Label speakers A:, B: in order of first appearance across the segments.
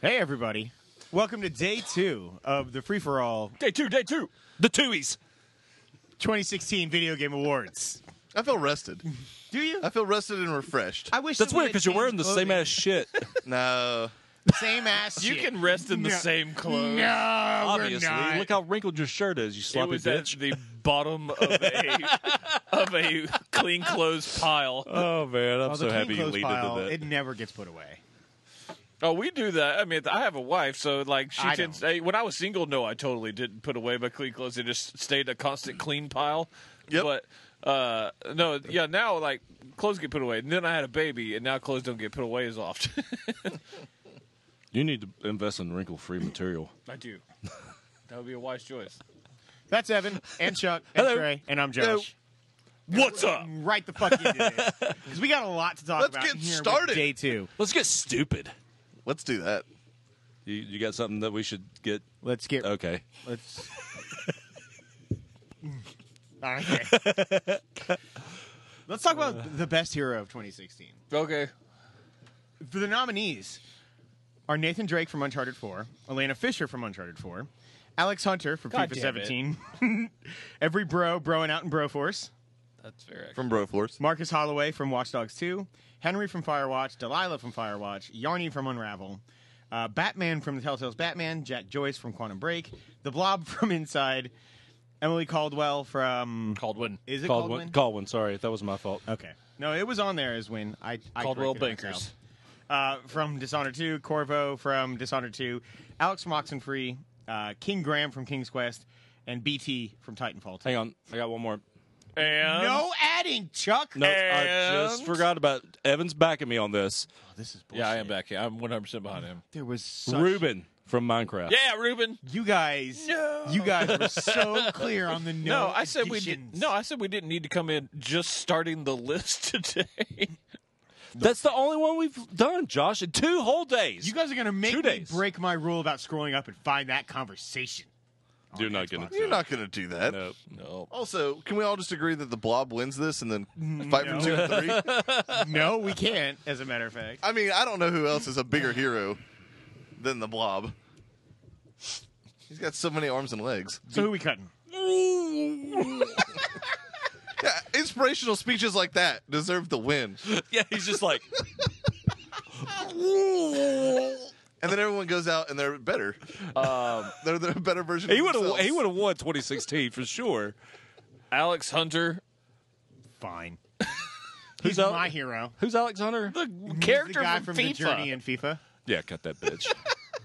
A: Hey, everybody. Welcome to day two of the Free for All
B: Day two, day two. The twoies.
A: 2016 Video Game Awards.
C: I feel rested.
A: Do you?
C: I feel rested and refreshed.
A: Uh, I wish
B: That's
A: that we
B: weird
A: had
B: because you're wearing the
A: changed
B: same
A: clothing.
B: ass shit.
C: No.
A: Same ass.
D: You
A: shit.
D: can rest in the
A: No.
D: same clothes.
A: No,
B: Obviously,
A: we're not.
B: look how wrinkled your shirt is. You
D: It
B: sloppy
D: was at
B: bitch.
D: the bottom of a of a clean clothes pile.
B: Oh man,
A: Oh,
B: I'm
A: the
B: so
A: clean
B: happy you
A: clothes
B: leaned
A: pile,
B: into
A: It
B: that.
A: never gets put away.
D: Oh, we do that. I mean, I have a wife, so like she
A: I
D: can.
A: don't.
D: When I was single, no, I totally didn't put away my clean clothes. It just stayed a constant clean pile.
C: Yep.
D: But uh, no, yeah. Now like clothes get put away, and then I had a baby, and now clothes don't get put away as often.
B: you need to invest in wrinkle-free material.
D: I do. That would be a wise choice.
A: That's Evan and Chuck and
B: Hello.
A: Trey and I'm Josh.
D: What's up?
A: Right the fuck into this because we got a lot to talk
C: Let's
A: about.
C: get
A: in here with
C: started.
A: Day two.
B: Let's get stupid.
C: Let's do that.
B: You, you got something that we should get?
A: Let's get.
B: Okay.
A: Let's. okay. Let's talk about the best hero of 2016.
D: Okay.
A: For the nominees are Nathan Drake from Uncharted 4, Elena Fisher from Uncharted 4, Alex Hunter from
D: God
A: FIFA
D: damn it.
A: 17, Every Bro, Broing Out in Bro Force,
D: That's very.
C: From Broforce.
A: Marcus Holloway from Watch Dogs 2, Henry from Firewatch, Delilah from Firewatch, Yarny from Unravel, uh, Batman from the Telltale's Batman, Jack Joyce from Quantum Break, The Blob from Inside, Emily Caldwell from.
D: Caldwin.
A: Is it
B: Caldwell.
A: Caldwin?
B: Caldwin. Sorry, that was my fault.
A: Okay. No, it was on there as when I, I
D: Caldwell
A: corrected
D: Bakers.
A: myself. Uh, from Dishonored 2, Corvo from Dishonored 2, Alex from Oxenfree, uh, King Graham from King's Quest, and BT from Titanfall 2.
B: Hang on, I got one more.
D: And
A: No adding, Chuck.
B: No, I just
D: And-
B: forgot about Evan's backing me on this.
A: Oh, this is bullshit.
D: Yeah, I am back here. I'm 100 percent behind him.
A: There was such...
B: Ruben from Minecraft.
D: Yeah, Ruben.
A: You guys,
D: No.
A: you guys were so clear on the no.
D: No, I said we did.
A: additions.
D: No, I said we didn't need to come in just starting the list today.
B: That's the only one we've done, Josh, in two whole days.
A: you guys are gonna make
B: Two
A: me
B: days.
A: break my rule about scrolling up and find that conversation.
B: You're not gonna.
C: You're not going to do that.
B: Nope.
D: no,
C: Also, can we all just agree that the blob wins this and then fight for two and three?
A: no, we can't. As a matter of fact,
D: Uh,
C: I mean, I don't know who else is a bigger hero than the blob. He's got so many arms and legs.
A: so who we cutting?
C: Yeah, inspirational speeches like that deserve the win.
B: Yeah, he's just like.
C: And then everyone goes out and they're better. they're the better version
B: He
C: of
B: would have.
C: themselves.
B: He would have won 2016 for sure.
D: Alex Hunter,
A: Fine. He's
B: out?
A: my hero.
B: Who's Alex Hunter?
D: the
A: He's
D: character
A: the guy
D: from,
A: from
D: FIFA.
A: the Journey in FIFA.
B: Yeah, cut that bitch.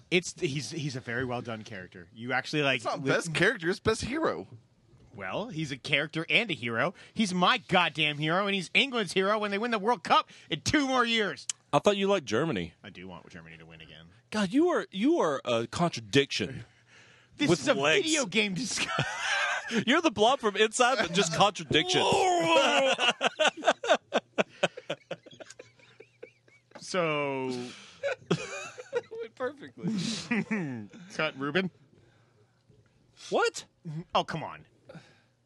A: It's he's he's a very well done character. You actually like
C: It's not
A: li-
C: best character, it's best hero.
A: Well, he's a character and a hero. He's my goddamn hero, and he's England's hero when they win the World Cup in two more years.
B: I thought you liked Germany.
A: I do want Germany to win again.
B: God, you are you are a contradiction.
A: This
B: With
A: is a
B: legs.
A: video game discussion.
B: You're the blob from inside, but just contradiction.
A: so
D: Perfectly.
A: cut Ruben.
B: what?
A: Oh come on.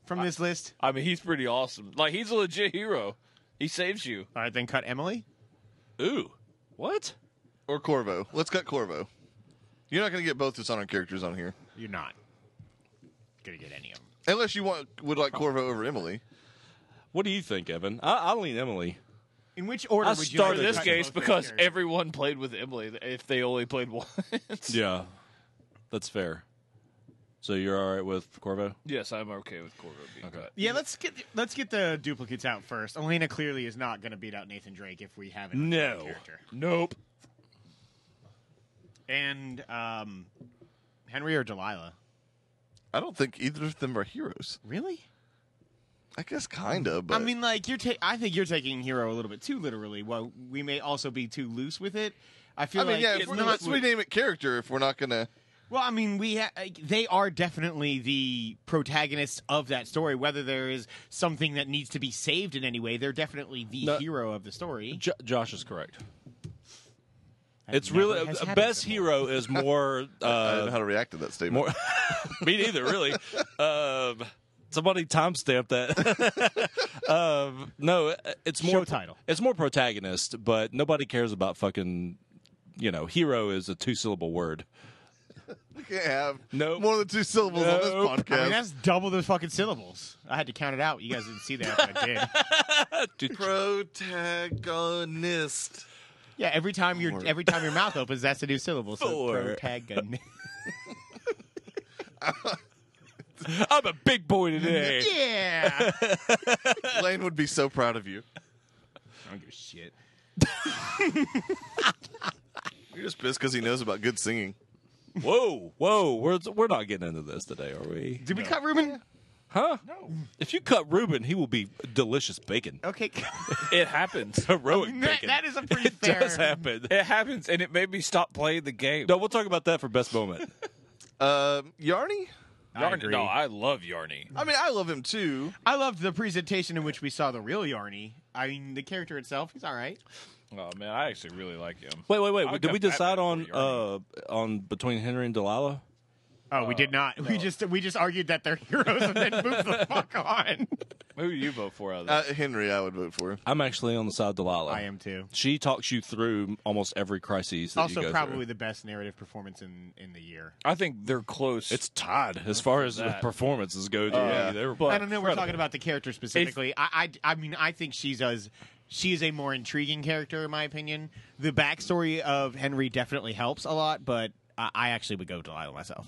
A: From this list,
D: I mean, he's pretty awesome. Like he's a legit hero. He saves you.
A: all right. Then cut Emily.
B: Ooh, what?
C: Or Corvo. Let's cut Corvo. You're not going to get both Dishonored characters on here.
A: You're not gonna get any of them.
C: Unless you want would like Corvo over Emily.
B: What do you think, Evan? I, I lean Emily.
A: In which order
B: I
A: would you?
B: started
A: like
D: In
A: to
D: this
A: cut
D: case,
A: both those
D: because
A: characters?
D: everyone played with Emily, if they only played once.
B: Yeah, that's fair. So you're all right with Corvo?
D: Yes, I'm okay with Corvo being cut.
A: Yeah, let's get let's get the duplicates out first. Elena clearly is not going to beat out Nathan Drake if we have an
B: No.
A: character.
D: Nope.
A: And um, Henry or Delilah?
C: I don't think either of them are heroes.
A: Really?
C: I guess kind of, but
A: I mean, like you're. Ta- I think you're taking hero a little bit too literally. Well, we may also be too loose with it. I
C: I
A: feel
C: mean,
A: like
C: yeah. If
A: it's
C: we're,
A: not.
C: let's rename it character if we're not going to.
A: Well, I mean, we ha- like, they are definitely the protagonists of that story. Whether there is something that needs to be saved in any way, they're definitely the
B: No.
A: hero of the story.
B: J- Josh is correct. It's
A: never
B: really
A: has
B: uh,
A: happened
B: best
A: before.
B: hero is more
C: I don't know
B: uh,
C: how to react to that statement.
B: more. me neither, really. Um, somebody timestamp that. um, no, it's more
A: Show title.
B: It's more protagonist, but nobody cares about fucking. You know, hero is a two-syllable word.
C: we can't have
B: Nope.
C: more than two syllables
B: Nope.
C: on this
A: I mean,
C: podcast.
A: that's double the fucking syllables. I had to count it out. You guys didn't see that, but I did.
C: Protagonist.
A: Yeah, every time your
C: Four.
A: every time your mouth opens, that's a new syllable. So
B: Four.
A: protagonist.
B: I'm a big boy today.
A: yeah. I
C: Lane would be so proud of you.
A: don't give a shit.
C: You're just pissed because he knows about good singing.
B: Whoa, whoa, we're we're not getting into this today, are we?
A: Did we cut Ruben?
B: Huh? No. If you cut Reuben, he will be delicious bacon.
A: Okay.
D: It happens.
B: Heroic
A: that,
B: bacon.
A: that is a pretty
B: it
A: fair.
B: does happen.
D: It happens, and it made me stop playing the game.
B: No, we'll talk about that for best moment.
C: Uh, Yarny?
A: I
D: Yarny-
A: agree.
D: no, I love Yarny.
C: I mean, I love him too.
A: I loved the presentation in which we saw the real Yarny. I mean, the character itself, he's all right.
D: Oh man, I actually really like him.
B: Wait, wait, wait.
D: I would
B: Did we
D: cut Batman
B: decide on
D: for
B: uh
D: Yarny.
B: on between Henry and Delilah?
A: Oh, we did not. We just we just argued that they're heroes and then moved the fuck on.
D: Who do you vote for? Out of
C: Uh,
D: that?
C: Henry, I would vote for.
B: I'm actually on the side of Delilah.
A: I am too.
B: She talks you through almost every crisis. That you
A: Also,
B: go
A: probably
B: through.
A: the best narrative performance in in the year.
D: I think they're close.
B: it's tied as far as the
D: that.
B: performances
A: Uh,
B: go. To
C: yeah.
B: they were
D: But-
A: I don't know. We're talking about the character specifically. I, I, I mean, I think she's as she is a more intriguing character in my opinion. The backstory of Henry definitely helps a lot, but I, I actually would go Delilah myself.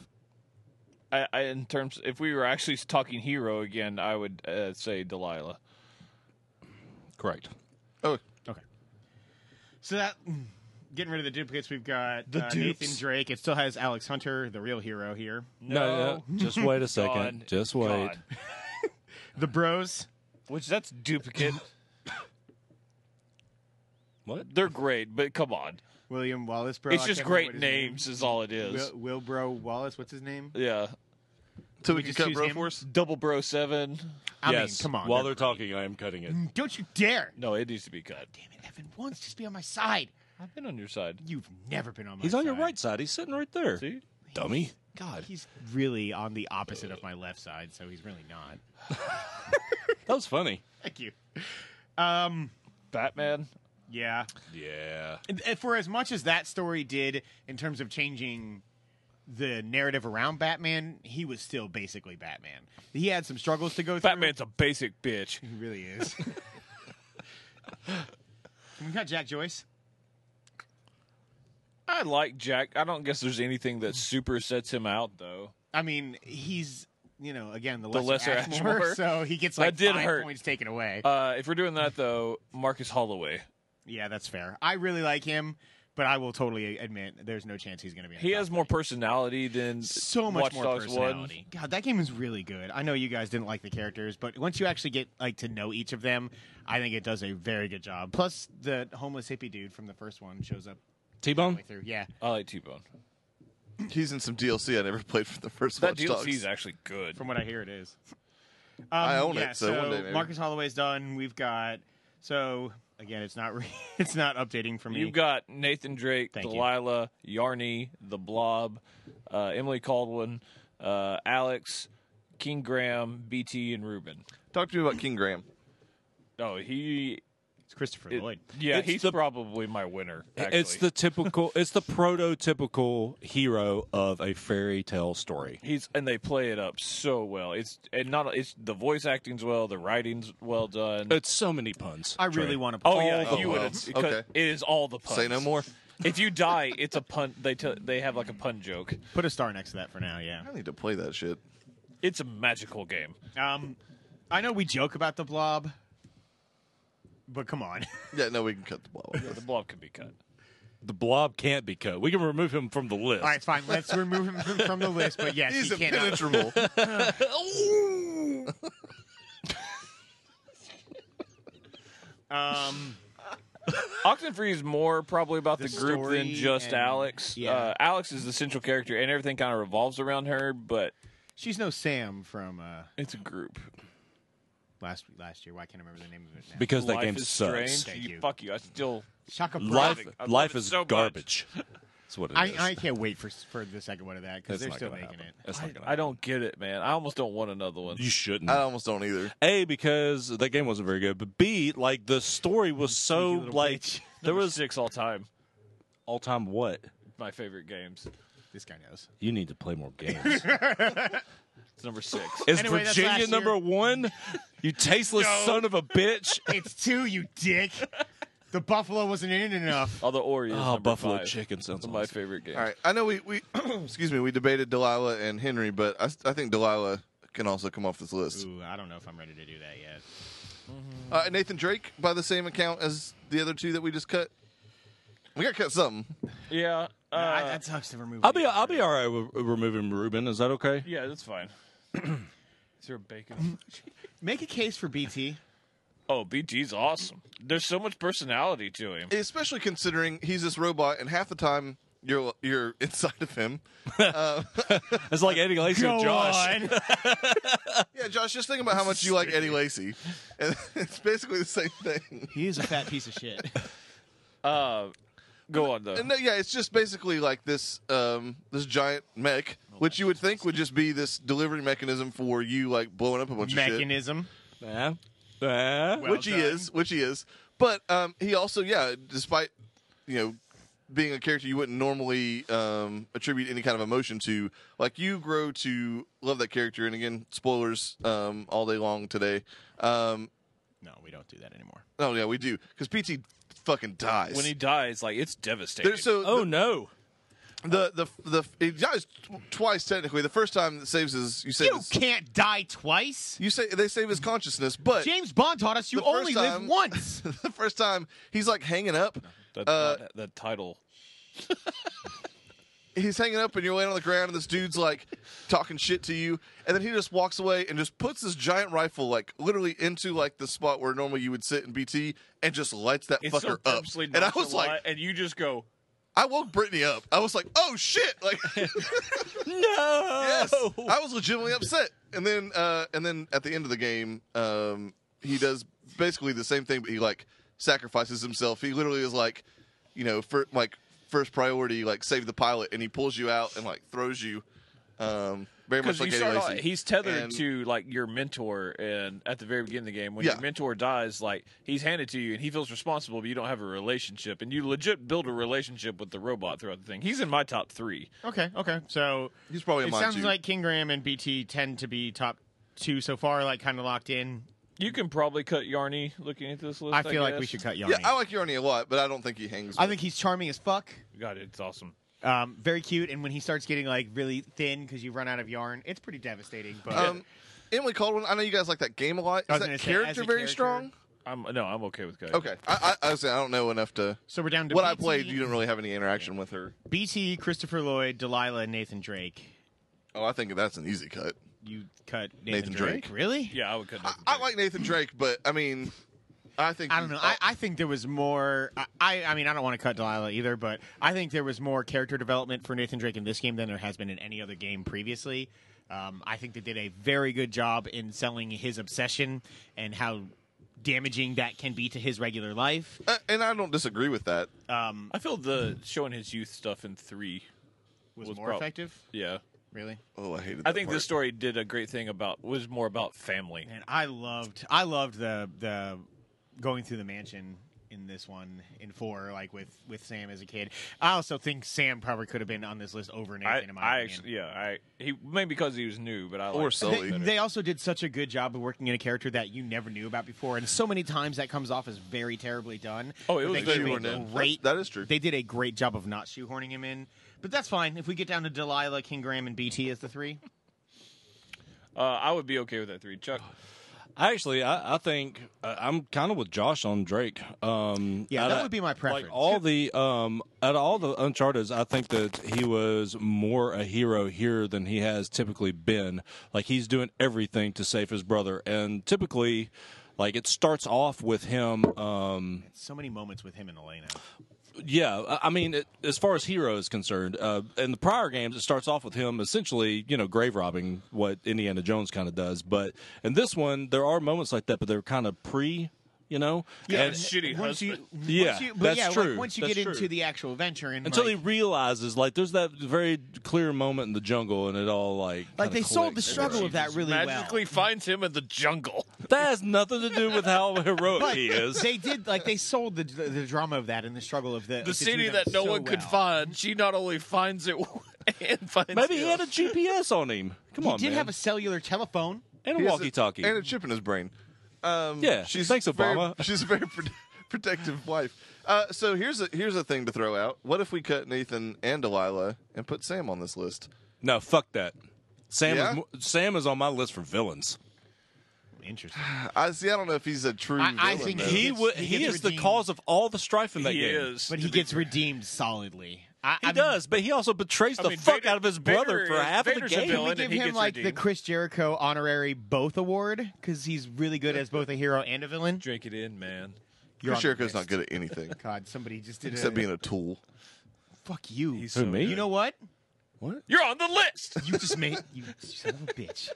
D: I, I, in terms, if we were actually talking hero again, I would uh, say Delilah.
B: correct.
C: Oh,
A: Okay. So that mm, getting rid of the duplicates, we've got
D: The
A: uh, Nathan
D: dupes.
A: Drake. It still has Alex Hunter, the real hero here.
B: No, no, just wait a second.
D: God.
B: Just wait.
D: God.
A: The Bros.
D: Which that's duplicate.
B: What?
D: They're great, but come on,
A: William Wallace, bro.
D: it's
A: I
D: just
A: can't remember
D: great
A: what his name-
D: names is all it is.
A: Wil- Will, Bro Wallace, what's his name?
D: yeah,
C: so we,
A: we
C: can
A: just
C: cut
A: choose
C: Bro
A: him?
C: Force?
D: Double Bro Seven.
A: I mean,
B: yes.
A: come on.
B: While they're talking, I am cutting it.
A: Don't you dare!
D: No, it needs to be cut.
A: Damn it, Evan, once just be on my side.
D: I've been on your side.
A: You've never been on my
B: He's
A: side.
B: on your right side. He's sitting right there.
D: See,
B: Dummy. God,
A: He's really on the opposite of my left side, so he's really not.
B: that was funny.
A: Thank you. Um,
D: Batman.
A: yeah.
B: Yeah.
A: And- and for as much as that story did in terms of changing the narrative around Batman, he was still basically Batman. He had some struggles to go through.
D: Batman's a basic bitch.
A: He really is. Can we got Jack Joyce?
D: I like Jack. I don't guess there's anything that super sets him out though.
A: I mean, he's you know again the lesser,
D: lesser
A: Ashmore,
D: Ashmore.
A: so he gets
D: That
A: like
D: did
A: five
D: hurt.
A: points taken away.
D: Uh, if we're doing that though, Marcus Holloway.
A: yeah, that's fair. I really like him, but I will totally admit there's no chance he's going to be. in
D: He
A: the
D: has
A: top
D: more
A: three.
D: personality than
A: so much
D: Watch
A: more
D: Dogs
A: personality. God, that game is really good. I know you guys didn't like the characters, but once you actually get like to know each of them, I think it does a very good job. Plus, the homeless hippie dude from the first one shows up
B: T Bone.
A: halfway through. Yeah,
D: One. I like T Bone.
C: He's in some DLC I never played for the first
D: That
C: Watch Dogs.
D: DLC is actually good.
A: from what I hear, it is. Um,
C: I own
A: yeah,
C: it, so one day maybe.
A: Marcus Holloway's done. We've got so again, it's not re- it's not updating for me.
D: You've got Nathan Drake,
A: Thank you.
D: Delilah, Yarny, The Blob, uh, Emily Caldwell, uh, Alex, King Graham, BT, and Ruben.
C: Talk to me about King Graham.
D: Oh, he.
A: it's Christopher
D: it-
A: Lloyd.
D: yeah,
B: It's
D: he's
B: the-
D: probably my winner. Actually.
B: It's the typical. It's the prototypical hero of a fairy tale story.
D: He's and they play it up so well. It's and not it's the voice acting's well, the writing's well done.
B: It's so many puns.
A: I really
B: Trey.
A: want to.
D: oh yeah,
C: the
D: you would
C: puns.
D: have. because
C: Okay.
D: It is all the puns.
C: Say no more.
D: If you die, it's a pun. They t- they have like a pun joke.
A: put a star next to that for now. Yeah.
C: I need to play that shit.
D: It's a magical game.
A: Um, I know we joke about the blob, but come on.
C: Yeah, no, we can cut the blah. blah, blah.
D: The blob can be cut.
B: The blob can't be cut. We can remove him from the list.
A: All right, fine. Let's remove him from- from the list. But yes,
C: He's
A: he cannot.
C: impenetrable.
A: Um,
D: Oxenfree is more probably about the, group than
A: story
D: just
A: and-
D: Alex.
A: yeah.
D: Uh, Alex is the central character, and everything kind of revolves around her. But
A: she's no Sam from uh,
D: it's a group.
A: last last year. Why can't I remember the name of it now?
B: Because that
D: Life
B: game
D: is
B: sucks.
D: strange.
A: Thank
D: You-
A: you.
D: Fuck you. I still
A: Shaka
B: Life,
D: I love
B: life
D: it
B: is
D: so much.
B: garbage. That's what it
A: I,
B: is.
A: I can't wait for for the second one of that because
B: That's
A: they're
B: not
A: still
B: gonna
A: making
B: happen.
A: it.
B: That's not gonna
D: I don't get it, man. I almost don't want another one.
B: happen. You shouldn't.
C: I
D: Uh,
C: almost don't either.
B: A because that game wasn't very good, but B like the story was so
A: sneaky little
B: like
A: bitch.
B: there
D: Number
B: was
D: six all time.
B: all time what
D: My favorite games.
A: This guy knows.
B: you need to play more games.
D: It's number six.
B: Is
A: Anyway, that's
B: Virginia
A: last
B: number
A: year.
B: one? You tasteless son of a bitch!
A: It's two, you dick. The Buffalo wasn't in it enough.
D: Although Ori is
B: Oh,
D: number
B: buffalo
D: five.
B: chicken sounds
D: It's my
B: awesome.
D: favorite game.
C: All right, I know we we excuse me we debated Delilah and Henry, but I, s- I think Delilah can also come off this list.
A: Ooh, I don't know if I'm ready to do that yet.
C: Uh, Nathan Drake by the same account as the other two that we just cut. We got to cut something.
D: Yeah. Uh,
A: I, that sucks to remove.
B: I'll be I'll be all right with removing Ruben. Is that okay?
D: yeah, that's fine. is there a bacon?
A: Make a case for BT.
D: oh, BT's awesome. There's so much personality to him.
C: especially considering he's this robot, and half the time you're you're inside of him.
B: It's like Eddie Lacy and Josh.
A: on.
C: Yeah, Josh, just think about how much you like Eddie Lacy, and it's basically the same thing.
A: he is a fat piece of shit.
D: Uh, go on though.
C: And no, yeah, it's just basically like this um, this giant mech, which you would think would just be this delivery mechanism for you, like blowing up a bunch of shit.
A: Mechanism.
B: Yeah. Yeah.
A: Well
C: which
A: done.
C: he is, which he is. But um, he also, yeah, despite you know being a character you wouldn't normally um, attribute any kind of emotion to, like you grow to love that character. And again, spoilers um, all day long today. Um,
A: No, we don't do that anymore.
C: oh yeah, we do because PT fucking dies.
D: when he dies, like it's devastating.
C: There- so
B: Oh no.
C: the, the the the he dies tw- twice technically. The first time that saves his you save
A: You
C: his,
A: can't die twice.
C: you say they save his consciousness, but
A: James Bond taught us you
C: The first
A: only live
C: time-
A: once.
C: the first time he's like hanging up.
D: That's
C: uh,
D: not the title.
C: he's hanging up and you're laying on the ground and this dude's like talking shit to you and then he just walks away and just puts this giant rifle like literally into like the spot where normally you would sit in BT and just lights that
D: It's so
C: fucker up.
D: purposely
C: And I was like
D: nonchalant, and you just go,
C: I woke Brittany up. I was like, "Oh shit." Like
B: No.
C: yes. I was legitimately upset. And then uh and then at the end of the game, um he does basically the same thing but he like sacrifices himself. He literally is like, you know, for like first priority like save the pilot and he pulls you out and like throws you um very much
D: Because
C: like
D: you
C: Eddie
D: start out,
C: Lacy.
D: he's tethered
C: And-
D: to like your mentor, and at the very beginning of the game, when
C: Yeah.
D: your mentor dies, like he's handed to you, and he feels responsible, but you don't have a relationship, and you legit build a relationship with the robot throughout the thing. He's in my top three.
A: okay, okay. So
C: He's probably
A: it
C: mine
A: sounds
C: too.
A: like King Graham and BT tend to be top two so far, like kind of locked in.
D: You can probably cut Yarny looking at this list.
A: I feel like we
D: guess.
A: should cut Yanni.
C: Yeah, I like Yarny a lot, but I don't think he hangs.
A: I
C: with-
A: think he's charming as fuck.
D: God, it's awesome.
A: Um, very cute, and when he starts getting like really thin because you run out of yarn, it's pretty devastating. But
C: Um, Emily Caldwell. I know you guys like that game a lot.
A: I
C: Is
A: was
C: that
A: gonna
C: character
A: say, as a
C: very
A: character-
C: strong?
D: I'm no, I'm okay with cutting.
C: Okay, I I, I, was saying, I don't know enough to.
A: so we're down to
C: What I
A: BT,
C: played, you didn't really have any interaction with her.
A: BT, Christopher Lloyd, Delilah, and Nathan Drake.
C: Oh, I think that's an easy cut.
A: You cut Nathan,
C: Nathan
A: Drake.
C: Drake.
A: really?
D: Yeah, I would cut.
C: I,
D: Nathan
C: I
D: Drake.
C: like Nathan Drake, but I mean, I think
A: I don't know. I, I think there was more. I- I, I mean, I don't want to cut Delilah either, but I think there was more character development for Nathan Drake in this game than there has been in any other game previously. Um, I think they did a very good job in selling his obsession and how damaging that can be to his regular life.
C: Uh, and I don't disagree with that.
A: Um,
D: I feel the showing his youth stuff in three.
A: was,
D: Was
A: more
D: prob-
A: effective,
D: Yeah,
A: really.
C: Oh, I hated. That
D: I think
C: part.
D: this story did a great thing about was more about family.
A: And I loved, I loved the the going through the mansion in this one in four, like with with Sam as a kid. I also think Sam probably could have been on this list over Nathan.
D: I,
A: in my
D: I
A: opinion.
D: actually, yeah, I he maybe because he was new, but I
C: Or
D: like
C: so.
A: They,
C: Sully.
A: they also did such a good job of working in a character that you never knew about before, and so many times that comes off as very terribly done.
D: Oh, it
A: But
D: was
A: they did
D: very
A: a
C: shoehorned in.
A: great.
C: That's- that is true.
A: They did a great job of not shoehorning him in, but that's fine. If we get down to Delilah, King Graham, and BT as the three,
D: Uh, I would be okay with that three. Chuck,
C: Oh,
B: Actually, I, I think uh, I'm kind of with Josh on Drake. Um,
A: yeah,
B: out
A: that
B: of-
A: would be my preference.
B: Like all the um, out of all the Uncharted, I think that he was more a hero here than he has typically been. Like he's doing everything to save his brother, and typically, like it starts off with him. Um,
A: so many moments with him and Elena.
B: yeah, I- I mean, it, as far as hero is concerned, uh, in the prior games, it starts off with him essentially, you know, grave robbing what Indiana Jones kind of does. But in this one, there are moments like that, but they're kind of pre you know?
D: Yeah,
B: And-
D: a shitty
A: once you,
D: husband.
A: once
B: Yeah,
A: you, but
B: that's
A: yeah, like,
B: true.
A: once you
B: That's
A: get
B: true.
A: into the actual adventure, and
B: until
A: like,
B: he realizes, like, there's that very clear moment in the jungle, and it all like
A: like
B: kinda
A: they sold the
B: clicks.
A: struggle of that really
D: magically finds him in the jungle.
B: That has nothing to do with how heroic
A: well.
B: he
A: But
B: is.
A: they did like they sold the, the the drama of that and the struggle of the
D: The
A: of the two
D: city
A: of them
D: that no
A: so
D: one could
A: well.
D: find. She not only finds it and finds
B: Maybe he
D: him.
B: had a GPS on him. Come
A: He
B: on,
A: did
B: man.
A: have a cellular telephone.
B: and
C: He
B: a
C: has
B: walkie-talkie.
C: and a chip in his brain. Um,
B: Yeah, thanks,
C: very-
B: Obama.
C: she's a very pro- protective wife. Uh, so here's a here's a thing to throw out. What if we cut Nathan and Delilah and put Sam on this list?
B: no, fuck that. Sam
C: Yeah?
B: is mo- Sam is on my list for villains.
A: Interesting.
C: I see. I don't know if he's a true.
A: I- I
C: villain,
A: think
C: though.
A: He
B: He
A: gets-
B: w-
A: he
B: he,
A: gets
B: is the
A: redeemed.
B: cause of all the strife in that
D: He
B: game.
D: is.
A: But
D: to
A: he
D: be
A: gets
D: fair.
A: redeemed solidly. I,
B: He
A: I
B: does, but he also betrays the
D: mean,
B: fuck
D: Vader-
B: out of his brother
D: Vader
B: for
D: is-
B: half of
D: Vader's
B: the
D: a
B: game.
A: Mean,
D: villain.
A: we
D: and
A: give
D: he
A: him
D: gets
A: like
D: redeemed.
A: the Chris Jericho honorary both award because he's really good as both a hero and a villain.
D: Drink it in, man.
A: You're
C: Chris
A: on
C: Jericho's
A: the
C: not
A: list.
C: good at anything
A: God, somebody just did
C: except
A: a,
C: being a tool.
A: fuck you.
D: He's
B: Who,
D: so
B: me?
D: good.
A: you know what?
D: You're on the list.
A: You just made you son of a bitch.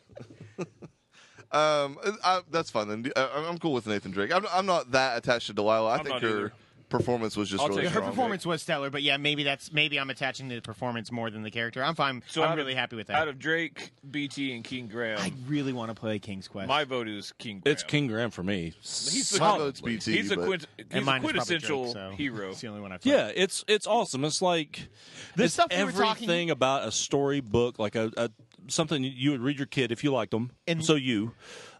C: Um, I, that's fine then. I, I'm cool with Nathan Drake. I'm, I'm not that attached to Delilah. I think
D: not
C: her
D: either.
C: performance was just
D: I'll
C: really
D: take
A: Her
C: strong.
A: performance was stellar, but yeah, maybe that's maybe I'm attaching to the performance more than the character. I'm fine.
D: So out
A: I'm
D: of-
A: really happy with
D: Out
A: that.
D: of Drake, BT, and King Graham,
A: I really want to play King's Quest.
D: my vote is King Graham.
B: It's King Graham for me.
D: He's the
C: My vote's BT.
D: He's a,
C: but-
D: quint-
A: and
D: he's a
A: mine is probably
D: quintessential
A: Drake, so
D: hero.
A: It's the only one I've played.
B: Yeah, it's it's awesome. It's like
A: The
B: it's
A: stuff we were
B: everything
A: talking-
B: about a storybook, like a, a something you would read your kid if you liked them.
A: And-
B: so you,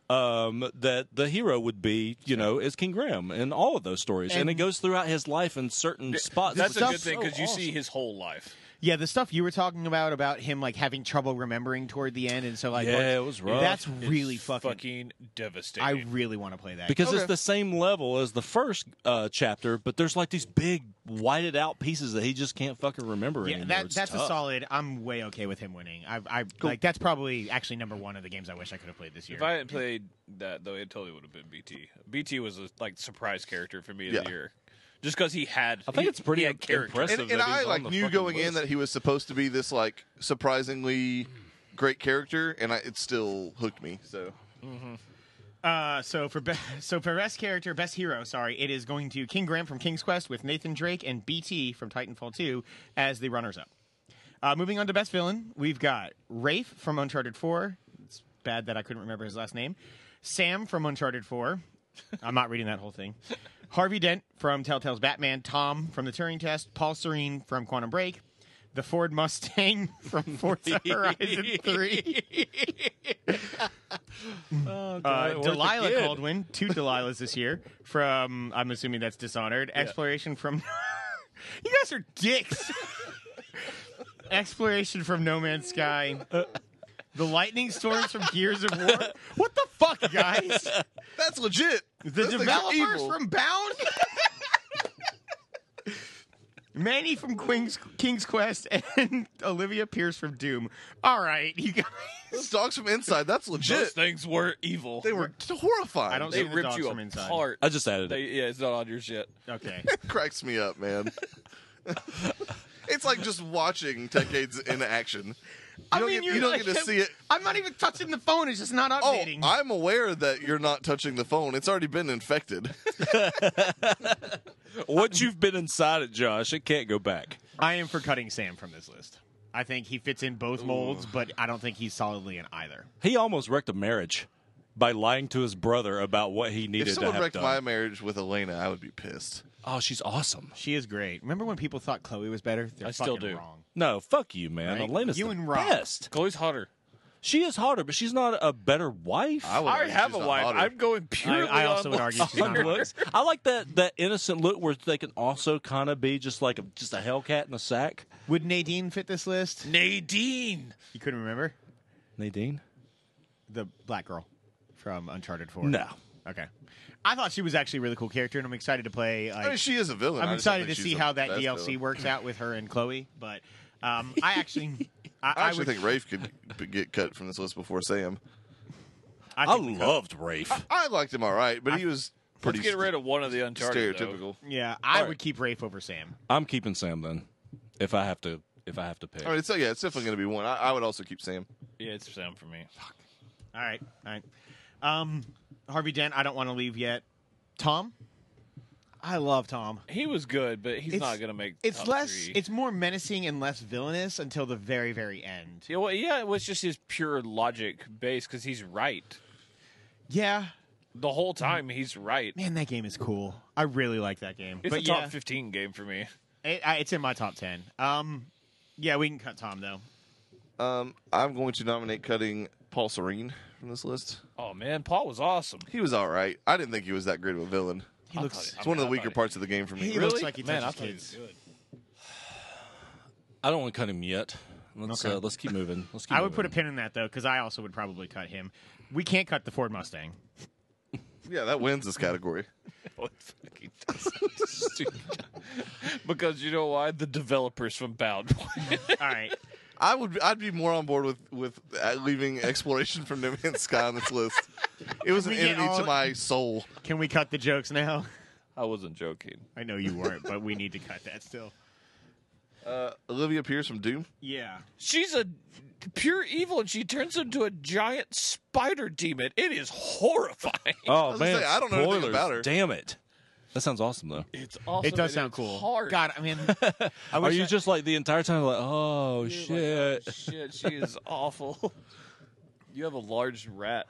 B: um, that the hero would be, you know, is King Graham in all of those stories, and, it
A: And-
B: goes throughout his life in certain spots.
D: That's
B: It's
D: a good thing
B: so
D: because you see
B: awesome.
D: his whole life.
A: Yeah, the stuff you were talking about about him like having trouble remembering toward the end, and so like
B: Yeah,
A: once-
B: it was rough.
A: That's
D: It's
A: really fucking. I
D: devastating.
A: really want to play that.
B: because it's
C: Okay.
B: the same level as the first uh, chapter, but there's like these big whited out pieces that he just can't fucking remember
A: yeah,
B: anymore.
A: that
B: It's
A: that's a
B: tough.
A: solid. I'm way okay with him winning. I I like that's probably actually number one of the games I wish I could have played this year.
D: If I hadn't played that though, it totally would have been BT. BT was a like surprise character for me of
C: Yeah.
D: the year, just because he had.
B: I think
D: he-
B: it's pretty
D: he had character.
B: impressive.
C: and,
B: that
C: and
B: he's
C: I
B: on
C: like
B: the
C: knew
B: fucking
C: going in
B: list.
C: that he was supposed to be this like surprisingly great character, and I, it still hooked me. So
A: Uh, so for be- so for best character, best hero, sorry, it is going to King Graham from King's Quest with Nathan Drake and BT from Titanfall 2 as the runners up. Uh, moving on to best villain, we've got Rafe from Uncharted 4. It's bad that I couldn't remember his last name. Sam from Uncharted 4. I'm not reading that whole thing. Harvey Dent from Telltale's Batman. Tom from The Turing Test. Paul Serene from Quantum Break. The Ford Mustang from Forza Horizon 3. Uh, Delilah Caldwin, two Delilahs this year from I'm assuming that's Dishonored. Exploration from You guys are dicks. Exploration from No Man's Sky. The lightning storms from Gears of War. What the fuck, guys?
C: that's legit.
A: The developers from Bound. Manny from Queen's, King's Quest and Olivia Pierce from Doom. All right, you guys.
C: those dogs from inside. That's
D: Those
C: legit.
D: things were evil.
C: They were horrifying.
A: I don't-
D: They
A: Those are the
D: ripped
A: dogs
D: you
A: from inside.
D: apart.
B: I just added it.
D: They, yeah, it's not on your shit.
A: Okay.
C: cracks me up, man. it's like just watching decades in action. You
A: I
C: don't
A: mean,
C: get-
A: you're
C: you don't
A: like-
C: get to see it.
A: I'm not even touching the phone. It's just not
C: Oh,
A: updating.
C: I'm aware that you're not touching the phone. It's already been infected.
B: Once you've been inside it, Josh, it can't go back.
A: I am for cutting Sam from this list. I think he fits in both molds, but I don't think he's solidly in either.
B: He almost wrecked a marriage by lying to his brother about what he
C: if
B: needed to
C: someone
B: have
C: wrecked my
B: done.
C: marriage with Elena, I would be pissed.
B: oh, she's awesome.
A: She is great. Remember when people thought Chloe was better? They're
D: I still
A: fucking
D: do.
A: wrong.
B: No, fuck you, man.
A: Right?
B: Elena's
A: You
B: the
A: and Rob.
B: best.
D: Chloe's hotter.
B: She is hotter, but she's not a better wife.
C: would
D: I
C: argue
D: have
C: she's
D: a
C: not
D: wife.
C: hotter.
D: I'm going purely.
A: I also
D: on
A: would
D: looks.
A: argue she's not
B: Her looks. I like that that innocent look where they can also kind of be just like a, just a Hellcat in a sack.
A: Would Nadine fit this list?
D: Nadine.
A: You couldn't remember
B: Nadine?
A: the black girl from Uncharted Four.
B: No.
A: Okay. I thought she was actually a really cool character, and I'm excited to play. Like,
C: I mean, she is a villain.
A: I'm
C: I just don't
A: excited to
C: think
A: see
C: she's
A: how
C: the
A: that
C: best
A: DLC
C: villain.
A: works out with her and Chloe. But um, I actually, I,
C: I
A: I,
C: actually
A: would,
C: think Rafe could b- get cut from this list before Sam.
A: I
B: I
A: think we cut-
B: loved Rafe.
C: I liked him all right, but he was
D: Let's
C: pretty
D: get rid of one of the uncharted. though.
C: stereotypical.
A: Yeah, I
B: Alright.
A: would keep Rafe over Sam.
B: I'm keeping Sam then. If I have to if I have to pick.
C: All right, so yeah, it's definitely going to be one. I, I would also keep Sam.
D: Yeah, it's Sam for me.
A: All right, all right. Um, Harvey Dent, I don't want to leave yet. Tom. I love Tom.
D: He was good, but he's
A: It's-
D: not going to make.
A: It's
D: top
A: less.
D: three.
A: It's more menacing and less villainous until the very, very end.
D: yeah, well, yeah. It was just his pure logic base because he's right
A: Yeah,
D: the whole time. He's right.
A: Mm. man, that game is cool. I really like that game.
D: It's
A: but
D: a top
A: yeah,
D: fifteen game for me.
A: it, I, it's in my top ten. Um, yeah, we can cut Tom though.
C: Um, I'm going to nominate cutting Paul Serene from this list.
D: Oh man, Paul was awesome.
C: He was all right. I didn't think he was that great of a villain.
A: He
D: I
A: looks.
D: thought-
C: It's one of
D: I
C: the weaker
D: thought-
C: parts of the game for
A: He
C: me.
A: looks
D: Really?
A: like he
D: Man,
A: touches
D: I thought he
A: kids.
D: was good.
B: I don't want to cut him yet. Let's
A: Okay.
B: uh, let's keep moving. Let's keep
A: I would put a
B: moving.
A: pin in that though, because I also would probably cut him. We can't cut the Ford Mustang.
C: Yeah, that wins this category.
D: No, it fucking doesn't. Stupid. because you know why? The developers from Bound.
A: All right.
C: I would. I'd be more on board with with uh, leaving exploration from No Man's Sky on this list. It was an
A: We get
C: enemy
A: all-
C: to my soul.
A: Can we cut the jokes now?
D: I wasn't joking.
A: I know you weren't, but we need to cut that still.
C: Uh, Olivia Pierce from Doom.
A: Yeah.
D: She's a pure evil and she turns into a giant spider demon. It is horrifying.
B: Oh
C: was gonna
B: man,
C: say, I don't know anything
B: spoilers.
C: about her.
B: Damn it. That sounds awesome though.
D: It's awesome.
A: It does
D: and
A: sound
D: it's
A: cool.
D: Hard.
A: God, I mean, I
B: Are
A: wish
B: you
A: I-
B: just like the entire time like, oh
D: You're like,
B: shit?
D: "Oh, shit, she is awful. You have a large rat.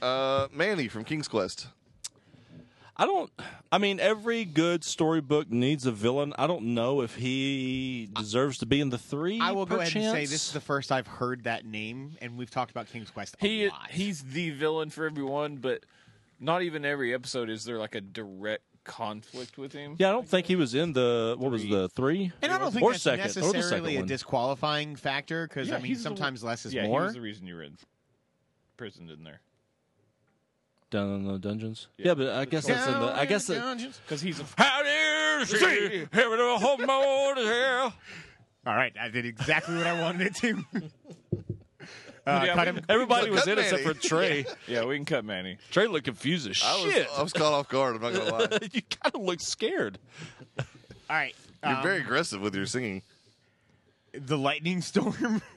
C: Uh, Manny from King's Quest.
B: I don't. I mean, every good storybook needs a villain. I don't know if he deserves to be in the three.
A: I will go ahead and say
B: perchance.
A: this is the first I've heard that name, and we've talked about King's Quest a
D: He
A: lot.
D: he's the villain for everyone, but not even every episode is there like a direct conflict with him.
B: Yeah, I don't think he was in the what was the three
A: and I don't think
B: or
A: that's
B: second or the second
A: necessarily a
B: one.
A: disqualifying factor because
D: Yeah,
A: I mean
D: he's the
A: sometimes less is
D: yeah, he
A: more.
D: was the reason you were in prison, didn't there?
B: Down in the dungeons.
D: Yeah.
B: Yeah, but I guess that's in the. I guess. That,
D: Because he's a
B: how dare she? Here we go, hold my order here.
A: All right, I did exactly what I wanted it to. uh,
D: Yeah,
A: cut
D: we-
A: him.
B: Everybody
C: Look,
B: was
C: cut
B: in except for
C: Manny.
B: Trey.
D: yeah. uh, We can cut Manny.
B: Trey looked confused as
C: I was
B: shit.
C: I was caught off guard. I'm not gonna lie.
B: you kind of look scared.
A: All right,
C: You're
A: um,
C: very aggressive with your singing.
A: the lightning storm.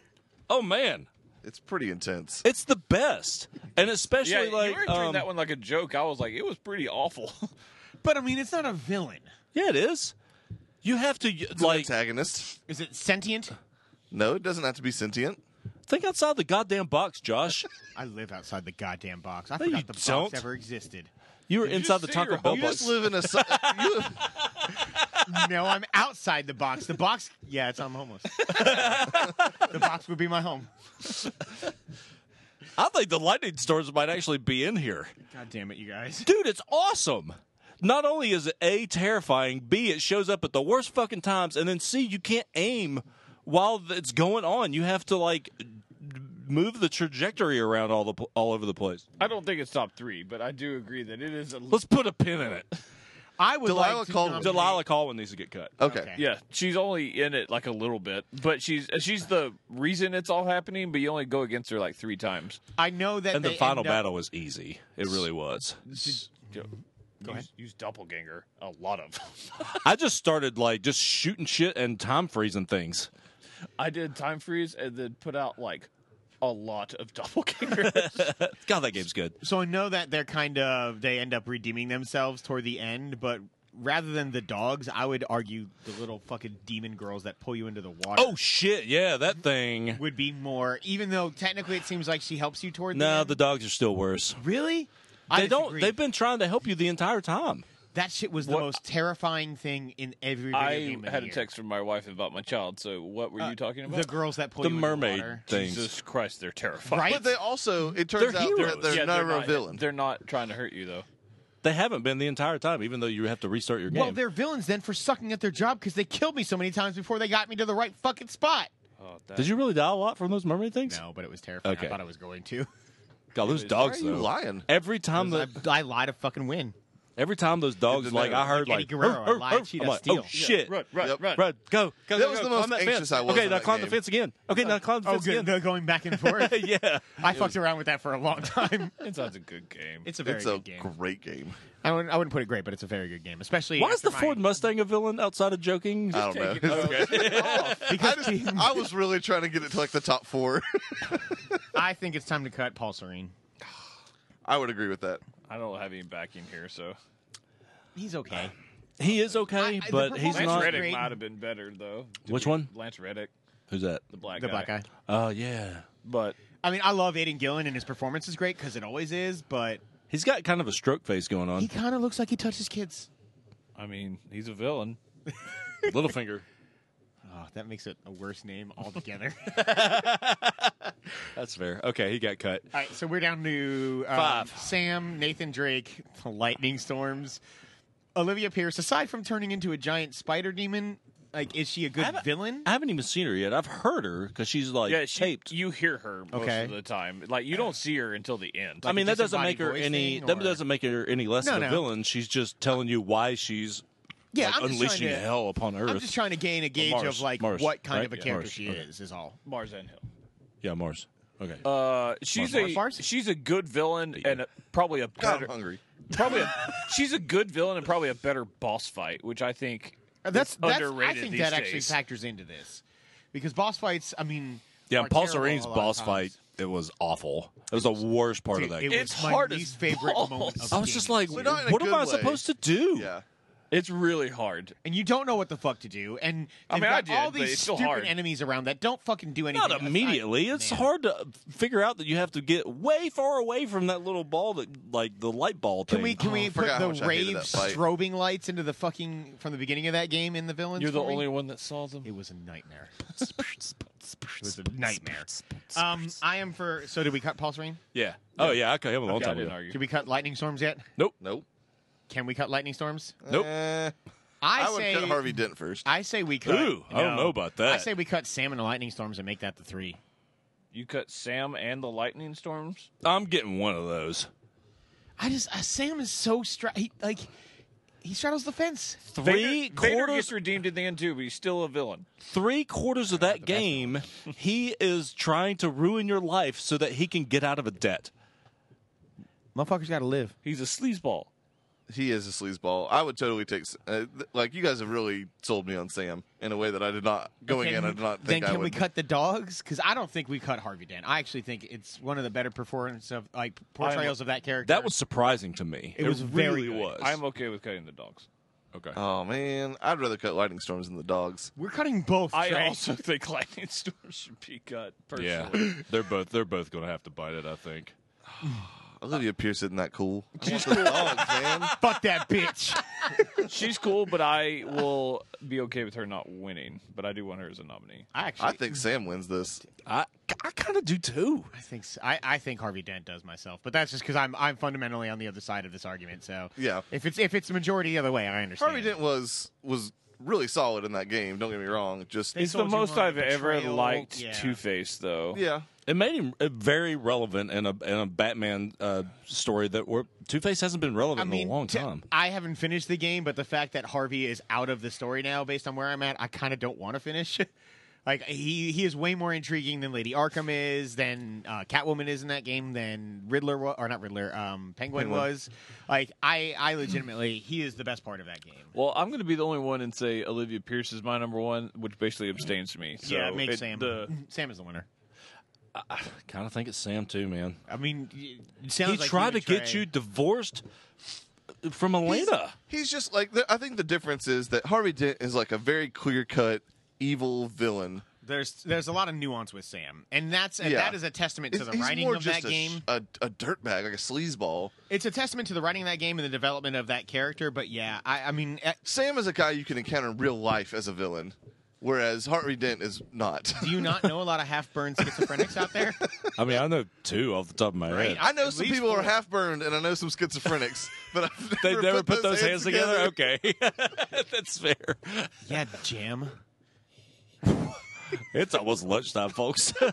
B: Oh man,
C: It's pretty intense.
B: it's the best, and especially
D: yeah, you
B: like
D: were doing
B: um,
D: that one like a joke. I was like, it was pretty awful.
A: but I mean, it's not a villain.
B: yeah, it is. You have to
C: An
B: like
C: antagonist.
A: Is it sentient?
C: No, it doesn't have to be sentient.
B: Think outside the goddamn box, Josh.
A: I live outside the goddamn box. I
B: No, you
A: forgot the
B: don't.
A: box ever existed.
B: You were
D: you
B: inside the
D: see your
B: Taco Bell
D: home?
C: You
B: box.
C: just live in a. su- you,
A: no, I'm outside the box. The box, yeah, it's I'm homeless. the box would be my home.
B: I think the lightning storms might actually be in here.
A: God damn it, you guys.
B: Dude, it's awesome. Not only is it A, terrifying, B, it shows up at the worst fucking times, and then C, you can't aim while th- it's going on. You have to, like, move the trajectory around all the pl- all over the place.
D: I don't think it's top three, but I do agree that it is a.
B: Let's put a pin in it.
A: I would
C: Delilah
A: like to
C: Caldwell.
A: nominate-
B: Delilah Colwin needs to get cut.
C: okay.
A: Okay.
D: Yeah, she's only in it like a little bit, but she's uh, she's the reason it's all happening. But you only go against her like three times.
A: I know that
B: And the
A: they
B: final
A: end up-
B: battle was easy. It really was.
D: Go
A: ahead.
D: use, use doppelganger a lot of.
B: I just started, like, just shooting shit and time freezing things.
D: I did time freeze and then put out like a lot of doppelgangers.
B: God, that game's good.
A: So I know that they're kind of they end up redeeming themselves toward the end, but rather than the dogs, I would argue the little fucking demon girls that pull you into the water.
B: Oh, shit. Yeah, that thing.
A: would be more. Even though technically it seems like she helps you toward the
B: No,
A: end.
B: the dogs are still worse.
A: really. I
B: They don't.
A: disagree.
B: They've been trying to help you the entire time.
A: That shit was the
D: What-
A: most terrifying thing in every video
D: I
A: game. of the
D: had a
A: year.
D: text from my wife about my child. So what were you talking about?
A: The girls that pull
B: The
A: you in
B: mermaid
A: the water.
B: things.
D: Uh, Jesus Christ, they're terrifying.
A: Right?
C: But they also, it turns
B: They're
C: out
B: heroes.
C: that they're
D: Yeah,
C: not
D: they're
C: a real
D: not,
C: villain.
D: They're not trying to hurt you though.
B: They haven't been the entire time, even though you have to restart your game.
A: well, they're villains then for sucking at their job because they killed me so many times before they got me to the right fucking spot.
D: Oh,
B: Did you really die a lot from those mermaid things?
A: No, but it was terrifying. I
B: Okay.
A: thought I was going to.
B: God, those
C: Why
B: dogs
C: are you
B: though.
C: lying?
B: Every time
A: I,
B: the
A: I lie to fucking win.
B: every time those dogs
C: to
B: like
C: know.
B: I
A: Like
B: heard like,
A: Eddie Guerrero, I
B: "Arr,
A: lied,
B: arr,"
A: cheat,
B: I'm
A: I
B: like,
A: steal.
B: oh shit,
D: Run, run,
C: Yep.
D: run.
B: Run, go, go.
C: That
B: go,
C: was
B: go,
C: the most
B: climb that
C: anxious
B: fence.
C: I was
B: Okay,
C: in
B: now
C: that
B: climb the
C: game.
B: fence again. Okay, now climb the
A: Oh,
B: fence
A: good.
B: again.
A: They're going back and forth.
B: yeah,
A: I fucked around with that for a long time.
D: It sounds a good game.
A: It's a very
C: It's a
A: good game.
C: great game.
A: I, wouldn't, I wouldn't put it great, but it's a very good game. Especially
B: why is
A: after
B: the Ford
A: my,
B: Mustang a villain outside of joking?
C: I don't know. I,
A: because
C: just, I was really trying to get it to like the top four.
A: I think it's time to cut Paul Serene.
C: I would agree with that.
D: I don't have any backing here, so
A: He's okay.
B: He is okay,
A: I- I- the
B: but he's
D: Lance
A: performance-
B: not.
A: That's
D: Reddick
A: great.
D: might have been better though. to
B: Which
D: be-
B: one?
D: Lance Reddick,
B: Who's that?
D: the black
A: The
D: guy.
A: black guy.
B: Oh yeah,
D: But
A: I mean, I love Aiden Gillen and his performance is great because it always is, but
B: he's got kind of a stroke face going
A: he
B: on.
A: kind of looks like he touches kids.
D: I mean, he's a villain.
B: Littlefinger.
A: Oh, that makes it a worse name altogether.
B: That's fair. Okay, he got cut.
A: All right, so we're down to um,
B: Five.
A: Sam, Nathan Drake, the lightning storms. Olivia Pierce, aside from turning into a giant spider demon, like is she a good
B: haven't-
A: villain?
B: I haven't even seen her yet. I've heard her because she's like
D: yeah, she,
B: taped.
D: You hear her most
A: Okay.
D: of the time. Like you don't see her until the end.
B: I mean,
A: a
B: that doesn't
A: disembodied
B: make her
A: voice
B: any.
A: thing,
B: That
A: or-
B: doesn't make her any less
A: No,
B: of a
A: no.
B: villain. She's just telling you why she's
A: yeah,
B: like,
A: I'm just
B: unleashing
A: trying to,
B: hell upon Earth.
A: I'm just trying to gain a gauge
B: Mars,
A: of like
B: Mars,
A: what kind
B: right?
A: of a
B: Yeah,
A: character
B: Mars,
A: she
B: okay.
A: is. Is all.
D: Marzan Hill.
B: yeah, Mars. Okay.
D: Uh, she's
A: Mars
D: a
A: Mars?
D: she's a good villain and a, probably a
C: God,
D: better
C: I'm hungry.
D: probably a, she's a good villain and probably a better boss fight, which I think
A: Uh, That's,
D: is
A: that's I
D: underrated
A: think
D: these
A: that actually
D: days.
A: factors into this because boss fights. I mean,
B: yeah,
A: are
B: Paul
A: terrible
B: Serene's
A: a lot of
B: boss
A: times.
B: fight. It was awful. It was the worst part
A: Dude,
B: of that.
A: it
B: game.
A: was
D: It's
A: my
D: hard as
A: least favorite moment.
D: balls.
A: Of
B: I was
A: the
B: just
A: game.
B: like,
C: But not in a
B: what am
C: good
B: I
C: way.
B: supposed to do?
C: Yeah.
D: It's really hard.
A: and you don't know what the fuck to do, and
D: I
A: they've
D: mean, I
A: got all
D: did, but
A: these
D: it's still
A: stupid
D: hard.
A: enemies around that don't fucking do anything.
B: Not immediately. It's
A: man.
B: hard to figure out that you have to get way far away from that little ball that, like the light ball
A: Can
B: thing.
A: we can
C: Oh,
A: we
C: I forgot how
A: put
C: much
A: the
C: I hated
A: rave
C: that fight.
A: strobing lights into the fucking from the beginning of that game in the villains?
D: You're the
A: for me?
D: only one that saw them.
A: It was a nightmare. it was a nightmare. Um, I am for. So did we cut Paul Serene?
B: yeah. Oh yeah. I cut him a long
D: Yeah, I
B: time
D: didn't
B: ago.
D: argue.
A: Did we cut lightning storms yet?
B: Nope.
C: Nope.
A: Can we cut lightning storms?
B: Nope.
C: Eh,
A: I,
C: I would
A: say
C: cut Harvey Dent first.
A: I say we cut.
B: Ooh, I don't
A: no.
B: know about that.
A: I say we cut Sam and the lightning storms and make that the three.
D: You cut Sam and the lightning storms.
B: I'm getting one of those.
A: I just uh, Sam is so stra- he, like he straddles the fence.
B: Three
D: Vader, Vader
B: quarters.
D: gets redeemed at the end too, but he's still a villain.
B: three quarters of that game, he is trying to ruin your life so that he can get out of a debt.
A: Motherfucker's got to live.
D: He's a sleazeball.
C: He is a sleazeball. I would totally take. s- Uh, th- like you guys have really sold me on Sam in a way that I did not going in. I did not
A: then
C: think
A: can
C: I
A: we
C: would.
A: cut the dogs? Because I don't think we cut Harvey Dent. I actually think it's one of the better performances of like portrayals of that character.
B: That was surprising to me.
A: It was very
B: really
A: good.
B: was.
D: I'm okay with cutting the dogs.
B: okay.
C: Oh man, I'd rather cut lightning storms than the dogs.
A: we're cutting both.
D: I
A: Trey.
D: also think lightning storms should be cut.
B: yeah,
D: Personally.
B: they're both they're both going to have to bite it. I think.
C: Olivia Pierce isn't that cool. I want the dogs, man.
A: fuck that bitch.
D: she's cool, but I will be okay with her not winning. But I do want her as a nominee.
A: I actually,
C: I think Sam wins this.
B: I I kind of do too.
A: I think s- I, I think Harvey Dent does myself, but that's just because I'm I'm fundamentally on the other side of this argument. So
C: Yeah.
A: if it's if it's the majority the other way, I understand.
C: Harvey Dent was was really solid in that game. Don't get me wrong. Just
A: They
D: It's the
A: sold you
D: most
A: on
D: I've
A: the
D: ever
A: betrayal.
D: liked
A: Yeah.
D: Two Face, though.
C: yeah,
B: It made him uh, very relevant in a in a Batman uh, story that where Two Face hasn't been relevant in a long
A: t-
B: time.
A: I haven't finished the game, but the fact that Harvey is out of the story now, based on where I'm at, I kind of don't want to finish. like he he is way more intriguing than Lady Arkham is, than uh, Catwoman is in that game, than Riddler wa- or not Riddler, um, Penguin, was. Like I I legitimately he is the best part of that game.
D: Well, I'm going to be the only one and say Olivia Pierce is my number one, which basically abstains me. So
A: yeah, it makes
D: it-
A: Sam
D: the-
A: Sam is the winner.
B: Kind of think it's Sam too, man.
A: I mean, y- it sounds
B: he
A: like
B: tried to
A: would
B: get
A: try-
B: you divorced from
C: he's,
B: Elena.
C: he's just like the, I think the difference is that Harvey Dent is like a very clear cut evil villain.
A: There's there's a lot of nuance with Sam, and that's and
C: Yeah.
A: that is a testament to
C: He's-
A: the
C: he's
A: writing
C: more
A: of
C: just
A: that
C: a, sh-
A: game.
C: a, a dirtbag, like a sleazeball.
A: It's a testament to the writing of that game and the development of that character. But yeah, I, I mean, eh,
C: Sam is a guy you can encounter in real life as a villain, whereas Harvey Dent is not.
A: do you not know a lot of half-burned schizophrenics out there?
B: I mean, I know two off the top of my
A: Right.
B: head.
C: I know
A: At
C: some
A: least
C: people
A: four.
C: are half burned, and I know some schizophrenics, but I've
B: They
C: never,
B: never put, those hands, together? Okay. That's fair.
A: yeah, Jim.
B: It's almost lunchtime, folks.
A: All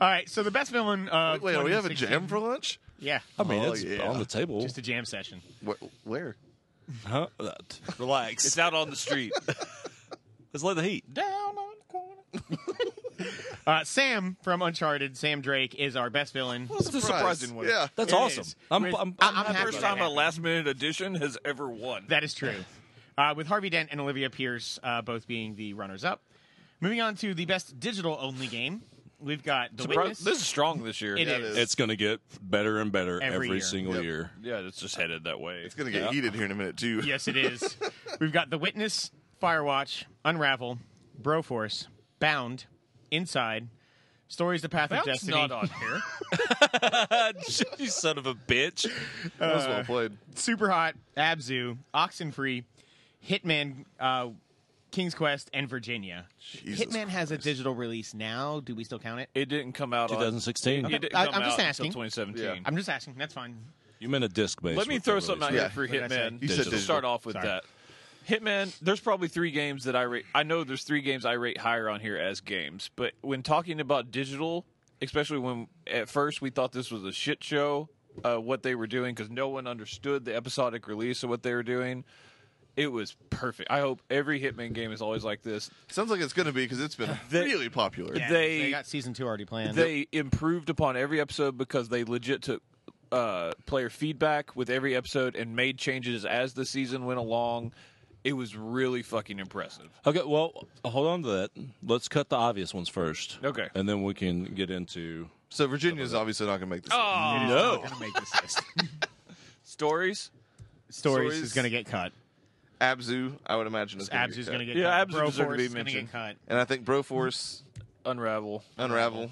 A: right, so the best villain. Uh,
C: Wait, are we having
A: 2016
C: jam for lunch?
A: Yeah,
B: I mean,
C: Oh,
B: it's
C: yeah.
B: on the table.
A: just a jam session.
C: Wh- Where?
B: Huh? Uh, t- Relax.
D: It's out on the street.
B: Let's let the heat.
D: Down on the corner.
A: Uh, Sam from Uncharted, Sam Drake is our best villain.
C: It's
D: a surprising one.
C: Yeah.
B: That's
A: It
B: awesome.
A: is.
B: I'm,
A: With-
B: I'm, I'm,
A: I- I'm
B: happy.
A: happy
D: First
A: that
D: time a
A: happened.
D: last minute edition has ever won.
A: That is true. Uh, with Harvey Dent and Olivia Pierce uh, both being the runners up. Moving on to the best digital only game. We've got the
D: It's a pro-
A: witness.
D: this is strong this year.
A: It
C: Yeah,
A: is.
B: It's going to get better and better
A: Every
B: every,
A: year.
B: single
C: Yep.
B: year.
D: Yeah, it's just headed that way.
C: It's gonna get
B: Yeah.
C: heated here in a minute too.
A: Yes, it is. We've got The Witness, Firewatch, Unravel, Broforce, Bound, Inside, Stories the Path
D: Bound's
A: of Destiny,
D: not on here.
B: you son of a bitch.
C: that was well played.
A: Super Hot, Abzu, Oxenfree, Hitman, uh, King's Quest, and Virginia.
C: Jesus
A: Hitman has a digital release now. Do we still count it?
D: It didn't come out. On,
B: 2016.
D: it didn't
A: I-
D: come
A: I'm
D: out
A: just asking.
D: Until 2017.
A: I'm just asking. That's fine.
B: You meant a disc base.
D: Let me
B: with
D: throw
B: the
D: something
B: release.
C: Yeah,
D: out here for
A: what did I say?
D: Hitman.
C: You said
D: Just to
C: digital.
D: start off with
A: Sorry.
D: that. Hitman, there's probably three games that I rate. I know there's three games I rate higher on here as games, but when talking about digital, especially when at first we thought this was a shit show, uh, what they were doing because no one understood the episodic release of what they were doing. It was perfect. I hope every Hitman game is always like this.
C: Sounds like it's gonna be because it's been really popular.
A: Yeah,
D: They-
A: they got season two already planned.
D: they improved upon every episode because they legit took uh, player feedback with every episode and made changes as the season went along. It was really fucking impressive.
B: Okay, well, hold on to that. Let's cut the obvious ones first.
D: Okay.
B: And then we can get into.
C: So Virginia's obviously not gonna make this.
D: Oh,
A: no. Make this list.
D: stories.
A: Stories,
C: Stories-
A: is going to get cut.
C: Abzu, I would imagine is gonna be
A: Abzu's
C: cut.
A: going to get
D: Yeah,
A: cut.
D: Abzu deserved to
A: Broforce
D: be
A: is going to get
D: mentioned.
A: cut.
C: and I think Broforce,
D: Unravel.
C: Unravel,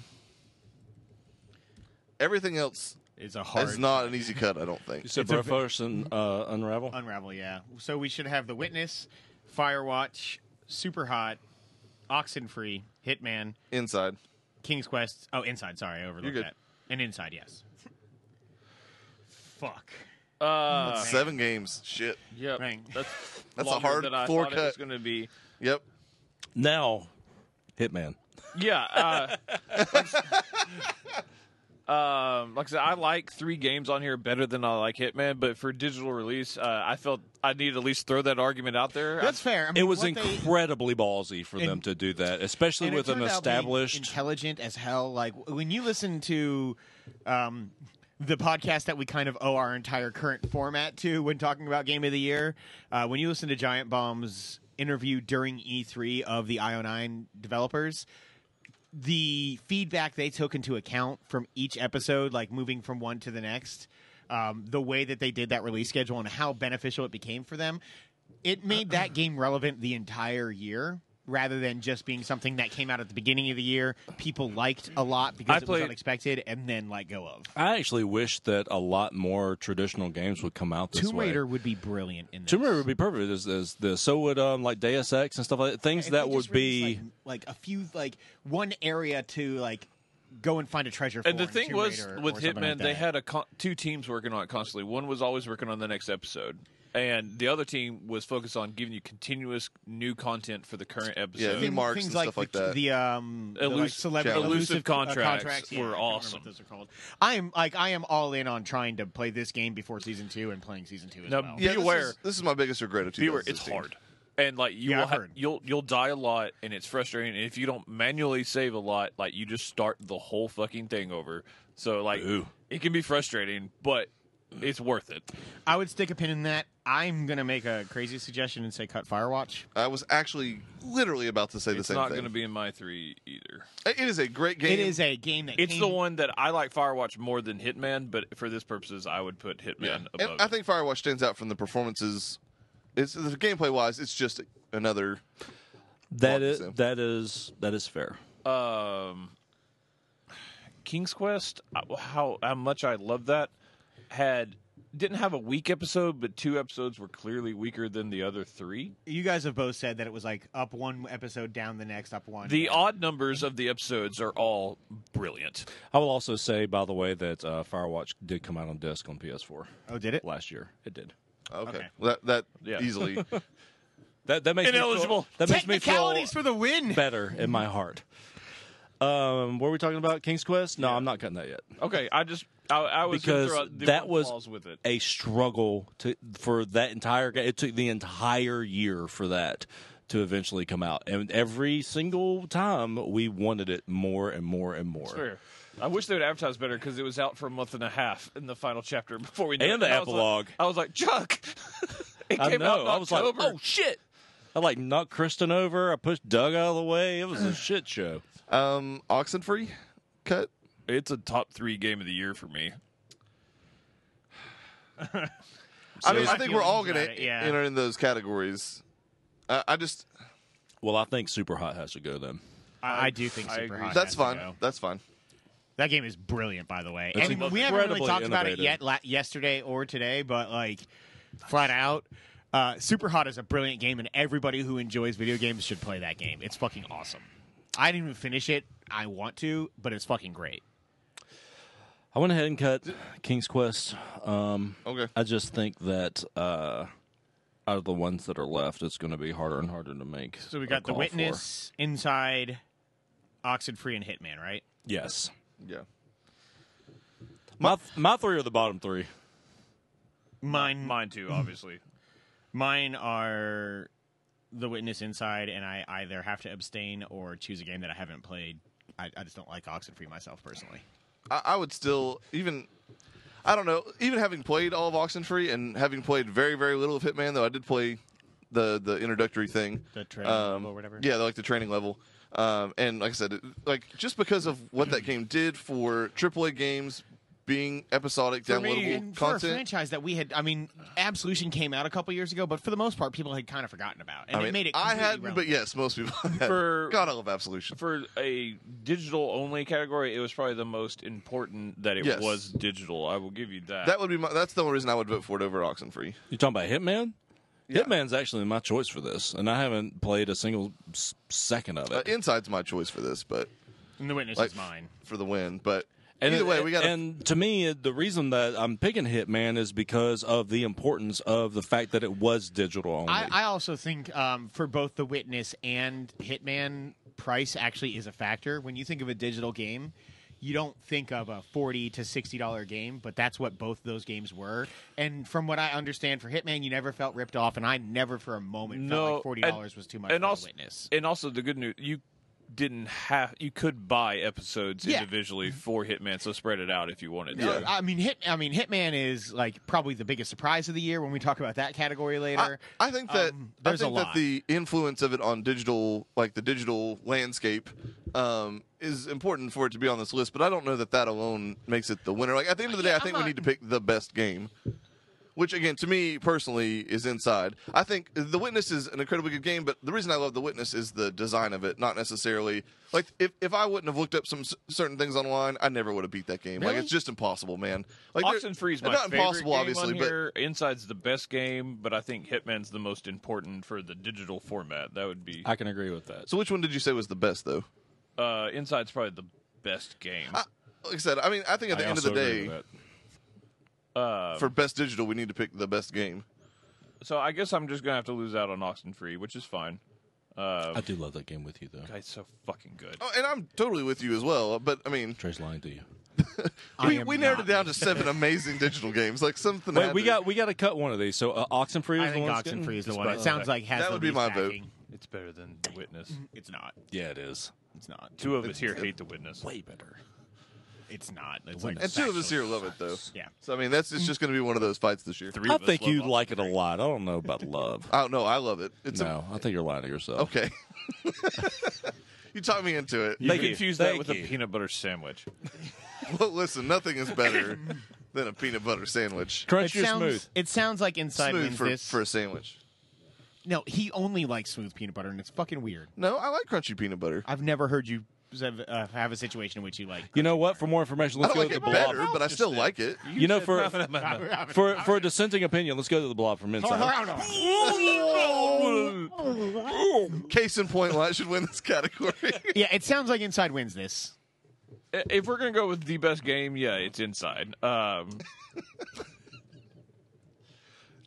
C: everything else
A: It's a hard
C: is not an easy cut. I don't think.
B: You said
A: It's a-
B: Broforce and uh, Unravel?
A: Unravel, yeah. So we should have The Witness, Firewatch, Super Hot, Oxenfree, Hitman,
C: Inside,
A: King's Quest. Oh, Inside, sorry, I overlooked
C: You're good.
A: that. And Inside, yes. Fuck.
D: Uh,
C: seven games. Shit.
D: yep.
A: Dang.
D: That's,
C: That's a
D: longer
C: hard
D: than I
C: floor
D: thought It was
C: cut.
D: going to be.
C: Yep.
B: Now, Hitman.
D: Yeah. Uh, um, like I said, I like three games on here better than I like Hitman, but for digital release, uh, I felt I need to at least throw that argument out there.
A: That's fair. I mean,
B: It was
A: what they-
B: incredibly ballsy for them
A: And-
B: to do that,
A: and
B: especially
A: it
B: with an
A: turned out being
B: established.
A: intelligent as hell. Like w- when you listen to um, the podcast that we kind of owe our entire current format to when talking about Game of the Year, uh, when you listen to Giant Bomb's interview during E3 of the IO9 developers, the feedback they took into account from each episode, like moving from one to the next, um, the way that they did that release schedule and how beneficial it became for them, it made that game relevant the entire year rather than just being something that came out at the beginning of the year. People liked a lot because
D: I
A: it was
D: played-
A: unexpected and then let go of.
B: I actually wish that a lot more traditional games would come out this
A: Tomb
B: way.
A: Raider would be brilliant in this.
B: Tomb Raider would be perfect. As, as this, so would um like Deus Ex and stuff like that. Things
A: If they
B: that
A: just
B: would be
A: released, like, like a few like one area to like go and find a treasure. for
D: And the
A: in
D: thing
A: Tomb
D: was
A: Raider
D: with
A: or something
D: Hitman,
A: like
D: they
A: that.
D: had a con- two teams working on it constantly. One was always working on the next episode, and the other team was focused on giving you continuous new content for the current episode.
C: Yeah, marks
A: things
C: and
A: like
C: stuff like
A: the,
C: that.
A: The um, the, like,
D: Elusive-
A: celebrity
C: Elusive
A: uh,
D: contracts
A: yeah,
D: were
A: I can't remember
D: awesome.
A: What those are called. I am like I am all in on trying to play this game before season two and playing season two as
D: Now,
A: well.
D: Be
C: Yeah, this
D: aware.
C: is- This is my biggest regret of
D: Be aware, it's
C: 2016.
D: hard, and like you
A: Yeah,
D: will
A: I've
D: ha-
A: heard.
D: you'll you'll die a lot, and it's frustrating. And if you don't manually save a lot, like you just start the whole fucking thing over. So like
B: Ooh.
D: it can be frustrating, but it's worth it.
A: I would stick a pin in that. I'm gonna make a crazy suggestion and say cut Firewatch.
C: I was actually literally about to say the
D: it's
C: same
D: not
C: thing.
D: going to be in my three either.
C: it is a great game.
A: It is a game that
D: It's
A: came,
D: the one that I like Firewatch more than Hitman, but for this purposes, I would put Hitman
C: Yeah.
D: above.
C: And I think Firewatch stands out from the performances. It's the gameplay wise, it's just another.
B: that
C: Well,
B: is
C: so.
B: that is that is fair.
D: it. um, King's Quest. uh, How how much I love that had didn't have a weak episode, but two episodes were clearly weaker than the other three.
A: You guys have both said that it was like up one episode, down the next, up one.
D: The odd numbers of the episodes are all brilliant.
B: I will also say, by the way, that uh, Firewatch did come out on disc on PS4
A: oh, did it?
B: last year. It did.
C: Okay.
A: Okay.
C: Well, that that
D: Yeah.
C: easily.
B: That that makes
D: Ineligible.
B: Me feel, that makes me feel
A: Technicalities for the win.
B: better in my heart. Um, were we talking about King's Quest? No, I'm not cutting that yet.
D: Okay, I just I, I was gonna
B: Because
D: throw out the
B: that
D: one
B: was-
D: flaws with it.
B: A struggle to for that entire game. It took the entire year for that to eventually come out, and every single time we wanted it more and more and more.
D: Fair. I wish they would advertise better because it was out for a month and a half in the final chapter before we knew
B: And
D: it.
B: the
D: I was like-
B: epilogue.
D: I was like, Chuck. it
B: I
D: came
B: know.
D: out in
B: I was like,
D: October.
B: oh shit. I like knocked Kristen over. I pushed Doug out of the way. It was a shit show.
C: um, Oxenfree? cut?
D: It's a top three game of the year for me.
C: I mean,
A: my
C: I think we're all
A: feelings
C: gonna
A: about it, yeah.
C: enter in those categories. I, I just
B: Well, I think Super Hot has to go then.
A: I, I do think
D: I
A: Super
D: agree.
A: Hot
C: that's
A: has to
C: fine.
A: go.
C: That's fine.
A: That game is brilliant, by the way.
B: It's
A: and we haven't really
B: incredibly
A: talked about it
B: innovative.
A: yet, la- yesterday or today, but like flat out, uh, Super Hot is a brilliant game, and everybody who enjoys video games should play that game. It's fucking awesome. I didn't even finish it. I want to, but it's fucking great.
B: I went ahead and cut King's Quest. Um,
C: Okay.
B: I just think that uh, out of the ones that are left, it's going to be harder and harder to make.
A: So we
B: a
A: got The
B: call for.
A: Witness, Inside, Oxid Free, and Hitman, right?
B: Yes,
C: Yeah.
B: my my three are the bottom three.
A: Uh, Mine,
D: Mine too, obviously.
A: mine are The Witness, Inside, and I either have to abstain or choose a game that I haven't played. I, I just don't like Oxid Free myself personally.
C: I, I would still even. I don't know. Even having played all of Oxenfree and having played very very little of Hitman, though I did play the the introductory thing, Um,
A: The training level or whatever?
C: Yeah, like the training level. Um, and like I said, it, like just because of what that game did for AAA games being episodic,
A: for
C: downloadable
A: me, and
C: content.
A: for a franchise that we had. I mean, Absolution came out a couple years ago, but for the most part, people had kind of forgotten about, and
C: I
A: it
C: mean,
A: made it.
C: I
A: completely
C: had, but
A: relevant.
C: yes, most people. Had.
D: For-
C: God, I love Absolution.
D: For a digital only category, it was probably the most important that it
C: Yes.
D: was digital. I will give you that.
C: that would be my, that's the only reason I would vote for it over Oxenfree.
B: You talking about Hitman? Hitman's actually my choice for this, and I haven't played a single s- second of
C: Uh,
B: it.
C: Inside's my choice for this, but
A: and the witness
C: like
A: is mine.
C: for the win. But
B: And
C: either way, we got to
B: And to me, the reason that I'm picking Hitman is because of the importance of the fact that it was digital only.
A: I, I also think um, for both the witness and Hitman, price actually is a factor. When you think of a digital game, you don't think of a forty to sixty dollar game, but that's what both those games were. And from what I understand, for Hitman, you never felt ripped off, and I never for a moment felt like forty dollars
D: and-
A: was too much
D: And
A: for
D: also,
A: the witness.
D: and also the good news you didn't have you could buy episodes
A: Yeah.
D: individually for Hitman, so spread it out if you wanted.
A: No,
D: to.
A: I mean hit. I mean Hitman is like probably the biggest surprise of the year when we talk about that category
C: I,
A: later.
C: I think that
A: Um,
C: I
A: there's
C: think
A: a
C: that
A: lot.
C: the influence of it on digital, like the digital landscape, um, is important for it to be on this list. But I don't know that that alone makes it the winner. Like at the end of the day,
A: Yeah,
C: I think
A: I'm
C: we
A: not-
C: need to pick the best game, which again, to me personally, is Inside. I think The Witness is an incredibly good game, but the reason I love The Witness is the design of it, not necessarily like if if I wouldn't have looked up some s- certain things online, I never would have beat that game. Like
A: Really?
C: it's just impossible, man. Like they're-
D: Oxen Free's my
C: they're not
D: favorite
C: impossible,
D: game
C: obviously,
D: on
C: but
D: here. Inside's the best game, but I think Hitman's the most important for the digital format. That would be
B: I can agree with that.
C: so which one did you say was the best though?
D: uh, Inside's probably the best game.
C: I, like I said, I mean, I think at the
B: I
C: end of the
B: also agree
C: day,
B: with that.
D: Uh,
C: for best digital, we need to pick the best game.
D: so I guess I'm just gonna have to lose out on Oxen Free, which is fine. Uh,
B: I do love that game with you, though.
D: it's so fucking good.
C: Oh, and I'm totally with you as well. But I mean,
B: Trey's lying to you.
A: I
C: we,
A: am
C: we narrowed
A: not.
C: it down to seven amazing digital games. Like something.
B: Wait,
C: had
B: we
C: to-
B: got we got to cut one of these. So uh, Oxenfree is
A: I
B: the
A: think
B: one that's
A: Oxenfree
B: getting-
A: is the one. It sounds like has
C: That
A: the
C: would be
A: least
C: my vote.
A: backing.
D: It's better than The Witness.
A: It's not.
B: Yeah, it is.
A: It's not.
D: Two of us here hate The Witness.
B: Way better.
A: It's not. It's like
C: And two of us here love it though.
A: Yeah.
C: So I mean, that's it's just going to be one of those fights this year.
D: Three
B: I
D: of us
B: think
D: love
B: you
D: Oxen
B: like it a lot. I don't know about love.
C: Oh no, I love it. It's a,
B: no, I think you're lying to yourself.
C: okay. you talked me into it.
D: You
B: Thank you.
D: confuse that
B: Thank
D: with
B: you.
D: a peanut butter sandwich.
C: Well, listen, nothing is better than a peanut butter sandwich.
A: It
B: Crunchy or
A: sounds,
B: smooth?
A: it sounds like Inside
C: Smooth
A: wins
C: for,
A: this.
C: for a sandwich.
A: No, he only likes smooth peanut butter, and it's fucking weird.
C: No, I like crunchy peanut butter.
A: I've never heard you have, uh, have a situation in which you like.
B: You know what? For more information,
C: I
B: let's
C: don't
B: go
C: like
B: to the
C: it
B: blog.
C: better, but I still like it.
B: You know, for
A: I-
B: for for a dissenting opinion, let's go to the blog from inside.
C: Case in point, why I should win this category.
A: yeah, it sounds like Inside wins this.
D: I- If we're gonna go with the best game, yeah, it's Inside. Um,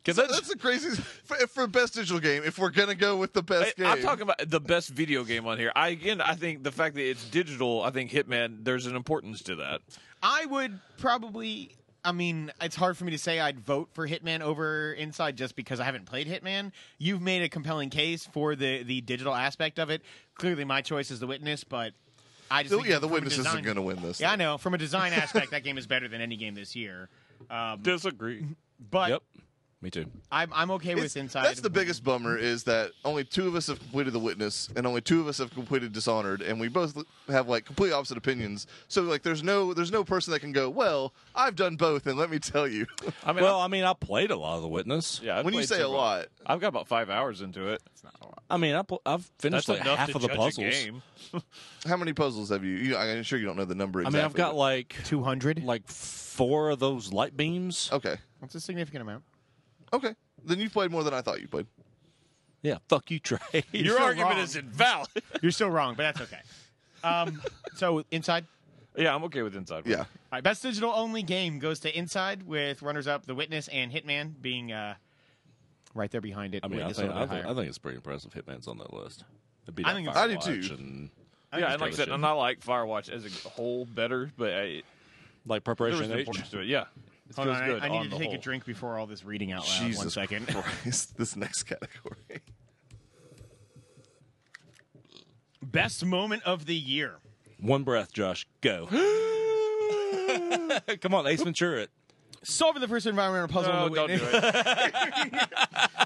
B: Because
C: That's the craziest for, for best digital game. If we're gonna go with the best game,
D: I, am talking about the best video game on here. I again, I think the fact that it's digital, I think Hitman, there's an importance to that.
A: I would probably. I mean, it's hard for me to say I'd vote for Hitman over Inside just because I haven't played Hitman. You've made a compelling case for the the digital aspect of it. Clearly, my choice is The Witness, but I just
C: The-
A: think
C: Oh, yeah, The
A: from a
C: Witness
A: design-
C: isn't gonna win this.
A: Yeah, I know. From a design aspect, that game is better than any game this year.
D: Disagree.
A: Um, But
B: Yep. Me too.
A: I'm I'm okay
C: It's-
A: with Inside.
C: That's the biggest bummer is that only two of us have completed The Witness, and only two of us have completed Dishonored, and we both l- have like completely opposite opinions. So like, there's no there's no person that can go, well, I've done both, and let me tell you,
D: I mean,
B: well, I mean, I played a lot of The Witness.
D: I- yeah. I've
C: when you
D: played
C: say a
D: several-
C: lot,
D: I've got about five hours into it.
B: I mean, I pl- I've
D: That's
B: finished like
D: enough
B: half
D: to
B: of the
D: judge a
B: puzzles.
D: game.
C: how many puzzles have you? you I'm sure you don't know the number.
B: I mean,
C: Exactly,
B: I've got like
A: two hundred.
B: like four of those light beams.
C: but- okay,
A: That's a significant amount.
C: okay. Then you've played more than I thought you played.
B: Yeah, fuck you, Trey.
D: Your
A: so
D: argument
A: wrong.
D: is invalid.
A: You're still wrong, but that's okay. Um, so Inside.
D: yeah, I'm okay with Inside. One.
C: Yeah,
A: All right, best digital only game goes to Inside with runners up The Witness and Hitman being uh, right there behind it.
B: I mean, I
A: Witness a
B: think,
A: little
B: I,
A: bit
B: think,
A: higher.
B: I think it's pretty impressive. Hitman's on that list. It beat
A: I
B: out
A: think-
C: I do
B: Firewatch
C: too.
B: and,
D: yeah, and like I said,
B: Prohibition.
D: and I like Firewatch as a whole better, but uh, I,
B: like
D: there was
B: preparation
D: an
B: H.
D: importance to it. Yeah, it
A: Hold
D: feels
A: on, I-
D: good
A: I,
D: on
A: need to
D: the
A: take
D: whole.
A: a drink before all this reading out loud.
C: Jesus
A: One second.
C: Christ, this next category.
A: best moment of the year.
B: One breath, Josh. Go. Come on, Ace Ventura. It.
A: Solving the first environmental puzzle.
D: No,
A: in the
D: don't
A: Witness.
D: do it.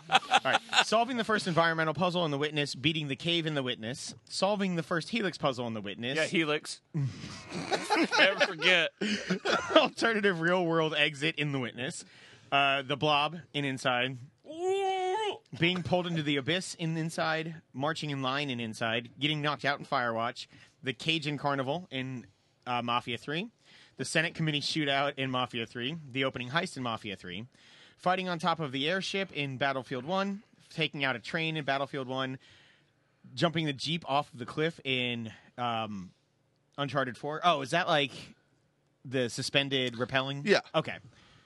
A: All right. Solving the first environmental puzzle in The Witness, beating the cave in The Witness, solving the first helix puzzle in The Witness,
D: Yeah, Helix. Never forget.
A: alternative real world exit in The Witness, uh, the blob in Inside, being pulled into the abyss in Inside, marching in line in Inside, getting knocked out in Firewatch, the Cajun Carnival in uh, Mafia 3, the Senate Committee shootout in Mafia 3, the opening heist in Mafia 3, fighting on top of the airship in Battlefield 1, taking out a train in Battlefield 1, jumping the Jeep off the cliff in um, Uncharted 4. Oh, is that like the suspended rappelling?
C: Yeah.
A: Okay.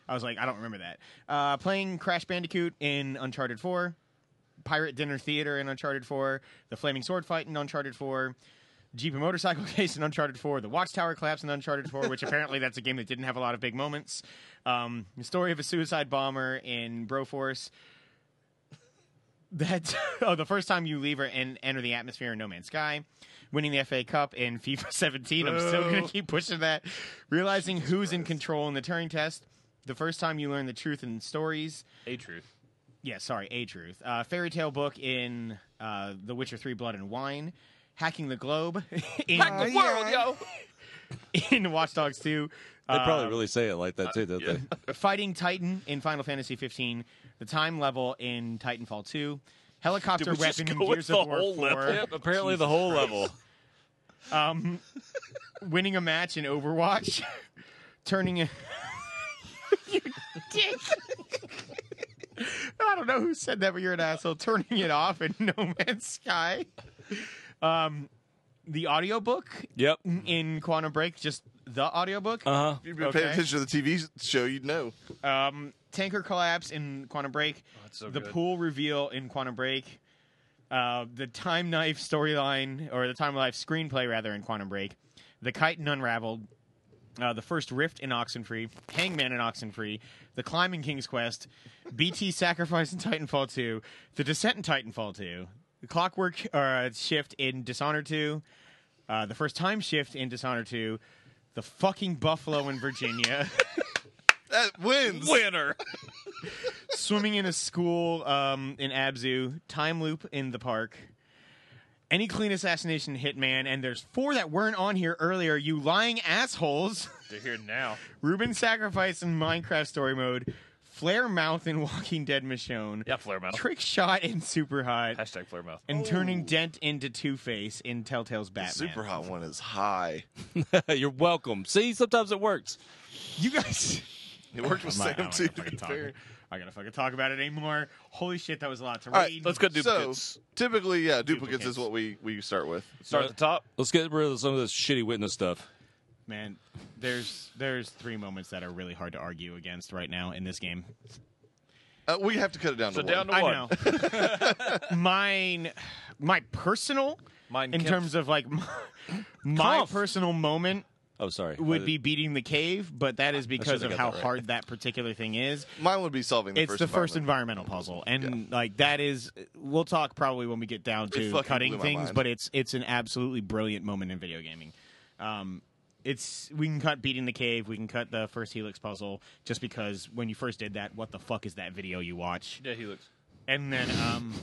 A: I was like, I don't remember that. Uh, playing Crash Bandicoot in Uncharted 4, Pirate Dinner Theater in Uncharted 4, The Flaming Sword Fight in Uncharted 4, Jeep and Motorcycle Case in Uncharted 4, The Watchtower Collapse in Uncharted 4, which apparently that's a game that didn't have a lot of big moments, um, The Story of a Suicide Bomber in Broforce, that oh the first time you leave or and enter the atmosphere in No Man's Sky, winning the FA Cup in FIFA 17. I'm still gonna keep pushing that. Realizing who's in control in the Turing test. The first time you learn the truth in stories.
D: A truth.
A: Yeah, sorry, a truth. Uh, fairy tale book in uh, The Witcher 3: Blood and Wine. Hacking the globe in,
D: World, yo.
A: in Watch Dogs 2.
B: They probably
A: Um,
B: really say it like that too, don't they?
A: Fighting Titan in Final Fantasy 15, the time level in Titanfall 2, helicopter
D: Did we just
A: weapon in
D: go with
A: Gears
D: the
A: of War
D: whole
A: 4,
D: level?
B: Yep, apparently the whole level.
A: um, winning a match in Overwatch, turning a. you dick! I don't know who said that, but you're an asshole. Turning it off in No Man's Sky. Um, the audiobook
B: Yep.
A: in Quantum Break, just the audiobook.
B: Uh huh.
C: If you've been
A: Okay.
C: paying attention to the TV show, you'd know.
A: Um, tanker collapse in Quantum Break.
D: it's so
A: the
D: good.
A: pool reveal in Quantum Break. Uh, the time knife storyline or the time life screenplay rather in Quantum Break. The kite and Unraveled. Uh, the first rift in Oxenfree, Hangman in Oxenfree, the climb in King's Quest, BT sacrifice in Titanfall 2, the descent in Titanfall 2, the clockwork uh, shift in Dishonored 2, uh, the first time shift in Dishonored 2, the fucking buffalo in Virginia.
C: That wins.
D: Winner.
A: swimming in a school um, in Abzu, time loop in the park, any clean assassination hitman, and there's four that weren't on here earlier. You lying assholes!
D: They're here now.
A: Ruben sacrifice in Minecraft story mode, flare mouth in Walking Dead Michonne,
D: Yeah, flare mouth.
A: trick shot in Super Hot,
D: Hashtag flare mouth.
A: and turning dent into Two Face in Telltale's Batman.
C: Super hot one is high.
B: You're welcome. See, sometimes it works.
A: You guys.
C: It worked with
A: I'm not- I
C: Sam
A: don't
C: too.
A: gotta
C: To be
A: fucking talk-
C: fair.
A: I gotta fucking talk about it anymore. Holy shit, that was a lot to read.
C: All right,
D: Let's go
C: So
D: duplicates.
C: typically, yeah, duplicates,
A: Duplicates.
C: is what we we start with.
D: Start at the top.
B: Let's get rid of some of this shitty witness stuff.
A: Man, there's there's three moments that are really hard to argue against right now in this game.
C: Uh, we have to cut it down
D: So
C: to
D: down
C: one.
D: to one.
A: know. Mine, my personal,
D: Mine
A: in
D: kept-
A: terms of like my, my
B: Kampf.
A: personal moment
B: Oh, sorry.
A: would be beating the cave, but that is because
B: should've
A: of
B: got
A: how
B: that right.
A: hard that particular thing is.
C: Mine would be solving the
A: it's
C: first.
A: the first
C: environment.
A: environmental puzzle, and like that is, we'll talk probably when we get down to
C: fucking
A: cutting
C: blew my
A: things,
C: mind.
A: but it's it's an absolutely brilliant moment in video gaming. Um, It's we can cut beating the cave, we can cut the first Helix puzzle, just because when you first did that, what the fuck is that video you watch?
D: Yeah, he looks.
A: And then um,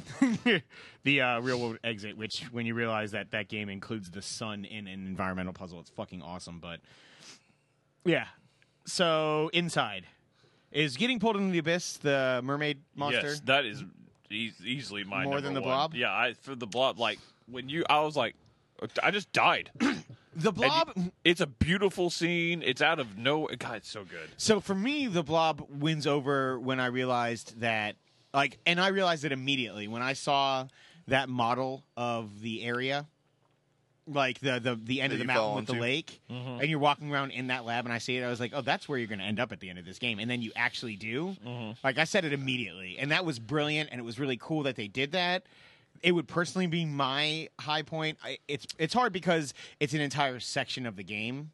A: the uh, real world exit, which when you realize that that game includes the sun in an environmental puzzle, it's fucking awesome. But yeah, so inside is getting pulled into the abyss, the mermaid monster.
D: Yes, that is e- easily my
A: More
D: number
A: than the
D: one.
A: blob?
D: Yeah, I, for the blob, like when you, I was like, I just died.
A: The blob.
D: And you- it's a beautiful scene. It's out of no. God, it's so good.
A: So for me, the blob wins over when I realized that, like, and I realized it immediately when I saw that model of the area, like the the, the end
C: That
A: of the mountain
C: you fall
A: with the
C: into.
A: lake, and you're walking around in that lab, and I see it. I was like, oh, that's where you're going to end up at the end of this game, and then you actually do. Like I said it immediately, and that was brilliant, and it was really cool that they did that. It would personally be my high point. I, it's it's hard because it's an entire section of the game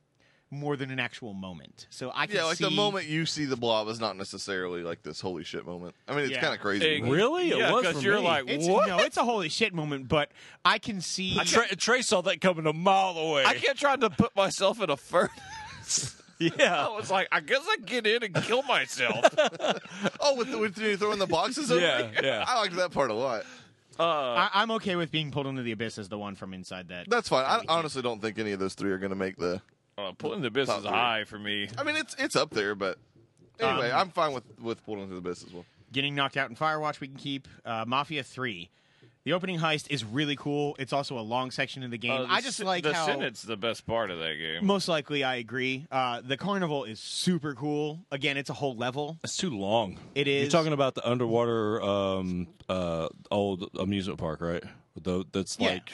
A: more than an actual moment. So I can
C: Yeah, like the
A: see-
C: moment you see the blob is not necessarily like this holy shit moment. I mean, it's
A: Yeah.
C: kind of crazy.
D: Egg.
B: Really? It
D: Yeah,
B: was
D: 'cause
B: for
D: you're
B: me.
D: like,
A: It's,
D: what?
A: No, it's a holy shit moment, but I can see.
B: Trey, Trey saw that coming a mile away.
D: I kept trying to put myself in a furnace. I
B: yeah.
D: was like, I guess I get in and kill myself.
C: Oh, with the, with you throwing the boxes over.
B: Yeah, yeah.
C: I liked that part a lot.
D: Uh,
A: I, I'm okay with being pulled into the abyss as the one from inside that.
C: That's fine. I honestly don't think any of those three are going to make the.
D: uh, pulling the abyss
C: Top
D: is
C: three.
D: high for me. Uh,
C: I mean, it's it's up there, but anyway,
A: Um,
C: I'm fine with with pulling into the abyss as well.
A: Getting knocked out in Firewatch, we can keep. Uh, Mafia 3. The opening heist is really cool. It's also a long section of the game.
D: Uh, the
A: I just
D: Sen-
A: like
D: the
A: how.
D: Senate's the best part of that game.
A: Most likely, I agree. Uh, the carnival is super cool. Again, it's a whole level.
B: It's too long.
A: It
B: You're
A: is.
B: talking about the underwater um, uh, old amusement park, right? The, that's
A: Yeah.
B: like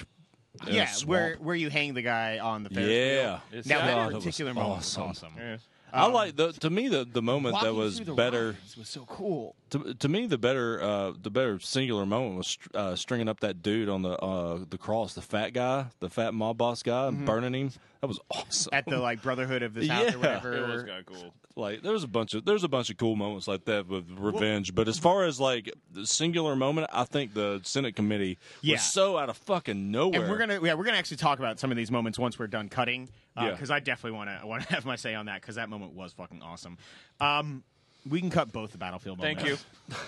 B: in a
A: yeah,
B: swamp.
A: where where you hang the guy on the Ferris
B: Yeah.
A: wheel.
D: It's-
A: Now
D: Yeah,
A: that
D: that
B: was
A: particular moment was
B: awesome.
A: awesome.
D: Yeah.
B: I like the to me the, the moment that
A: Walking
B: was
A: through the
B: better.
A: rides was so cool.
B: To, to me, the better uh, the better singular moment was str- uh, stringing up that dude on the uh, the cross, the fat guy, the fat mob boss guy, and burning him. That was awesome.
A: Mm-hmm. at the like Brotherhood of the South
B: Yeah.
A: or whatever.
D: It was kind of cool.
B: like there's a bunch of there's a bunch of cool moments like that with revenge but as far as like the singular moment i think the senate committee
A: Yeah.
B: was so out of fucking nowhere
A: And we're gonna yeah we're gonna actually talk about some of these moments once we're done cutting
B: Yeah.
A: because I definitely want to want to have my say on that because that moment was fucking awesome. Um, we can cut both the battlefield.
D: Thank you.
A: moments.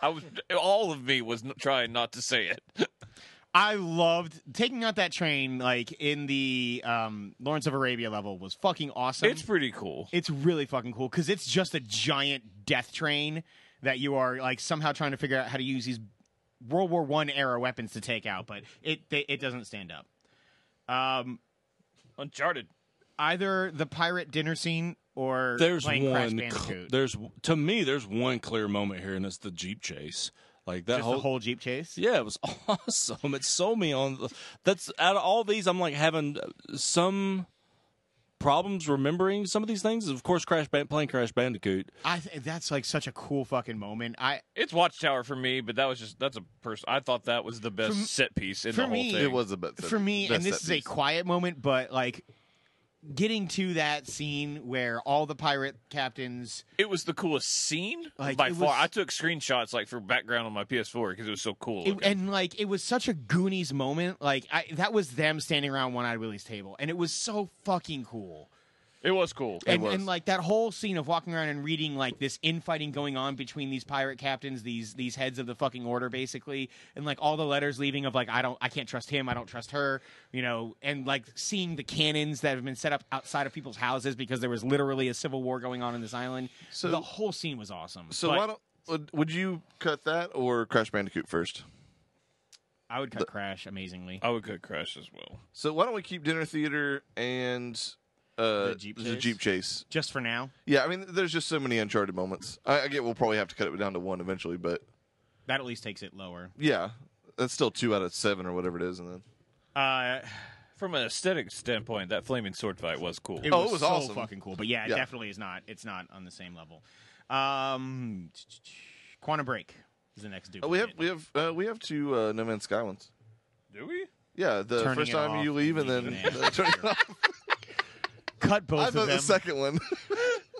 D: I was all of me was n- trying not to say it.
A: I loved taking out that train like in the um, Lawrence of Arabia level was fucking awesome.
D: It's pretty cool.
A: It's really fucking cool because it's just a giant death train that you are like somehow trying to figure out how to use these World War One era weapons to take out, but it they, it doesn't stand up. Um,
D: Uncharted.
A: either the pirate dinner scene or
B: there's
A: playing Crash
B: one cl-
A: Bandicoot.
B: there's to me there's one clear moment here and it's the jeep chase like that
A: Just the whole jeep chase.
B: yeah, it was awesome. It sold me on. the- That's out of all these, I'm like having some problems remembering some of these things. Of course, Crash Band- playing Crash Bandicoot.
A: I th- that's like such a cool fucking moment. I
D: It's Watchtower for me, but that was just that's a person. I thought that was the best
A: For m-
D: set piece in
A: for
D: the whole
A: me-
D: thing.
C: It was the best
A: for me,
C: best
A: and this
C: set
A: is a
C: piece.
A: quiet moment, but like getting to that scene where all the pirate captains
D: It was the coolest scene
A: Like,
D: by
A: it
D: far.
A: was-
D: I took screenshots like for background on my PS4 because it was so cool.
A: It,
D: looking.
A: and like it was such a Goonies moment. Like I, that was them standing around One Eyed Willie's table, and it was so fucking cool.
D: it was cool.
A: And,
C: was.
A: and like that whole scene of walking around and reading like this infighting going on between these pirate captains, these these heads of the fucking order, basically, and like all the letters leaving of like I don't, I can't trust him, I don't trust her, you know, and like seeing the cannons that have been set up outside of people's houses because there was literally a civil war going on in this island. So
C: So-
A: the whole scene was awesome.
C: So
A: But
C: why don't would, would you cut that or Crash Bandicoot first?
A: I would cut Crash amazingly.
C: Uh,
D: I would cut Crash as well.
C: So why don't we keep dinner theater and uh,
A: The Jeep chase?
C: chase?
A: Just for now,
C: Yeah, I mean, there's just so many uncharted moments. I, I get we'll probably have to cut it down to one eventually, but
A: that at least takes it lower.
C: yeah, that's still two out of seven or whatever it is. And then
A: Uh,
D: From an aesthetic standpoint, that flaming sword fight was cool.
A: it
C: Oh,
A: was
C: it was
A: so
C: awesome.
A: fucking cool. But yeah, it
C: Yeah.
A: definitely is not. It's not on the same level. Um, Quantum Break is the next
C: Uh,
A: duplicate.
C: we have we have uh, we have two uh, No Man's Sky ones.
D: Do we?
C: Yeah, the
A: Turning
C: first
A: it
C: time
A: off
C: you leave and
A: leaving
C: then
A: it.
C: uh, turning it off.
A: cut both
C: I
A: of them.
C: thought the second one.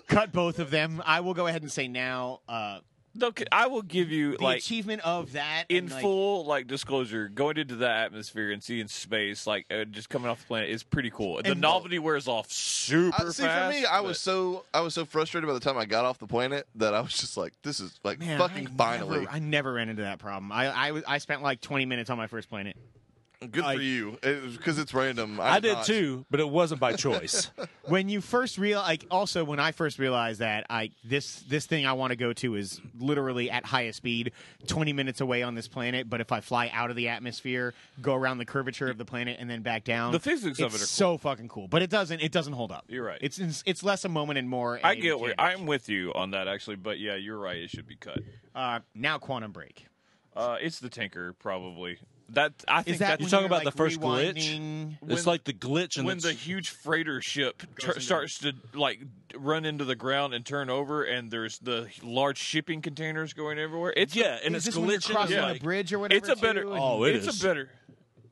A: cut both of them. I will go ahead and say now. Uh,
D: No, c- I will give you
A: the
D: like
A: achievement of that
D: in
A: and, like,
D: full like disclosure, going into that atmosphere and seeing space, like uh, just coming off the planet, is pretty cool. The
A: And-
D: novelty wears off super
C: I, see,
D: fast.
C: for me, I
D: but-
C: was so I was so frustrated by the time I got off the planet that I was just like, "This is like
A: Man,
C: fucking
A: I
C: finally."
A: Never, I never ran into that problem. I, I was- I spent like 20 minutes on my first planet.
C: Good
A: I-
C: for you, because it's random. I,
B: I did
C: not.
B: too, but it wasn't by choice.
A: When you first real like also when I first realized that I this this thing I want to go to is literally at highest speed, 20 minutes away on this planet, but if I fly out of the atmosphere, go around the curvature of the planet and then back down.
D: The physics
A: it's
D: of it are cool.
A: so fucking cool, but it doesn't it doesn't hold up.
D: You're right.
A: It's it's, it's less a moment and more
D: I
A: a
D: get where
A: mechanic.
D: I'm with you on that actually, but yeah, you're right. It should be cut.
A: uh now quantum break.
D: Uh, it's the Tinker probably. That I think
A: Is that
D: that's
B: You're
A: when
B: talking
A: you're,
B: about the
A: like,
B: first glitch?
A: rewinding-
B: it's like the glitch in
D: when
B: the
D: the huge freighter ship tur starts to like run into the ground and turn over, and there's the large shipping containers going everywhere. It's a-
B: yeah, and
A: Is this
B: it's
A: when you're
B: glitching.
A: crossing
D: yeah.
A: a bridge or whatever?
D: it's a better.
A: too?
B: Oh, it
D: it's
B: is.
D: a better.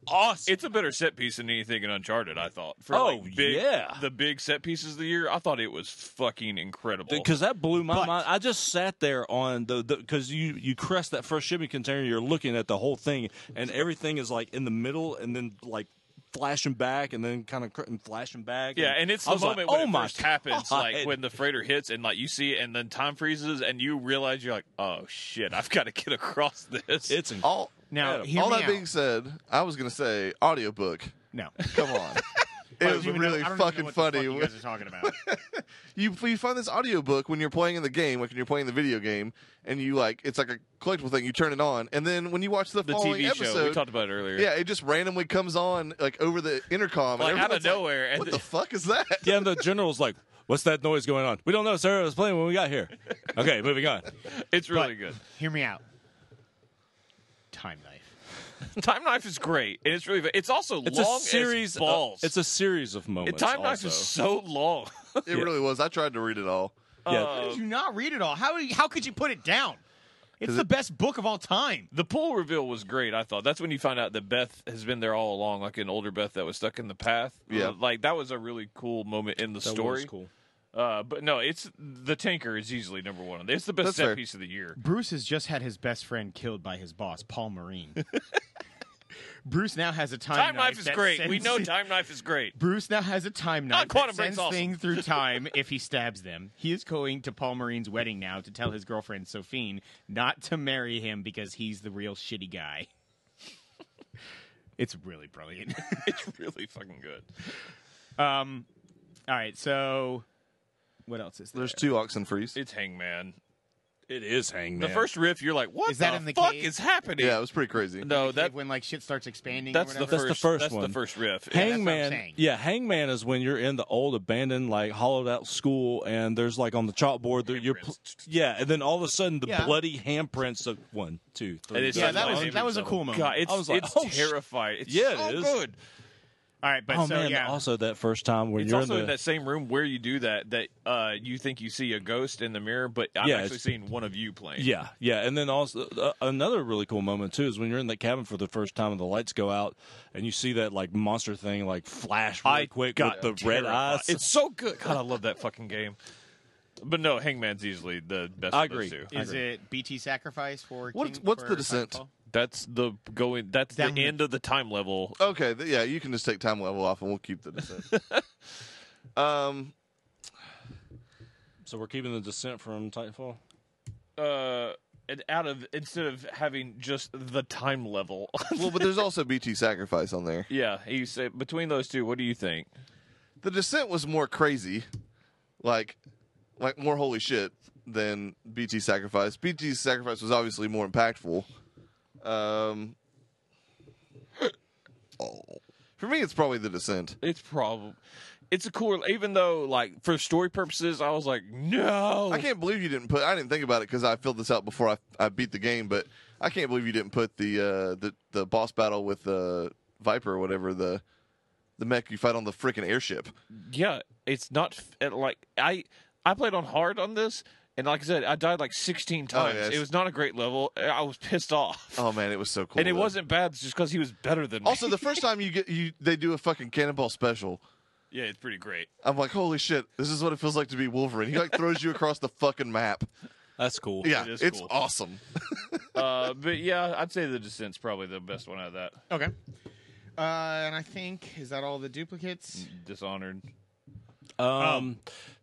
B: awesome.
D: It's a better set piece than anything in Uncharted. I thought. For,
B: Oh,
D: like, big,
B: yeah.
D: the big set pieces of the year. I thought it was fucking incredible.
B: because that blew my
A: But-
B: mind. I just sat there on the because you you crest that first shipping container, you're looking at the whole thing, and everything is like in the middle, and then like flashing back, and then kind of cr- and flashing back.
D: Yeah, and it's
B: I
D: the
B: was like,
D: moment
B: oh
D: when it
B: my
D: first happens, like
B: God.
D: when the freighter hits and like you see it, and then time freezes, and you realize you're like, "Oh shit, I've got to get across this."
B: it's incredible.
C: All
A: Now,
B: Adam,
A: hear
C: all
A: me
C: that
A: out.
C: being said, I was gonna say audiobook.
A: no.
C: Come on,
A: I
C: it
A: don't
C: was
A: even know-
C: really
A: I don't even know
C: fucking
A: what the fuck
C: funny.
A: you guys are talking about.
C: you you find this audiobook when you're playing in the game, like when you're playing the video game, and you like it's like a collectible thing. You turn it on, and then when you watch the,
D: the
C: following
D: TV
C: episode,
D: show we talked about it earlier.
C: yeah, it just randomly comes on like over the intercom,
D: Like,
C: and
D: out
C: everyone's
D: of
C: like,
D: nowhere, and
C: What
D: the-
C: the fuck is that?
B: yeah, and the general's like, "What's that noise going on?" We don't know, sir. It was playing when we got here. Okay, moving on.
D: it's really good.
A: Hear me out. Time knife.
D: Time Knife is great, and it's really. fa- It's also
B: It's
D: long
B: a series.
D: as balls.
B: Of, it's a series of
D: And
B: moments.
D: Time Knife
B: also.
D: is so long.
C: It really was. I tried to read it all.
B: Yeah.
D: Uh,
A: Did you not read it all? How how could you put it down? It's the best book of all time.
D: the pool reveal was great. I thought that's when you find out that Beth has been there all along, like an older Beth that was stuck in the path.
C: Yeah.
D: Uh, like that was a really cool moment in the
B: That was
D: story.
B: cool.
D: Uh, but no, it's the Tinker is easily number one. on this. It's the best
C: That's
D: set
C: fair.
D: piece of the year.
A: Bruce has just had his best friend killed by his boss, Paul Marine. Bruce now has a time,
D: Time Knife is
A: that
D: great. we
A: sends-
D: know Time Knife is great.
A: Bruce now has a time knife
D: Quantum
A: that
D: Break's
A: sends
D: awesome.
A: things through time if he stabs them. He is going to Paul Marine's wedding now to tell his girlfriend Sophine not to marry him because he's the real shitty guy. it's really brilliant.
D: It's really fucking good.
A: Um, all right, so what else is there?
C: There's two oxen frees.
D: It's Hangman.
B: It is Hangman.
D: The first riff, you're like, what
A: Is that
D: the
A: in the
D: fuck
A: cave?
D: is happening?
C: Yeah, it was pretty crazy.
D: No, that
A: when like shit starts expanding.
D: that's
A: or
D: the
A: whatever.
B: That's
D: first.
B: the first
D: that's the
B: one.
D: first riff. Yeah.
A: that's what I'm
B: Hangman,
A: saying.
B: yeah, Hangman is when you're in the old abandoned, like hollowed out school, and there's like on the chalkboard, there, you're, pl- yeah, and then all of a sudden the
A: Yeah.
B: bloody handprints of one, two,
D: And
B: three.
D: it's
A: Yeah,
D: like
A: that
D: my
A: was-
D: favorite
A: that was a
D: song.
A: cool moment.
D: God, it's,
B: I was like,
D: it's
B: oh, sh-
D: terrifying. It's
B: Yeah, it
D: so
B: is.
D: good.
A: All right, but
B: oh
A: so
B: man,
A: yeah,
B: also that first time when
D: It's
B: you're
D: also
B: in
D: in
B: the
D: that same room where you do that that uh, you think you see a ghost in the mirror, but I'm
B: Yeah,
D: actually
B: it's-
D: seeing one of you playing.
B: Yeah, yeah, and then also uh, another really cool moment too is when you're in that cabin for the first time and the lights go out and you see that like monster thing like flash really
D: I
B: quick with
D: got
B: the red
D: terrified.
B: eyes.
D: It's so good. God, I love that fucking game. But no, Hangman's easily the best.
B: I
D: of those
B: agree.
D: two.
A: is it BT sacrifice for
C: What's-
A: King-
C: what's
A: for
C: the descent?
A: Titanfall?
D: That's the going. That's
A: Down
D: the
A: the-
D: end of the time level.
C: Okay, th- yeah, you can just take time level off, and we'll keep the descent. um,
B: so we're keeping the descent from Titanfall.
D: Uh, and out of instead of having just the time level.
C: well, but there's also BT sacrifice on there.
D: yeah, you say between those two, what do you think?
C: The descent was more crazy, like, like more holy shit than BT sacrifice. BT sacrifice was obviously more impactful. Um, oh. for me, it's probably the descent.
D: It's probably. It's a cool, even though like for story purposes, I was like, no,
C: I can't believe you didn't put. I didn't think about it because I filled this out before I, I beat the game, but I can't believe you didn't put the uh, the the boss battle with the Viper or whatever the the mech you fight on the freaking airship.
D: yeah, it's not f- it, like I I played on hard on this, and like I said, I died like sixteen times.
C: Oh, yeah, it's-
D: It was not a great level. I- I was pissed off,
C: Oh man, it was so cool.
D: and it
C: though.
D: wasn't bad just because he was better than me.
C: Also, the first time you get you, they do a fucking cannonball special.
D: yeah, it's pretty great.
C: I'm like, holy shit! This is what it feels like to be Wolverine. He like throws you across the fucking map.
B: That's cool.
C: Yeah,
D: It is
C: it's
D: cool.
C: awesome.
D: Uh, but yeah, I'd say the Descent's probably the best one out of that.
A: Okay. Uh, and I think is that all the duplicates?
D: Dishonored.
B: Um,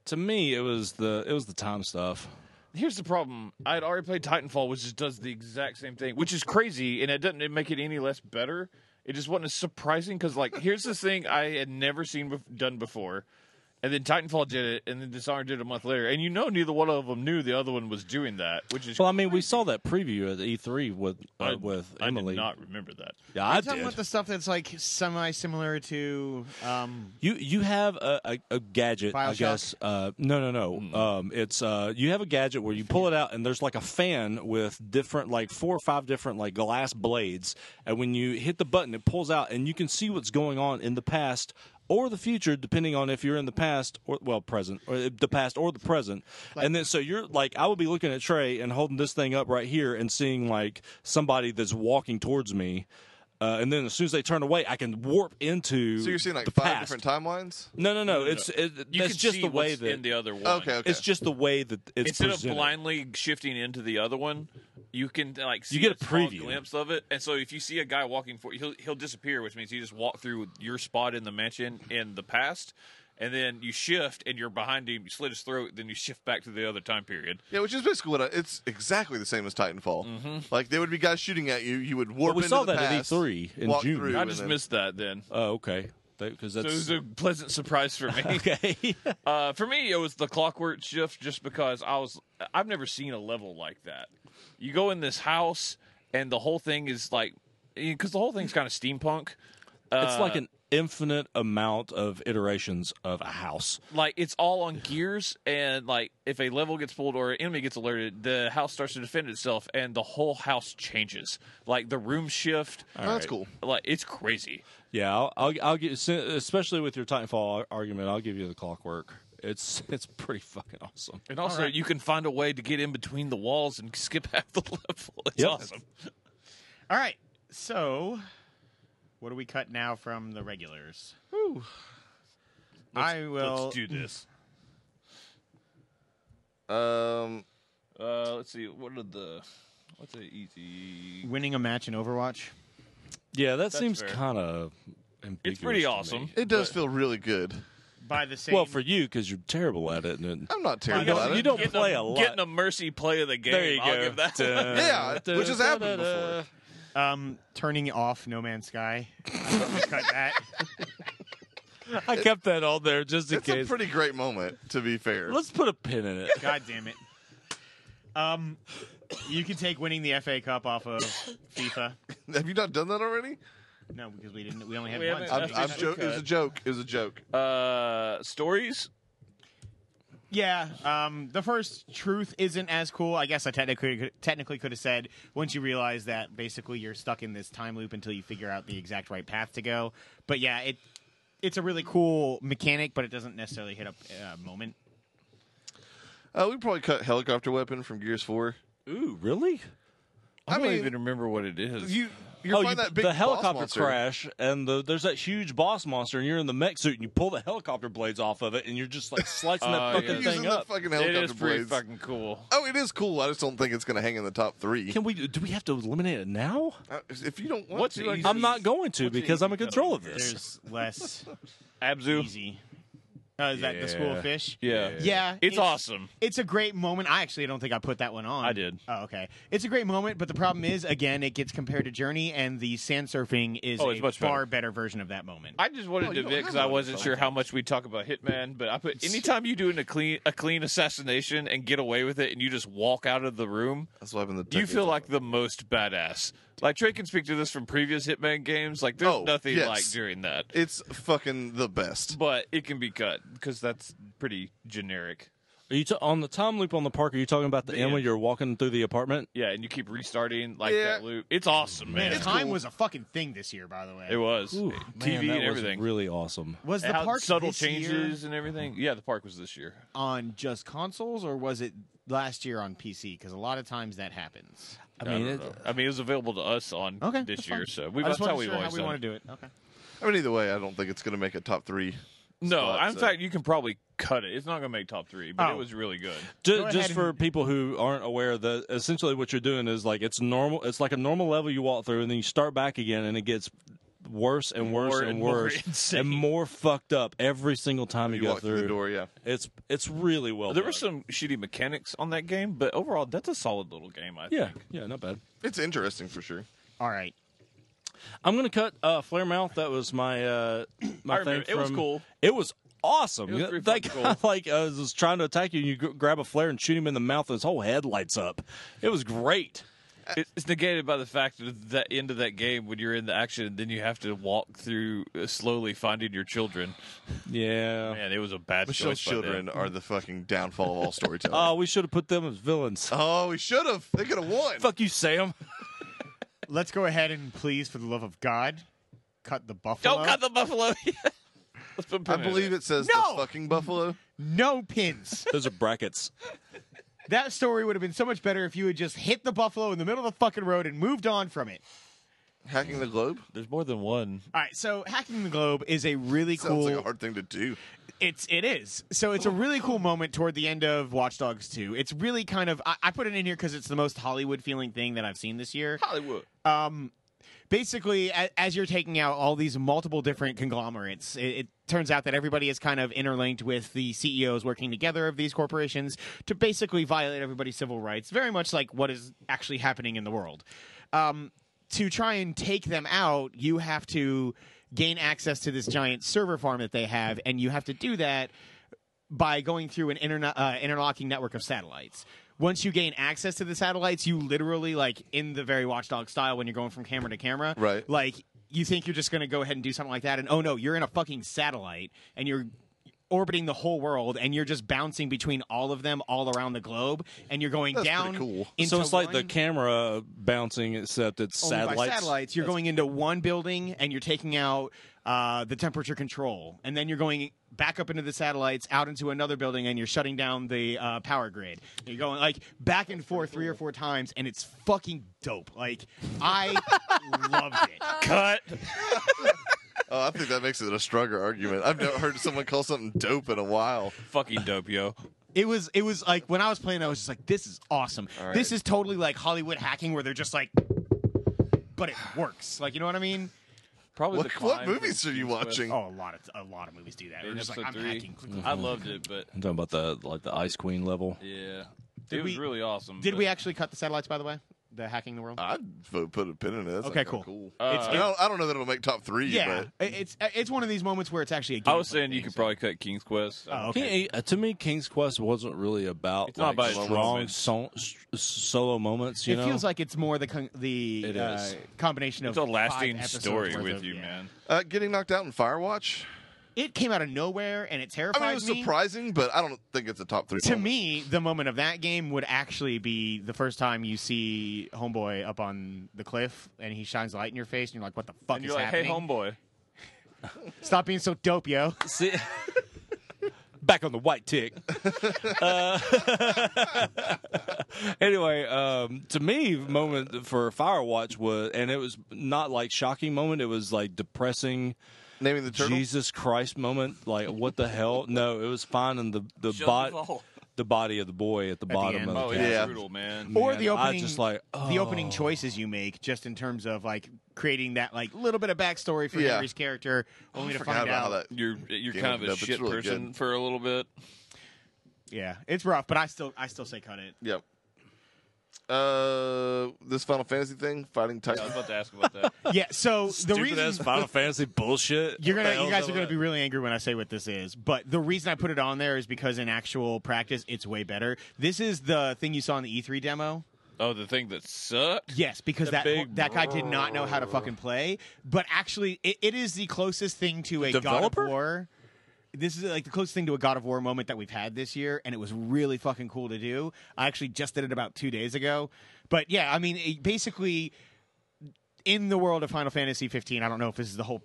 B: to me, it was the it was the time stuff.
D: Here's the problem. I had already played Titanfall, which just does the exact same thing, which is crazy, and it doesn't make it any less better. It just wasn't as surprising because, like, here's this thing I had never seen bef- done before, and then Titanfall did it, and then Dishonored did it a month later, and you know neither one of them knew the other one was doing that, which is
B: Well, I mean, we saw that preview at E3 with uh,
D: I-
B: with
D: I
B: Emily.
D: did not remember that.
B: Yeah,
A: Are
B: I
A: you talking
B: did.
A: about the stuff that's like semi similar to um,
B: You you have a, a, a gadget, I
A: Bioshock?
B: guess. Uh, no, no, no.
C: Mm.
B: Um, it's uh, you have a gadget where you pull it out, and there's like a fan with different, like four or five different, like glass blades, and when you hit the button, it pulls out, and you can see what's going on in the past or the future, depending on if you're in the past or well, present, or uh, the past or the present. and then so you're like, I would be looking at Trey and holding this thing up right here and seeing like somebody that's walking towards me. Uh, and then as soon as they turn away, I can warp into.
C: So you're seeing like
B: the
C: five
B: past.
C: different timelines.
B: No, no, no. It's it,
D: You
B: that's
D: can
B: just
D: see
B: the way
D: what's
B: that
D: in the other one.
C: Okay, okay.
B: it's just the way that it's
D: Instead
B: presented.
D: of blindly shifting into the other one, you can like see
B: get a
D: small
B: preview.
D: glimpse of it. And so if you see a guy walking for, he'll he'll disappear, which means he just walked through your spot in the mansion in the past. And then you shift, and you're behind him. You slit his throat. Then you shift back to the other time period.
C: Yeah, which is basically what I, it's exactly the same as Titanfall.
D: Mm-hmm.
C: Like there would be guys shooting at you. You would warp.
B: we
C: into
B: saw
C: the
B: that at
C: past,
B: E3 in
C: walk
B: June.
C: through,
D: I
C: and
D: just
C: then-
D: missed that then.
B: Oh, okay. Because
D: So it
B: that's
D: was a pleasant surprise for me.
B: okay.
D: Uh, for me, it was the clockwork shift, just because I was I've never seen a level like that. You go in this house, and the whole thing is like because the whole thing's kind of steampunk. Uh,
B: it's like an infinite amount of iterations of a house.
D: like it's all on gears, and like if a level gets pulled or an enemy gets alerted, the house starts to defend itself, and the whole house changes. Like the room shift,
C: Oh, that's cool.
D: like it's crazy.
B: Yeah, I'll, I'll, I'll get especially with your Titanfall ar- argument. I'll give you the clockwork. It's it's pretty fucking awesome.
D: And also, you can find a way to get in between the walls and skip half the level. It's
B: Yep.
D: awesome.
A: All right. So, what do we cut now from the regulars? I will.
D: Let's do this.
C: Um,
D: Uh, let's see. What are the? What's an easy?
A: winning a match in Overwatch.
B: Yeah, that seems
D: fair.
B: kind of
D: It's pretty awesome.
C: it does feel really good.
A: By the same.
B: Well, for you because you're terrible at it. And
C: I'm not terrible
B: don't-
C: at it.
B: you don't play
D: a,
B: a lot.
D: Getting a mercy play of the game.
B: there you
D: I'll
B: go.
D: give that.
C: Yeah, which has happened before.
A: um, turning off No Man's Sky. I will cut that.
B: I kept that all there just in
C: It's a
B: case.
C: pretty great moment, to be fair.
B: Let's put a pin in it.
A: God damn it. Um, you can take winning the FA Cup off of FIFA.
C: Have you not done that already?
A: No, because we didn't. We only had
D: We
A: one.
D: haven't-
A: so
C: I'm,
A: we
C: I'm
A: didn't-
C: jo- It was a joke. It was a joke.
D: Uh, stories.
A: Yeah, um, the first truth isn't as cool. I guess I technically technically could have said once you realize that basically you're stuck in this time loop until you figure out the exact right path to go. But yeah, it it's a really cool mechanic, but it doesn't necessarily hit a uh, moment.
C: Uh, we probably cut helicopter weapon from Gears Four.
B: Ooh, really?
D: I,
C: I
D: don't
C: mean,
D: even remember what it is.
C: you you're
B: Oh, you-
C: fighting that big
B: the
C: boss
B: helicopter
C: monster.
B: crash, and the, there's that huge boss monster, and you're in the mech suit, and you pull the helicopter blades off of it, and you're just like slicing
D: Oh,
B: that
D: yeah.
B: fucking
C: Using
B: thing
C: the
B: up.
C: fucking
D: it
C: helicopter
D: is pretty
C: blades.
D: fucking cool.
C: Oh, it is cool. I just don't think it's going to hang in the top three.
B: Can we? Do we have to eliminate it now?
C: Uh, if you don't want
D: What's
C: to, I
D: easy?
C: guess-
B: I'm not going to
D: What's the
B: because I'm in
D: easy
B: control of this.
A: There's less
D: Abzu.
A: easy. Oh, is that the school
B: Yeah.
A: of fish?
D: Yeah.
A: Yeah,
D: It's, awesome.
A: It's a great moment. I actually don't think I put that one on.
D: I did.
A: Oh, okay. It's a great moment, but the problem is, again, it gets compared to Journey, and the sand surfing is
D: Oh,
A: a
D: it's much better.
A: far better version of that moment.
D: I just wanted
C: Well,
D: to
C: you don't
D: admit because
C: have
D: I
C: one
D: wasn't
C: that's
D: sure how much we talk about Hitman, but I put anytime you do an, a clean a clean assassination and get away with it, and you just walk out of the room,
C: That's why I've been the.
D: you
C: decades
D: feel
C: off.
D: like the most badass. Like Trey can speak to this from previous Hitman games. Like there's
C: Oh,
D: nothing
C: yes.
D: like doing that,
C: it's fucking the best.
D: but it can be cut because that's pretty generic.
B: Are you ta- on the time loop on the park? Are you talking about the end when you're walking through the apartment?
D: Yeah, and you keep restarting like
C: Yeah.
D: that loop. It's awesome, man.
A: Man, time
C: cool.
A: was a fucking thing this year, by the way.
D: it was
B: Ooh, man,
D: TV
B: that
D: and
B: was
D: everything.
B: really awesome.
A: was the
D: And how
A: park
D: subtle
A: this year
D: changes and everything. Yeah, the park was this year.
A: on just consoles, or was it last year on PC? Because a lot of times that happens.
B: I mean,
D: don't
B: it,
D: know. I mean, it was available to us on
A: Okay,
D: this
A: that's
D: year,
A: fine.
D: so we,
A: I
D: that's
A: just
D: how
A: wasn't
D: we've
A: sure
D: always
A: how we
D: done.
A: want
D: it.
A: to do it. Okay.
C: I mean, either way, I don't think it's going to make a top three.
D: No,
C: spot,
D: I- in
C: so-
D: fact, you can probably cut it. It's not going to make top three, but
A: Oh.
D: it was really good.
B: Ju-
A: Go
B: just
A: ahead
B: for
A: and-
B: people who aren't aware that essentially what you're doing is like it's normal it's like a normal level you walk through and then you start back again and it gets worse and worse
D: More
B: and,
D: and more
B: worse
D: insane.
B: and more fucked up every single time you,
C: you
B: go
C: walk through the door. Yeah,
B: it's it's really
C: Oh,
B: well
D: There were
B: done.
D: some shitty mechanics on that game, but overall, that's a solid little game. I
B: yeah
D: think.
B: yeah not bad
C: it's interesting for sure.
A: All right.
B: i'm gonna cut uh flare mouth that was my uh my
D: I
B: thing
D: remember. It was
B: from-
D: cool.
B: it was awesome
D: It was
B: You know,
D: pretty
B: that
D: fucking
B: guy, like uh, was trying to attack you and you g- grab a flare and shoot him in the mouth and his whole head lights up it was great
D: It- It's negated by the fact that the end of that game, when you're in the action, then you have to walk through uh, slowly finding your children.
B: yeah
D: Man, it was a bad
C: Michelle's
D: choice by them.
C: children are the fucking downfall of all storytelling.
B: Oh, we should have put them as villains.
C: oh, we should have. They could have won.
B: Fuck you, Sam.
A: Let's go ahead and please, for the love of God, cut the buffalo.
D: Don't cut the buffalo. Let's put
C: I believe it says
A: No!
C: the fucking buffalo.
A: no pins.
B: Those are brackets.
A: that story would have been so much better if you had just hit the buffalo in the middle of the fucking road and moved on from it.
C: Hacking the globe
D: There's more than one.
A: All right, so hacking the globe is a really
C: sounds
A: cool.
C: like a hard thing to do.
A: It's it is. So it's a really cool moment toward the end of Watch Dogs 2. It's really kind of I, I put it in here because it's the most Hollywood feeling thing that I've seen this year.
D: Hollywood.
A: Basically, a, as you're taking out all these multiple different conglomerates, it, it turns out that everybody is kind of interlinked with the CEOs working together of these corporations to basically violate everybody's civil rights, very much like what is actually happening in the world. Um, to try and take them out, you have to gain access to this giant server farm that they have, and you have to do that by going through an interna- uh, interlocking network of satellites. Once you gain access to the satellites, you literally like in the very watchdog style when you're going from camera to camera.
C: Right.
A: Like you think you're just going to go ahead and do something like that and oh no, you're in a fucking satellite and you're orbiting the whole world and you're just bouncing between all of them all around the globe and you're going
C: That's pretty
A: down
C: cool.
A: into
B: so it's like the
A: one-
B: camera bouncing, except it's
A: only
B: satellites.
A: By satellites, you're going into one building and you're taking out uh, the temperature control, and then you're going back up into the satellites, out into another building, and you're shutting down the uh, power grid. You're going like back and forth three or four times, and it's fucking dope. Like I loved it.
D: Cut.
C: Oh, I think that makes it a stronger argument. I've never heard someone call something dope in a while.
D: Fucking dope, yo.
A: It was it was like when I was playing, I was just like, this is awesome.
C: All right.
A: This is totally like Hollywood hacking, where they're just like, but it works. Like you know what I mean?
D: Probably
C: What,
D: the
C: what
D: Climb
C: movies
D: from
C: are you
D: King's Quest.
C: watching?
A: Oh, a lot of a lot of movies do that. They're
D: In
A: just like
D: episode
A: I'm
D: three. Mm-hmm.
A: hacking.
D: I loved it, but
B: I'm talking about the like the Ice Queen level.
D: yeah,
A: Did
D: it was
A: we-
D: really awesome.
A: Did
D: but- uh,
A: we actually cut the satellites, by the way? The hacking the world?
C: I'd vote put a pin in it. That
A: Okay,
C: sounds
A: cool.
C: cool.
A: It's-
D: Uh,
C: I, don't, I don't know that it'll make top three.
A: yeah,
C: but
A: it- it's uh, it's one of these moments where it's actually a game.
D: I was saying you could probably cut King's Quest.
A: Oh, okay.
B: King- uh, to me, King's Quest wasn't really about
D: It's not
B: like,
D: about its
B: strong
D: moments.
B: so- s- solo moments. You
A: it
B: know,
A: feels like it's more the con- the
B: It
A: uh,
B: is.
A: combination of
D: it's a
A: five
D: lasting
A: episodes
D: story
A: worth
D: with
A: of-
D: you,
A: yeah.
D: man.
C: uh, getting knocked out in Firewatch.
A: It came out of nowhere and it
C: I
A: terrified
C: mean, it was
A: me.
C: surprising, but I don't think it's a top three.
A: To
C: moment.
A: me, the moment of that game would actually be the first time you see Homeboy up on the cliff and he shines light in your face and you're like, "What the fuck
D: And
A: is
D: you're like,
A: happening?
D: hey, homeboy.
A: Stop being so dope, yo!"
B: See- back on the white tick. Uh, anyway, um, to me, moment for Firewatch was, and it was not like shocking moment. It was like depressing.
C: naming the turtle.
B: Jesus Christ moment. Like, what the hell? No, it was finding the the
D: Shut the
B: bot,
D: hole.
B: the body of the boy at the bottom
A: end.
B: of the
D: Oh,
B: oh,
D: it's
C: Yeah.
D: brutal, man.
A: or
B: Man,
A: the
B: I
A: opening
B: just like,
A: the opening
B: oh.
A: choices you make just in terms of like creating that like little bit of backstory for
C: Yeah.
A: Henry's character
B: Oh,
C: I
A: only to
C: forgot
A: find
C: about
A: out
C: how that.
D: You're you're
C: Game
D: kind
C: of
D: of a
C: Death, it's
D: shit
C: really
D: person
C: good.
D: for a little bit.
A: yeah it's rough but i still i still say cut it
C: Yep. Uh, this Final Fantasy thing, fighting
D: I was
C: Titan.
D: about to ask about that.
A: yeah so the
B: Stupid ass
A: reason
B: Final Fantasy bullshit.
A: you're
B: What the
A: gonna you
B: hell's
A: guys
B: up
A: are gonna
B: with
A: be really angry when i say what this is but the reason i put it on there is because in actual practice it's way better this is the thing you saw in the e3 demo
D: Oh, the thing that sucked.
A: Yes, because that
B: big
A: that guy did not know how to fucking play. But actually, it, it is the closest thing to a God
B: Developer?
A: of War. This is like the closest thing to a God of War moment that we've had this year, and it was really fucking cool to do. I actually just did it about two days ago. But yeah, I mean, it, basically, in the world of Final Fantasy 15, I don't know if this is the whole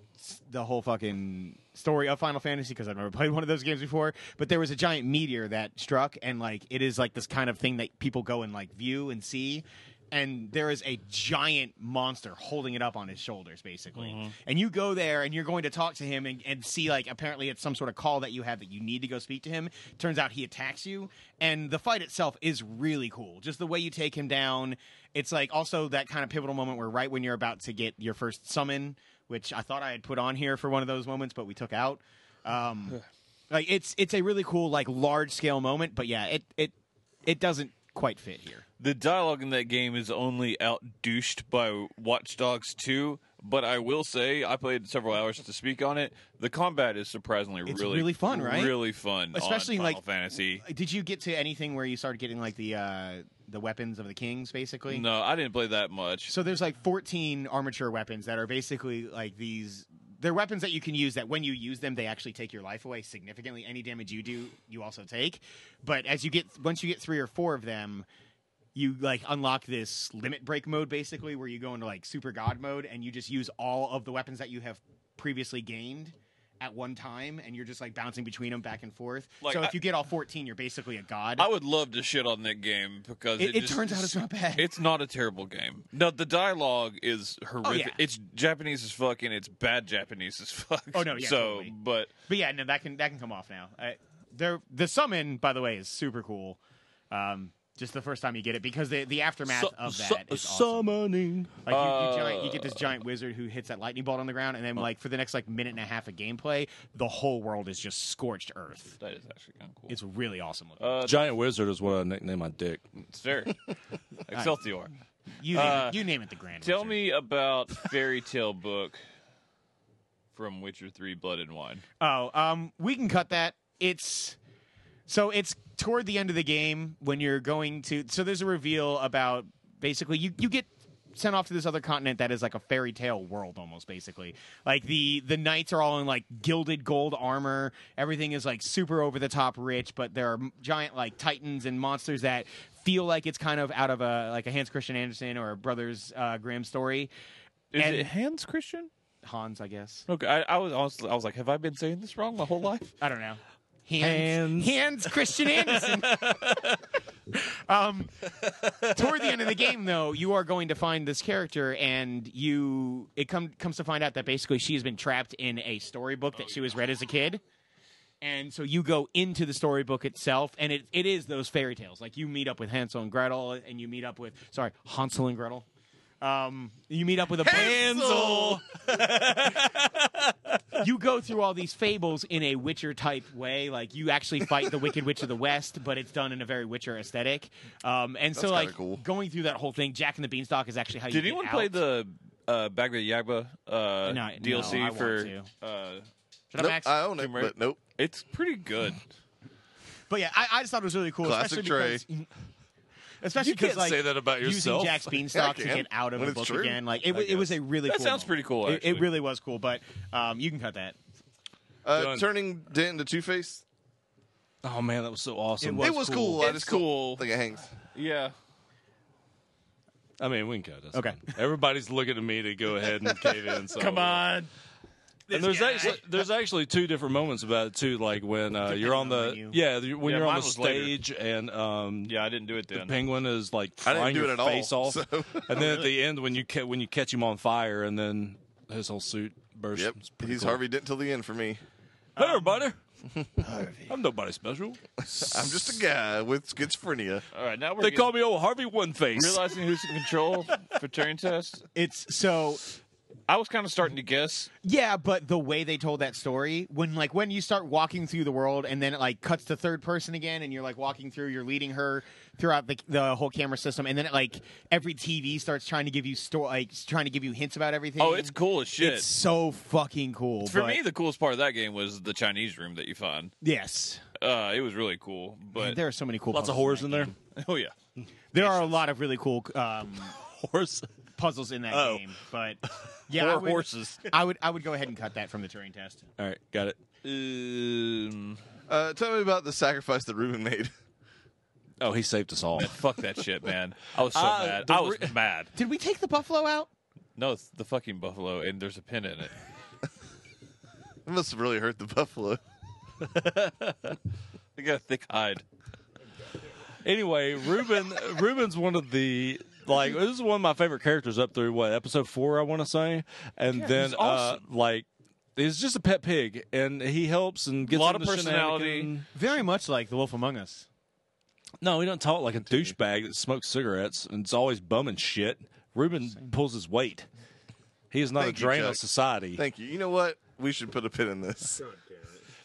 A: the whole fucking story of Final Fantasy because I've never played one of those games before. But there was a giant meteor that struck, and like it is like this kind of thing that people go and like view and see. and there is a giant monster holding it up on his shoulders, basically. And you go there and you're going to talk to him and, and see, like, apparently it's some sort of call that you have that you need to go speak to him. Turns out he attacks you, and the fight itself is really cool. Just the way you take him down. It's like also that kind of pivotal moment where, right when you're about to get your first summon, which I thought I had put on here for one of those moments, but we took out. Um, like it's it's a really cool like large scale moment, but yeah, it it it doesn't quite fit here.
D: The dialogue in that game is only out douched by Watch Dogs 2, but I will say I played several hours to speak on it. The combat is surprisingly
A: It's
D: really
A: really fun, right?
D: Really fun,
A: Especially,
D: on Final
A: like,
D: Fantasy.
A: Did you get to anything where you started getting like the uh the weapons of the kings basically?
D: No, I didn't play that much.
A: So there's like 14 armature weapons that are basically like these they're weapons that you can use that when you use them they actually take your life away significantly. Any damage you do, you also take. But as you get once you get 3 or 4 of them, you like unlock this limit break mode basically where you go into like super god mode and you just use all of the weapons that you have previously gained at one time and you're just like bouncing between them back and forth.
D: Like,
A: so
D: I-
A: if you get all 14, you're basically a god.
D: I would love to shit on that game because
A: it,
D: it,
A: it
D: just-
A: turns out it's not bad.
D: It's not a terrible game. No, the dialogue is
A: Oh,
D: horrific.
A: yeah.
D: It's Japanese as fuck, and it's bad Japanese as fuck.
A: Oh, no, yeah,
D: So,
A: totally.
D: but
A: But yeah, no, that can that can come off now. I, there, the summon, by the way, is super cool. Um, just the first time you get it because the the aftermath of that is awesome.
B: summoning.
A: Like you, you, giant, you get
D: uh,
A: this giant wizard who hits that lightning bolt on the ground, and then like for the next like minute and a half of gameplay, the whole world is just scorched earth.
D: that is actually kind of cool.
A: It's really awesome. Looking.
D: uh,
B: Giant Wizard is what I nicknamed my dick.
D: it's fair. Excelsior.
A: you name
D: uh,
A: it, you name it, the grand.
D: Tell
A: Wizard.
D: me about fairy tale book from Witcher Three: Blood and Wine.
A: Oh, um, we can cut that. It's so it's toward the end of the game when you're going to. So there's a reveal about basically you you get sent off to this other continent that is like a fairy tale world almost basically like the the knights are all in like gilded gold armor everything is like super over the top rich but there are m- giant like titans and monsters that feel like it's kind of out of a like a hans christian andersen or a brothers uh, grimm story
D: Is
A: And-
D: it Eh, Hans Christian?
A: hans i guess
D: Okay, I, I was honestly, I was like, have I been saying this wrong my whole life?
A: I don't know. Hands,
B: Hands.
A: hands Christian Anderson. um, toward the end of the game, though, you are going to find this character, and you it come, comes to find out that basically she has been trapped in a storybook that she was read as a kid. And so you go into the storybook itself, and it, it is those fairy tales. Like you meet up with Hansel and Gretel, and you meet up with sorry Hansel and Gretel. Um, you meet up with a
D: Hansel!
A: you go through all these fables in a Witcher type way. Like you actually fight the Wicked Witch of the West, but it's done in a very Witcher aesthetic. Um, and so
C: That's kinda
A: like
C: cool.
A: going through that whole thing, Jack and the Beanstalk is actually how you
D: Did
A: get
D: anyone play
A: out.
D: the uh, Bagba Yagba uh,
A: No, no, I
D: DLC
A: want
D: for?
A: to.
D: Uh,
A: Shut up,
C: Nope,
A: Max.
C: I own it,
D: Tomb Raider.
C: but nope.
D: it's pretty good.
A: But yeah, I, I just thought it was really cool.
C: Classic
A: especially Because, especially
B: You can't
A: 'cause, like,
B: say that about yourself.
A: Using Jack's beanstalk
C: Yeah, I
A: to
C: can.
A: get out of
C: When
A: a
C: it's
A: book
C: true,
A: again, like it,
B: I
A: wa- it was a really.
D: That
A: cool
D: sounds
A: moment.
D: pretty cool,
A: It- It,
D: actually.
A: really was cool, but um, you can cut that.
C: Uh,
B: Done.
C: turning Dent into Two Face.
B: Oh man, that was so awesome.
C: It was cool. I
D: It's
C: just don't
D: cool.
C: think it hangs.
D: Yeah.
B: I mean, we can cut this.
A: Okay.
B: Everybody's looking at me to go ahead and cave in. So
D: Come on.
B: And there's actually there's actually two different moments about it too. Like when uh, you're on
A: on
B: the
A: the menu.
B: yeah the- when
D: Yeah,
B: you're on
D: mine
B: the
D: was later.
B: stage and um,
D: Yeah, I didn't do it then.
B: penguin is like
C: I didn't
B: flying
C: do
B: your
C: it at all,
B: face off,
C: so-
B: and then at the end when you ca- when you catch him on fire and then his whole suit bursts.
C: Yep,
B: It's pretty
C: he's
B: cool.
C: Harvey Dent till the end for me.
B: Hey, everybody. I'm nobody special.
C: I'm just a guy with schizophrenia.
D: All right, now we're
B: They
D: getting-
B: call me old Harvey One Face.
D: realizing who's in control for Turing test.
A: It's so
D: I was kind of starting to guess.
A: Yeah, but the way they told that story, when like when you start walking through the world and then it like cuts to third person again and you're like walking through, you're leading her throughout the the whole camera system and then it like every TV starts trying to give you sto- like trying to give you hints about everything.
D: Oh, it's cool as shit.
A: It's so fucking cool.
D: for
A: but-
D: me, the coolest part of that game was the Chinese room that you find.
A: yes.
D: Uh, it was really cool. But
A: there are so many cool
B: Lots of
A: puzzles
B: whores
A: that
B: in there.
A: game.
D: oh yeah,
A: There are a lot of really cool um,
B: Horse.
A: puzzles in that
B: Oh.
A: game, but yeah, I
D: or
A: would,
D: horses.
A: I would I would go ahead and cut that from the Turing test.
B: All right, got it.
D: Um,
C: Uh, tell me about the sacrifice that Reuben made.
B: Oh, he saved us all.
D: fuck that shit, man. I was so
B: Uh,
D: mad.
B: the
D: I was
B: re-
D: mad.
A: Did we take the buffalo out?
D: No, it's the fucking buffalo, and there's a pin in it.
C: It must have really hurt the buffalo.
D: They got a thick hide.
B: Anyway, Ruben Ruben's one of the Like this is one of my favorite characters up through what episode four, I want to say, and then
D: he's awesome.
B: uh, like he's just a pet pig, and he helps and gets
D: Lot of
B: into
D: personality.
B: shenanigan-
A: Very much like The Wolf Among Us.
B: No, he don't talk like a douchebag that smokes cigarettes and is always bumming shit. Ruben pulls his weight. He is not
C: Thank
B: a
C: you,
B: drain on
C: Chuck.
B: society.
C: Thank you. You know what? We should put a pin in this.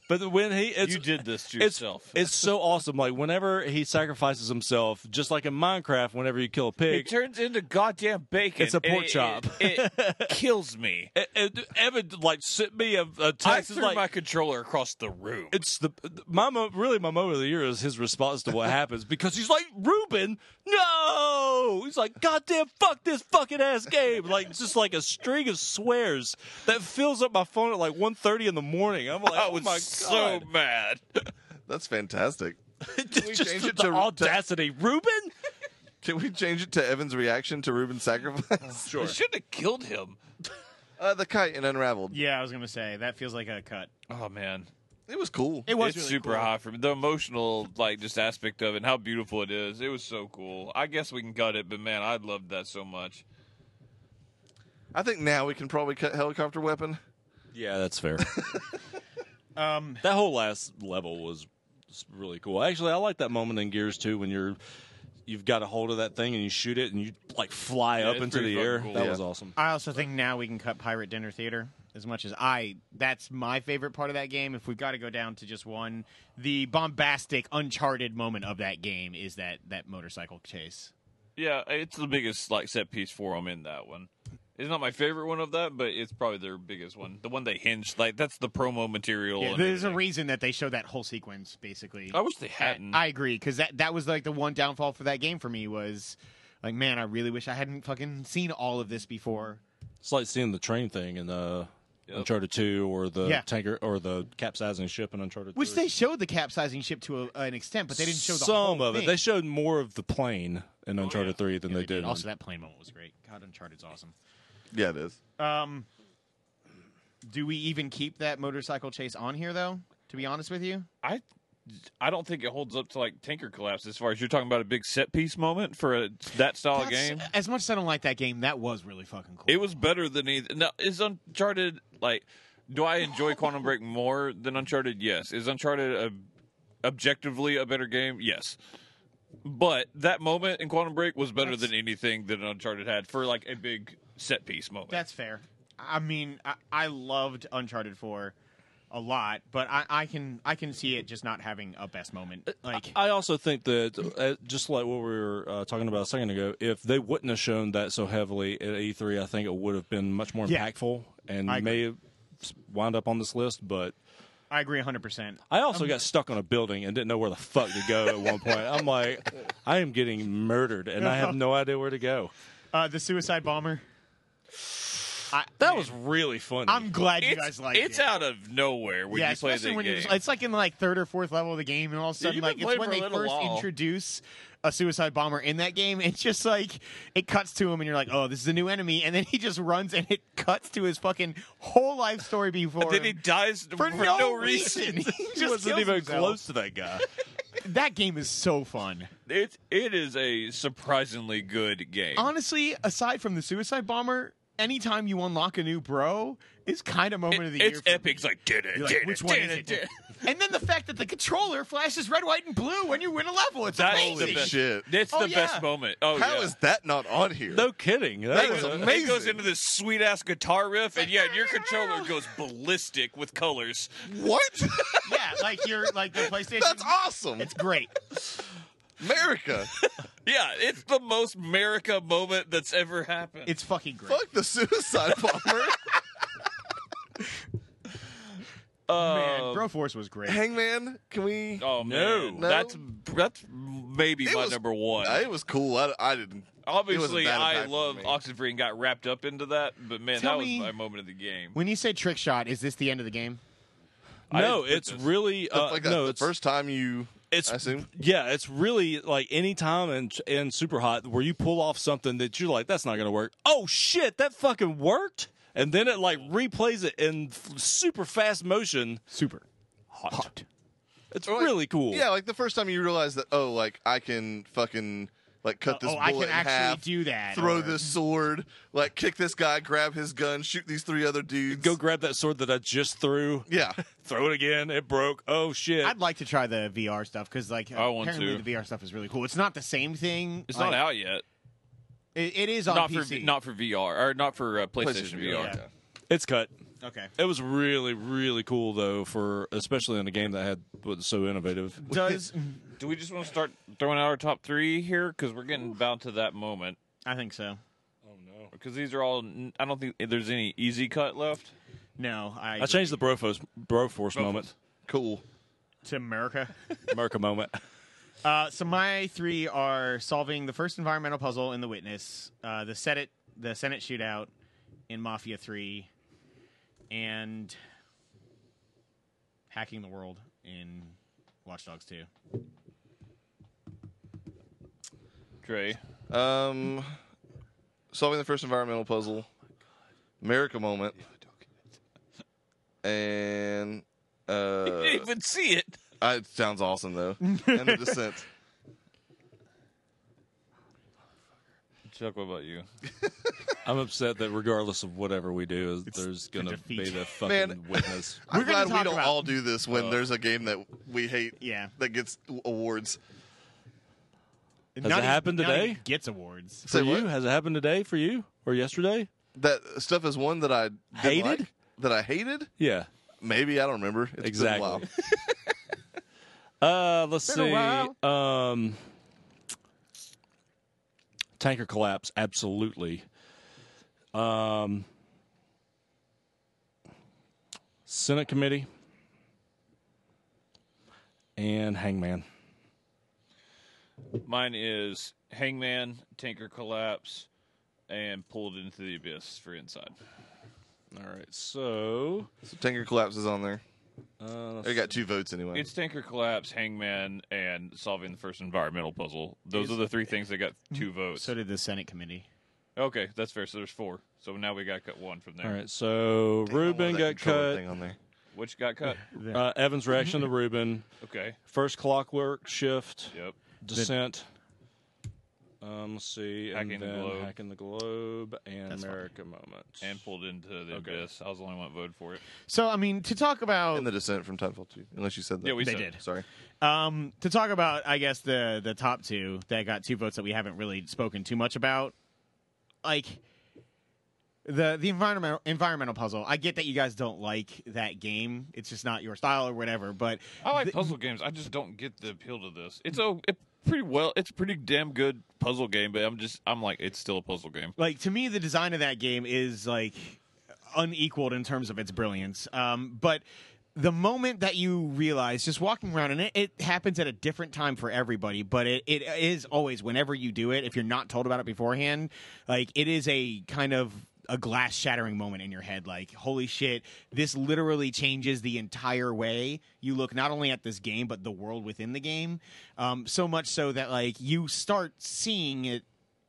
B: but when he, it's,
D: you did this to
B: it's,
D: yourself.
B: it's so awesome. Like whenever he sacrifices himself, just like in Minecraft, whenever you kill a
D: it
B: pig,
D: turns into goddamn bacon.
B: It's a
D: and
B: pork
D: it-
B: chop.
D: It, it kills me.
B: And- and Evan like sent me a, a
D: I
B: text. It's
D: threw
B: like
D: my controller across the room.
B: it's the my mo- really my moment of the year is his response to what happens because he's like Ruben, no, he's like goddamn fuck this fucking ass game, like it's just like a string of swears that fills up my phone at like 1.30 in the morning. I'm like,
D: I
B: oh
D: was
B: my
D: so
B: god,
D: mad.
C: That's fantastic.
B: It's
C: we
B: just
C: change
B: the,
C: it to- to-
B: audacity, Ruben.
C: Can we change it to Evan's reaction to Ruben's sacrifice?
D: I should have killed him.
C: Uh, the kite and Unraveled.
A: Yeah, I was gonna say that feels like a cut.
D: Oh man,
C: It was cool.
A: It was
D: it's
A: really
D: super
A: cool.
D: high for me. The emotional, like, just aspect of it, and how beautiful it is. It was so cool. I guess we can cut it, but man, I loved that so much.
C: I think now we can probably cut helicopter weapon.
B: Yeah, that's fair.
A: Um,
B: That whole last level was s- really cool. Actually, I like that moment in Gears 2 when you're you've got a hold of that thing and you shoot it and you like fly up
D: it's
B: into
D: pretty
B: the air.
D: fucking cool.
B: That
C: Yeah.
B: was awesome.
A: I also think now we can cut Pirate Dinner Theater as much as I. That's my favorite part of that game. If we've got to go down to just one, the bombastic, uncharted moment of that game is that that motorcycle chase.
D: Yeah, it's the biggest like set piece for them in that one. It's not my favorite one of that, but it's probably their biggest one. The one they hinged, like that's the promo material.
A: Yeah,
D: and
A: there's a
D: everything.
A: reason that they showed that whole sequence basically.
D: I wish they hadn't.
A: I agree because that that was like the one downfall for that game for me was like, man, I really wish I hadn't fucking seen all of this before.
B: It's like seeing the train thing in uh,
D: Yep.
B: Uncharted 2 or the
A: Yeah.
B: tanker or the capsizing ship in Uncharted
A: Which
B: 3.
A: they showed the capsizing ship to a, an extent, but they didn't show the
B: some
A: whole
B: of it.
A: thing.
B: They showed more of the plane in Uncharted 3 than
A: Yeah,
B: they, did. in-
A: Also, that plane moment was great. God, Uncharted's awesome.
C: Yeah, it is.
A: Um, do we even keep that motorcycle chase on here though? To be honest with you,
D: I I don't think it holds up to like Tinker Collapse as far as you're talking about a big set piece moment for a, that style of
A: That's-
D: game.
A: As much as I don't like that game, that was really fucking cool.
D: It was better than either. Now, is Uncharted like? Do I enjoy Quantum Break more than Uncharted? Yes. Is Uncharted a, objectively a better game? Yes. But that moment in Quantum Break was better than anything that Uncharted had for like a big set piece moment.
A: That's fair. I mean, I, I loved Uncharted Four a lot, but I, I can I can see it just not having a best moment. Like
B: Uh, I also think that, uh, just like what we were uh, talking about a second ago, if they wouldn't have shown that so heavily at E3, I think it would have been much more
A: Yeah.
B: impactful and
A: I agree.
B: may have s- wound up on this list. But
A: I agree hundred percent.
B: I also got stuck on a building and didn't know where the fuck to go at one point. I'm like, I am getting murdered and I have no idea where to go.
A: Uh, the Suicide Bomber. I,
B: That was really funny.
A: I'm glad you
D: It's,
A: guys liked
D: it's
A: it.
D: out of nowhere when
A: yeah,
D: you play
A: especially
D: the
A: when
D: game.
A: you're. It's like in like third or fourth level of the game, and all of a sudden,
D: you've been
A: like it's
D: playing
A: when
D: for a
A: they
D: little
A: first
D: while.
A: introduce a suicide bomber in that game. It's just like it cuts to him, and you're like, "Oh, this is a new enemy," and then he just runs, and it cuts to his fucking whole life story before.
D: then he
A: him
D: dies
A: for, no, reason.
D: reason.
A: he
B: he
A: just
B: wasn't
A: kills
B: even
A: himself.
B: close to that guy.
A: That game is so fun.
D: It it is a surprisingly good game.
A: Honestly, aside from the suicide bomber, anytime you unlock a new bro is kind of moment of the year.
D: it's
A: for me.
D: epic. It's like did it,
A: You're like,
D: did
A: which
D: it,
A: one is
D: did it,
A: it?
D: did it.
A: And then the fact that the controller flashes red, white, and blue when you win a level. It's
D: That's
A: amazing.
D: the best.
C: Shit.
D: That's
A: Oh,
D: the best
A: yeah.
D: moment. Oh,
C: How
D: yeah.
C: is that not on here?
B: No kidding. That
D: It
C: That
B: was
D: goes,
C: was
B: a-
D: it goes
C: amazing.
D: into this sweet ass guitar riff, and yeah, your controller goes ballistic with colors.
C: What?
A: Yeah, like you're like the PlayStation.
C: That's awesome.
A: It's great.
C: America.
D: Yeah, it's the most America moment that's ever happened.
A: It's fucking great.
C: Fuck the suicide bomber.
D: uh,
A: Man, Broforce was great.
C: Hangman, can we?
D: Oh
B: No.
D: man,
C: No?
D: that's that's maybe
C: It
D: my
C: was-
D: number one.
C: Nah, it was cool. I, I didn't.
D: Obviously,
C: that
D: I
C: impactful
D: love
C: to me.
D: Oxenfree and got wrapped up into that, but man,
A: Tell
D: that was
A: me-
D: my moment of the game.
A: When you say trick shot, is this the end of the game?
D: I
B: no,
D: didn't put
B: it's
D: this.
B: really uh,
C: That's like
B: no.
C: the,
B: it's
C: the first time you.
B: It's
C: I assume.
B: yeah, it's really like any time in in super hot where you pull off something that you're like, that's not gonna work. Oh shit, that fucking worked! And then it like replays it in f- super fast motion.
A: Super.
B: Hot. It's
C: Or like-
B: really cool.
C: Yeah, like the first time you realize that. Oh, like I can fucking like cut this
A: oh, I
C: bullet
A: can
C: in
A: actually
C: half,
A: do that.
C: throw
A: or-
C: this sword, like kick this guy, grab his gun, shoot these three other dudes.
B: Go grab that sword that I just threw.
C: yeah,
B: Throw it again. It broke. Oh shit!
A: I'd like to try the VR stuff because, like,
D: I want
A: apparently
D: to.
A: the VR stuff is really cool. It's not the same thing.
D: It's
A: like,
D: not out yet.
A: It, it is on
D: Not
A: PC.
D: for not for VR or not for uh, PlayStation,
C: PlayStation
D: VR.
A: VR.
B: it's cut.
A: okay.
B: It was really really cool though for especially in a game that had was so innovative.
A: Does
D: Do we just want to start throwing out our top three here because we're getting bound to that moment?
A: I think so?
B: Oh no!
D: Because these are all. n- I don't think there's any easy cut left.
A: No, I,
B: I changed the Broforce Broforce moment.
C: cool.
A: to America.
B: America moment.
A: Uh, so my three are solving the first environmental puzzle in The Witness, uh, the Senate, the Senate shootout in Mafia Three, and hacking the world in Watch Dogs Two.
D: Trey,
C: Um, solving the first environmental puzzle, America moment, and uh,
D: didn't even see it.
C: I- it sounds awesome though. and the descent.
D: Chuck, what about you?
B: I'm upset that regardless of whatever we do, there's
A: a
B: gonna
A: defeat.
B: be the fucking
C: Man.
B: witness.
C: I'm
A: We're gonna
C: glad we
A: talk
C: don't
A: about-
C: all do this when there's a game that we hate
A: Yeah,
C: that gets awards.
A: has
B: it happened today?
A: gets awards.
B: For
C: Say what?
B: you, has it happened today for you or yesterday?
C: That stuff is one that I didn't
B: Hated?
C: like, that I hated.
B: Yeah,
C: Maybe I don't remember. It's
B: exactly.
C: Been a while.
B: uh, let's
A: Been a
B: see. Um, tanker collapse, absolutely. Um, Senate committee and Hangman.
D: Mine is Hangman, Tanker Collapse, and Pulled into the Abyss for Inside.
B: All right, so
C: So Tanker Collapse is on there.
B: uh,
C: They got two votes anyway.
D: It's Tanker Collapse, Hangman, and solving the first environmental puzzle. Those are the three things that got two votes.
A: So did the Senate committee.
D: okay, that's fair. So there's four. So now we got cut one from there.
B: all right, so
C: I don't want
B: Ruben
C: that
B: got
C: controller
B: cut.
C: Thing on there.
D: Which got cut?
B: Uh, Evan's reaction to Ruben.
D: Okay.
B: First clockwork shift.
D: Yep.
B: Descent. Um, let's see. And
D: Hacking the
B: then
D: Globe.
B: Hacking the Globe and
A: That's funny.
B: America Moment.
D: And pulled into the
B: Okay.
D: abyss. I was the only one that voted for it.
A: So I mean, to talk about
C: And the descent from Titanfall 2. Unless you said that.
D: Yeah, we
A: They
D: said
A: did.
C: Sorry.
A: Um, to talk about, I guess the the top two that got two votes that we haven't really spoken too much about, like the the environmental environmental puzzle. I get that you guys don't like that game; it's just not your style or whatever. But
D: I like puzzle games. I just don't get the appeal to this. It's a it pretty well. It's a pretty damn good puzzle game, but I'm just I'm like it's still a puzzle game.
A: like to me, the design of that game is like unequaled in terms of its brilliance. Um, but the moment that you realize, just walking around, and it, it happens at a different time for everybody, but it, it is always whenever you do it, if you're not told about it beforehand, like it is a kind of a glass shattering moment in your head. Like, holy shit, this literally changes the entire way you look not only at this game, but the world within the game. Um, so much so that, like, you start seeing it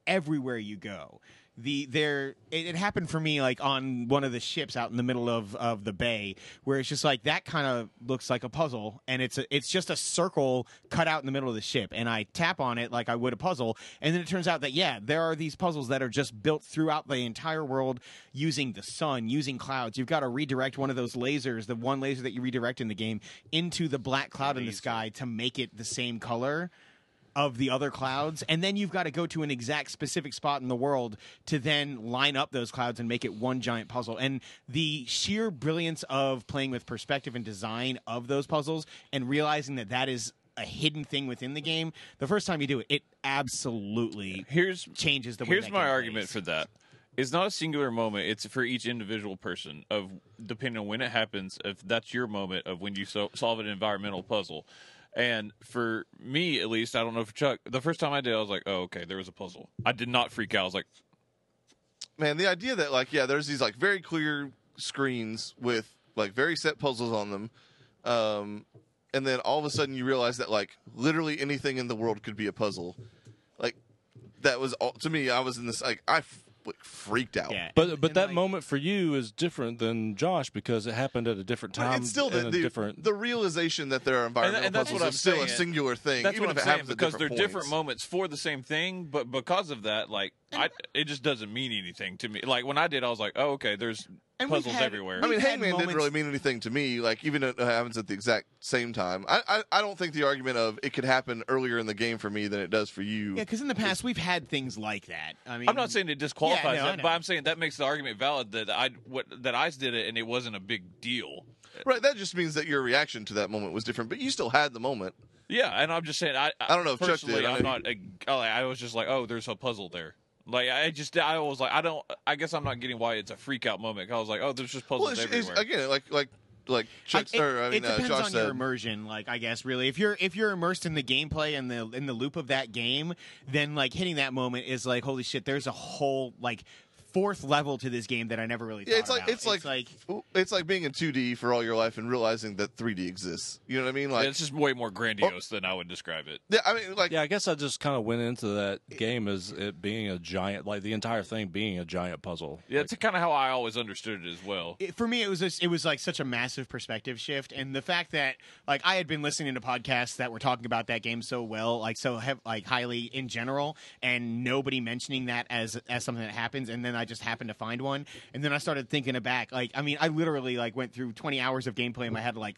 A: everywhere you go. The there it, it happened for me like on one of the ships out in the middle of of the bay where it's just like that kind of looks like a puzzle and it's a, it's just a circle cut out in the middle of the ship and I tap on it like I would a puzzle and then it turns out that yeah there are these puzzles that are just built throughout the entire world using the sun using clouds you've got to redirect one of those lasers the one laser that you redirect in the game into the black cloud in the sky to make it the same color of the other clouds and then you've got to go to an exact specific spot in the world to then line up those clouds and make it one giant puzzle and the sheer brilliance of playing with perspective and design of those puzzles and realizing that that is a hidden thing within the game the first time you do it it absolutely
D: Here's
A: changes the way
D: here's
A: that
D: my
A: game
D: argument
A: plays.
D: for that. It's not a singular moment. It's for each individual person of depending on when it happens. If that's your moment of when you so, solve an environmental puzzle, and for me at least, I don't know for Chuck. The first time I did, I was like, oh okay, there was a puzzle. I did not freak out. I was like,
C: Man, the idea that, like, yeah, there's these, like, very clear screens with, like, very set puzzles on them. Um, and then all of a sudden you realize that, like, literally anything in the world could be a puzzle. Like, that was all to me. I was in this, like, I f- like freaked out.
A: Yeah,
B: But
A: and-
B: but
A: and,
B: that
A: like,
B: moment for you is different than Josh because it happened at a different
C: But
B: time.
C: it's still
B: and
C: the,
B: a
C: the,
B: different.
C: the realization that there are environmental
D: and that's what
C: problems
D: I'm
C: is still a
D: saying.
C: singular thing,
D: That's
C: even
D: what
C: if
D: I'm
C: it
D: saying
C: happens
D: because
C: at
D: they're
C: different
D: different
C: points.
D: moments for the same thing, but because of that, like I, it just doesn't mean anything to me. Like when I did, I was like, oh okay, there's
A: And we've
D: puzzles
A: had-
D: everywhere.
C: I mean,
A: We've had
C: Hangman didn't
A: moments-
C: really mean anything to me. Like, even if it happens at the exact same time, I, I I don't think the argument of it could happen earlier in the game for me than it does for you.
A: yeah, because in the past we've had things like that. I mean,
D: I'm not saying it disqualifies
A: Yeah, no, I
D: it,
A: know.
D: but I'm saying that makes the argument valid that I what that I did it and it wasn't a big deal.
C: right. That just means that your reaction to that moment was different, but you still had the moment.
D: Yeah, and I'm just saying I
C: I don't know if Chuck did.
D: personally,
C: I
D: I'm
C: know
D: not. A, I was just like, oh, there's a puzzle there. Like I just I was like I don't I guess I'm not getting why it's a freak out moment. 'cause I was like, oh, there's just puzzles
C: Well, it's, it's,
D: everywhere.
C: again, like like like Chuck,
A: I, it,
C: or, I mean,
A: it depends
C: uh, Josh
A: on
C: said,
A: your immersion. Like I guess really, if you're if you're immersed in the gameplay and the in the loop of that game, then like hitting that moment is like holy shit. There's a whole like fourth level to this game that I never really.
C: Yeah,
A: thought
C: it's
A: about.
C: like it's like it's like being in 2D for all your life and realizing that 3D exists. You know what I mean? Like,
D: it's just way more grandiose than I would describe it.
C: yeah, I mean, like,
B: yeah, I guess I just kind of went into that game as it being a giant, like the entire thing being a giant puzzle.
D: Yeah, it's kind of how I always understood it as well.
A: it, for me it was just, it was like such a massive perspective shift and the fact that like i had been listening to podcasts that were talking about that game so well like so hev- like highly in general and nobody mentioning that as as something that happens and then i just happened to find one and then i started thinking it back like i mean i literally like went through 20 hours of gameplay in my head like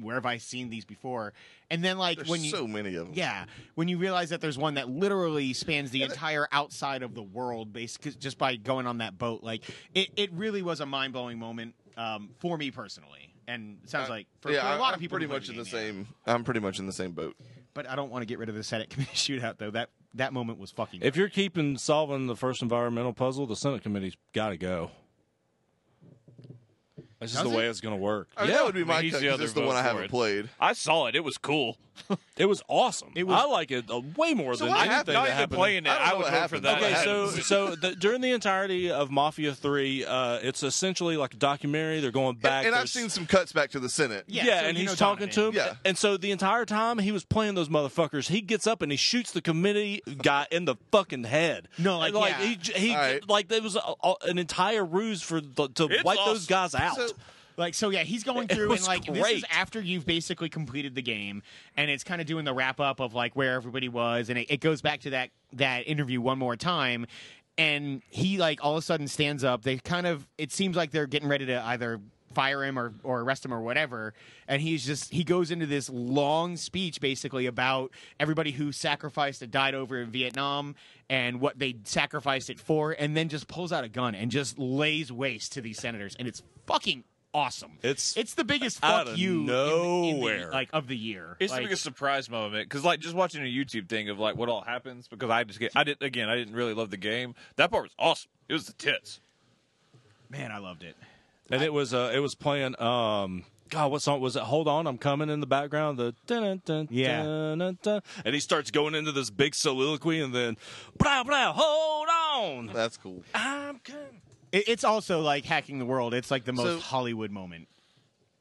A: where have i seen these before and then like
C: there's
A: when you
C: so many of them.
A: yeah, when you realize that there's one that literally spans the entire outside of the world, basically just by going on that boat, like it, it really was a mind blowing moment um, for me personally, and it sounds
C: I-
A: like for,
C: yeah,
A: for a
C: I-
A: lot
C: I'm
A: of people.
C: pretty
A: who play
C: much in the
A: game, yeah.
C: same. I'm pretty much in the same boat.
A: But I don't want to get rid of the Senate Committee shootout though. That that moment was fucking.
B: If you're keeping solving the first environmental puzzle, the Senate committee's got to go. That's just
A: Does
B: the way
A: it?
B: it's going to work.
C: I mean,
D: Yeah,
C: that would be
D: I mean,
C: my
D: he's
C: cut
D: the
C: 'cause
D: other
C: it's the
D: vote
C: one I
D: for
C: haven't
D: it.
C: played.
D: I saw it; it was cool.
B: It was awesome.
A: It was-
B: I like it uh, way more than
C: what
B: anything
C: happened?
B: that
D: Not even
B: happened.
D: playing it,
C: I don't
D: I
C: know
D: would
C: what
D: vote for
C: happened.
D: that.
B: Okay,
C: I
B: so
C: haven't.
B: so the, during the entirety of Mafia Three, uh, it's essentially like a documentary. They're going back,
C: And, and I've
B: there's-
C: seen some cuts back to the Senate.
B: Yeah,
A: Yeah, so
B: and
A: you
B: he's
A: know
B: talking to him.
A: Donovan.
C: Yeah.
B: And so the entire time he was playing those motherfuckers, he gets up and he shoots the committee guy in the fucking head.
A: No, like,
B: And, like
A: yeah.
B: he j- he
C: All right.
B: like there was a, a, an entire ruse for the, to
D: It's
B: wipe those
D: awesome.
B: guys out.
C: So-
A: Like so, yeah. He's going
B: It
A: through and
B: was
A: like this
B: great.
A: is after you've basically completed the game, and it's kind of doing the wrap up of like where everybody was, and it, it goes back to that that interview one more time, and he like all of a sudden stands up. They kind of it seems like they're getting ready to either fire him or or arrest him or whatever, and he's just he goes into this long speech basically about everybody who sacrificed and died over in Vietnam and what they sacrificed it for, and then just pulls out a gun and just lays waste to these senators, and it's fucking awesome.
B: It's-
A: it's the biggest
B: out
A: fuck
B: of
A: you in the- in the,
B: nowhere.
A: like of the year.
D: It's
A: Like,
D: the biggest surprise moment because, like, just watching a YouTube thing of like what all happens because I just get I did again I didn't really love the game. That part was awesome. It was the tits.
A: man. I loved it.
B: and it was uh, it was playing um God, what song was it? Hold on, I'm coming in the background. The dun, dun, dun,
A: Yeah.
B: dun, dun. and he starts going into this big soliloquy, and then blah blah. Hold on,
C: That's cool.
B: I'm coming.
A: It- It's also like hacking the world. It's like the most
C: So-
A: Hollywood moment.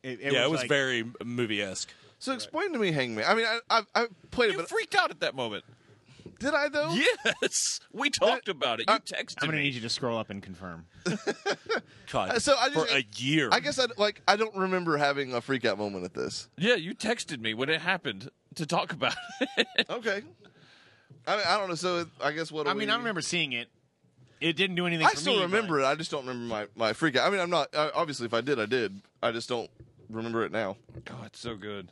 A: It, it
B: yeah,
A: was
B: it was
A: like-
B: very movie esque.
C: So explain to me, Hangman. I mean, I, I've, I've played it,
D: You
C: but
D: freaked out at that moment.
C: did I though?
D: Yes, we talked about it. You texted
A: I'm gonna
D: me.
A: need you to scroll up and confirm.
B: God,
C: So I just,
B: for a year.
C: I guess I like I don't remember having a freak out moment at this.
D: Yeah, you texted me when it happened to talk about it.
C: Okay. I mean, I don't know. So I guess what do
A: I mean,
C: we-
A: I remember seeing it. It didn't do anything.
C: I
A: for
C: still
A: me,
C: remember
A: but-
C: it. I just don't remember my my freak out. I mean, I'm not I, obviously if I did, I did. I just don't remember it now.
D: oh, it's so good.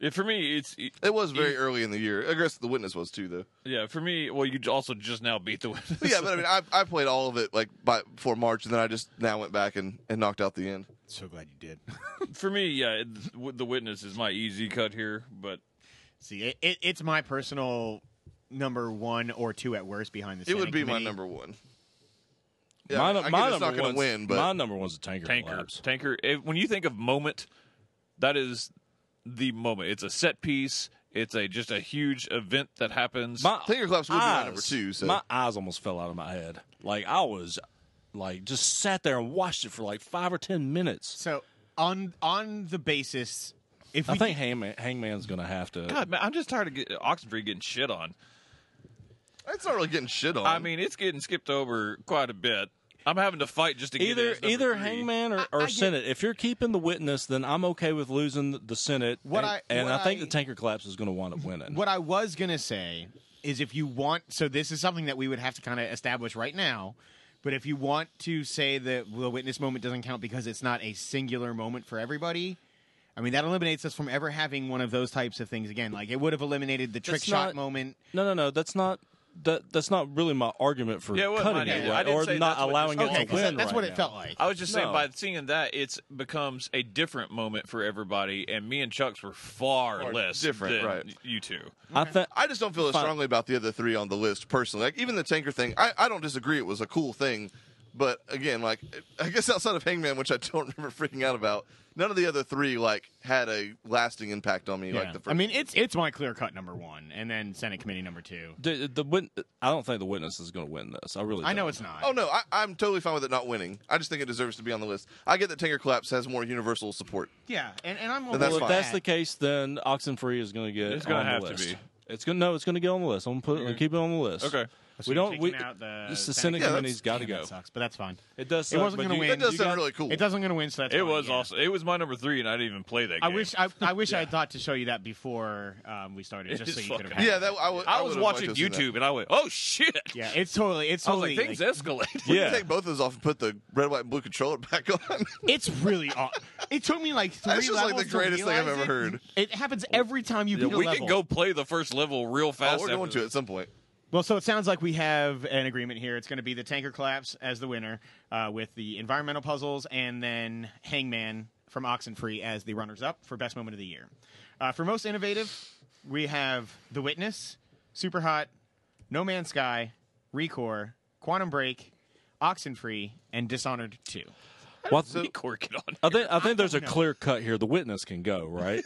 D: Yeah, for me, it's
C: It was very early in the year. I guess the witness was too, though.
D: yeah. For me, well, you also just now beat the witness.
C: But yeah, but I mean, I, I played all of it like by before March, and then I just now went back and, and knocked out the end.
A: So glad you did.
D: for me, yeah, it- w- the witness is my easy cut here, but
A: See, it, it, it's my personal number one or two at worst behind the.
C: It
A: Senate
C: would be my
A: committee.
C: number one.
B: my,
C: I
B: nu-
C: get
B: my
C: it's
B: number
C: not gonna
B: one's-
C: win, but
B: my number one's a tanker.
D: tanker,
B: collapse.
D: tanker. If, when you think of moment, that is the moment. It's a set piece. It's a just a huge event that happens.
B: My
C: Tanker collapse would be my number
B: eyes-
C: two, so-
B: my eyes almost fell out of my head. Like I was, like just sat there and watched it for like five or ten minutes.
A: So on on the basis, if
B: I
A: we
B: think Hangman, Hangman's gonna have to.
D: God, man, I'm just tired of get, Oxenfree getting shit on.
C: That's not really getting shit on.
D: I mean, it's getting skipped over quite a bit. I'm having to fight just to get it
B: Either
D: as number
B: either
D: three.
B: hangman or, or senate. If you're keeping the witness, then I'm okay with losing the- the senate.
A: What
B: and,
A: I-
B: and
A: what
B: I think
A: I-
B: the tanker collapse is going to wind up winning.
A: What I was gonna say is if you want, so this is something that we would have to kind of establish right now. But if you want to say that the witness moment doesn't count because it's not a singular moment for everybody, I mean that eliminates us from ever having one of those types of things again. Like it would have eliminated the trick
B: That's
A: shot
B: not-
A: moment.
B: No, no, no. That's not that. That's not really my argument for
D: Yeah, it wasn't
B: cutting
D: mine
B: it
D: either. I
B: right,
D: didn't
B: or
D: say
B: not
D: that's what
B: allowing
D: this
B: it
D: was.
A: Okay,
B: to
A: 'cause
B: win.
A: that- that's
B: right
A: what
B: now.
A: it felt like.
D: I was just saying
B: No.
D: by seeing that it's becomes a different moment for everybody, and me and Chuck's were far,
C: Far
D: less
C: different,
D: than
C: right.
D: You two.
B: I think
C: I just don't feel as
B: Fine.
C: strongly about the other three on the list personally. Like even the tanker thing, I, I don't disagree. It was a cool thing, but again, like I guess outside of Hangman, which I don't remember freaking out about, none of the other three like had a lasting impact on me. Like
A: Yeah.
C: the
A: I
C: first,
A: mean, it's it's my clear cut number one, and then Senate Committee number two.
B: the, the wit- I don't think the witness is going to win this. I really.
A: I know
B: don't.
A: it's not.
C: oh no, I, I'm totally fine with it not winning. I just think it deserves to be on the list. I get that tanker collapse has more universal support.
A: yeah, and, and I'm
C: Then that's
B: well, if
C: fine.
B: that's the case, then Oxenfree is going to get.
D: It's gonna
B: on the
D: have to
B: list.
D: be.
B: It's going to no. It's going to get on the list. I'm going to put. it- keep it on the list.
D: Okay.
A: So
B: we
A: you're
B: don't.
A: taking
B: We,
A: out the
B: it's the
A: Senate
B: Senate
C: Committee.
B: committee's got to
A: Damn,
B: go.
A: that sucks, but that's fine.
B: It does.
A: It
B: suck,
A: wasn't
B: but
A: gonna
B: you-
A: win.
C: That does
B: you
C: sound
B: got-
C: really cool.
A: It doesn't going to win, so that's
D: It
A: fine,
D: was
A: yeah.
D: awesome. It was my number three, and I didn't even play that.
A: I
D: game.
A: wish I, I wish I had thought to show you that before um, we started, just so
D: It's
A: you could have.
D: fucking-
A: had
C: Yeah,
A: it.
C: that I, w-
D: I
C: I
D: was
C: would've liked
D: watching
C: to have seen that.
D: YouTube, and I went, "Oh shit!"
A: yeah, it's totally, it's
D: I was like,
A: totally.
D: "Things
A: like,
D: escalate."
C: We
B: Yeah.
C: can take both of those off and put the red, white, and blue controller back on.
A: it's really. aw- it took me like three
C: That's just like
A: levels
C: the
A: to
C: greatest thing I've
A: realize
C: ever
A: it.
C: heard.
A: It happens every time you
D: Yeah,
A: beat a
D: we
A: level.
D: can go play the first level real fast.
C: oh, we're going
D: after
C: to at some point.
A: Well, so it sounds like we have an agreement here. It's going to be the tanker collapse as the winner, uh, with the environmental puzzles, and then Hangman from Oxenfree as the runners-up for best moment of the year. Uh, for most innovative, we have The Witness, Super Hot, No Man's Sky, Recore, Quantum Break, Oxenfree, and Dishonored Two.
B: What-
D: this. We cork it on.
B: I think I think there's a clear cut here. The witness can go right.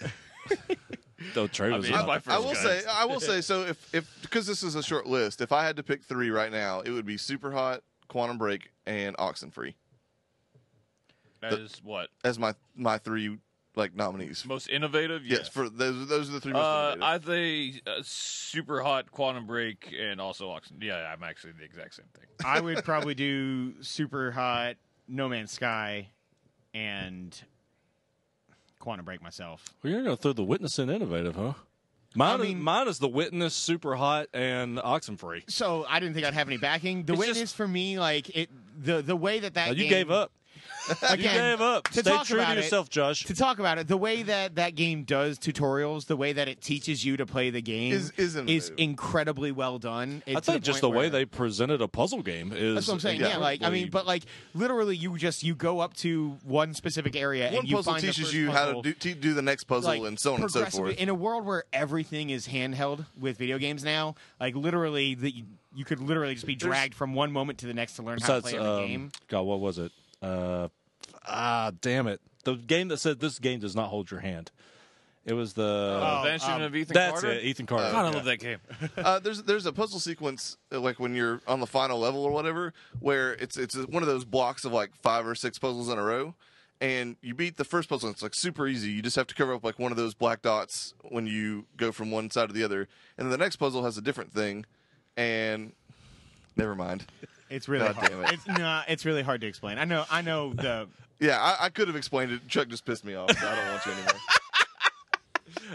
B: Though Trey was
D: mean,
B: not-
D: my
C: I
D: first
C: will
D: guy.
C: say, I will say, so if if because this is a short list, if I had to pick three right now, it would be Super Hot, Quantum Break, and Oxenfree
D: That is what
C: as my my three like nominees.
D: most innovative.
C: Yes, for those those are the three. Most
D: Uh,
C: nominated.
D: I think uh, super hot quantum break and also oxygen. Yeah, I'm actually the exact same thing.
A: I would probably do Super Hot, No Man's Sky, and Quantum Break myself.
B: Well, you're going to throw the witness in innovative, huh? Mine,
A: I
B: is,
A: mean-
B: mine is the witness, super hot, and Oxenfree.
A: so I didn't think I'd have any backing. The
B: It's
A: witness
B: just-
A: for me, like it, the the way that that
B: Now, you
A: game-
B: gave up.
A: Again,
B: you gave up.
A: to
B: Stay
A: talk
B: true to
A: about it-
B: yourself, Josh.
A: To talk about it, the way that that game does tutorials, the way that it teaches you to play the game
C: Is- is innovative.
A: incredibly well done.
B: I
A: It's to
B: think just the
A: point
B: way
A: where-
B: they presented a puzzle game is.
A: That's what I'm saying. Yeah, like I mean, but like literally, you just you go up to one specific area
C: One
A: and you
C: puzzle
A: find the
C: teaches
A: first
C: you how to
A: puzzle,
C: do, te- do the next puzzle
A: like,
C: and so on and so
A: progressively-
C: forth.
A: In a world where everything is handheld with video games now, like literally, that you, you could literally just be dragged from one moment to the next to learn how to
B: besides,
A: play every
B: um,
A: game.
B: God, what was it? Uh, ah, damn it! The game that said this game does not hold your hand. It was the.
A: Oh,
D: Uh, Invention
A: um,
D: of Ethan
B: that's
D: Carter.
B: it, Ethan Carter.
D: God, I
B: yeah.
D: love that game.
C: uh, there's there's a puzzle sequence uh, like when you're on the final level or whatever where it's it's one of those blocks of like five or six puzzles in a row and you beat the first puzzle and it's like super easy you just have to cover up like one of those black dots when you go from one side to the other and then the next puzzle has a different thing and never mind
A: It's really
C: God
A: hard.
C: damn it.
A: It's, nah, it's really hard to explain. I know. I know the.
C: yeah i, I could have explained it chuck just pissed me off so i don't want you anymore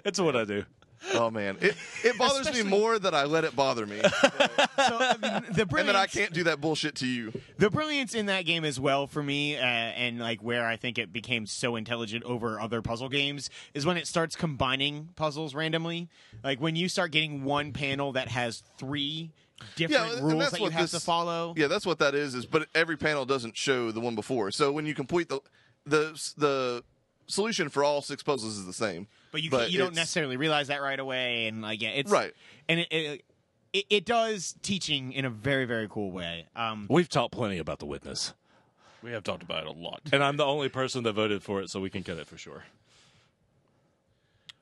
B: It's what I do.
C: oh man it, it bothers me
A: Especially-
C: more that i let it bother me
A: So, I mean, the brilliance.
C: and that i can't do that bullshit to you
A: The brilliance in that game as well for me, uh, and like where I think it became so intelligent over other puzzle games, is when it starts combining puzzles randomly. Like when you start getting one panel that has three different
C: and
A: rules
C: that's
A: that you
C: what
A: have
C: this-
A: to follow.
C: Yeah, that's what that is. Is but every panel doesn't show the one before. So when you complete the the the solution for all six puzzles is the same.
A: but you you don't
C: it's-
A: necessarily realize that right away, and like yeah, it's
C: Right.
A: and it. it it, it does teaching in a very very cool way. Um,
B: We've talked plenty about the witness,
D: We have talked about it a lot.
B: and I'm the only person that voted for it, so we can cut it for sure.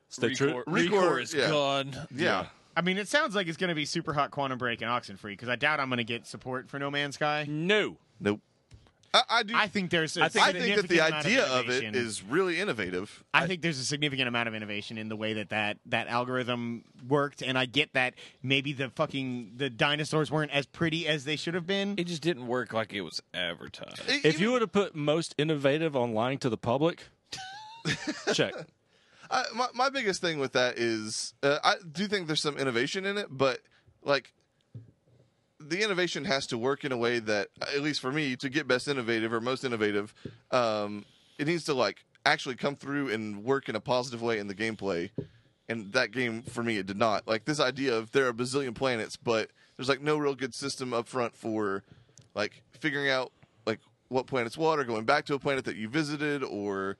B: Stay true.
D: Recore,
C: Recore,
D: Recore is
C: yeah.
D: gone.
C: Yeah.
A: I mean, it sounds like it's going to be super hot quantum break and oxen free because I doubt I'm going to get support for No Man's Sky.
B: No.
C: Nope. I, I do.
A: I think there's. I
D: Mm. I think
C: I think that the idea of, it
A: innovation.
C: is really innovative.
A: I think there's a significant amount of innovation in the way that, that that algorithm worked, and I get that maybe the fucking the dinosaurs weren't as pretty as they should have been.
D: It just didn't work like it was advertised.
C: E-
B: If you
C: even-
B: would have put most innovative on lying to the public, check.
C: I, my, my biggest thing with that is uh, I do think there's some innovation in it, but like the innovation has to work in a way that, at least for me, to get best innovative or most innovative, um, it needs to like actually come through and work in a positive way in the gameplay. And that game for me, it did not. Like this idea of there are a bazillion planets, but there's like no real good system up front for like figuring out like what planet's what or going back to a planet that you visited or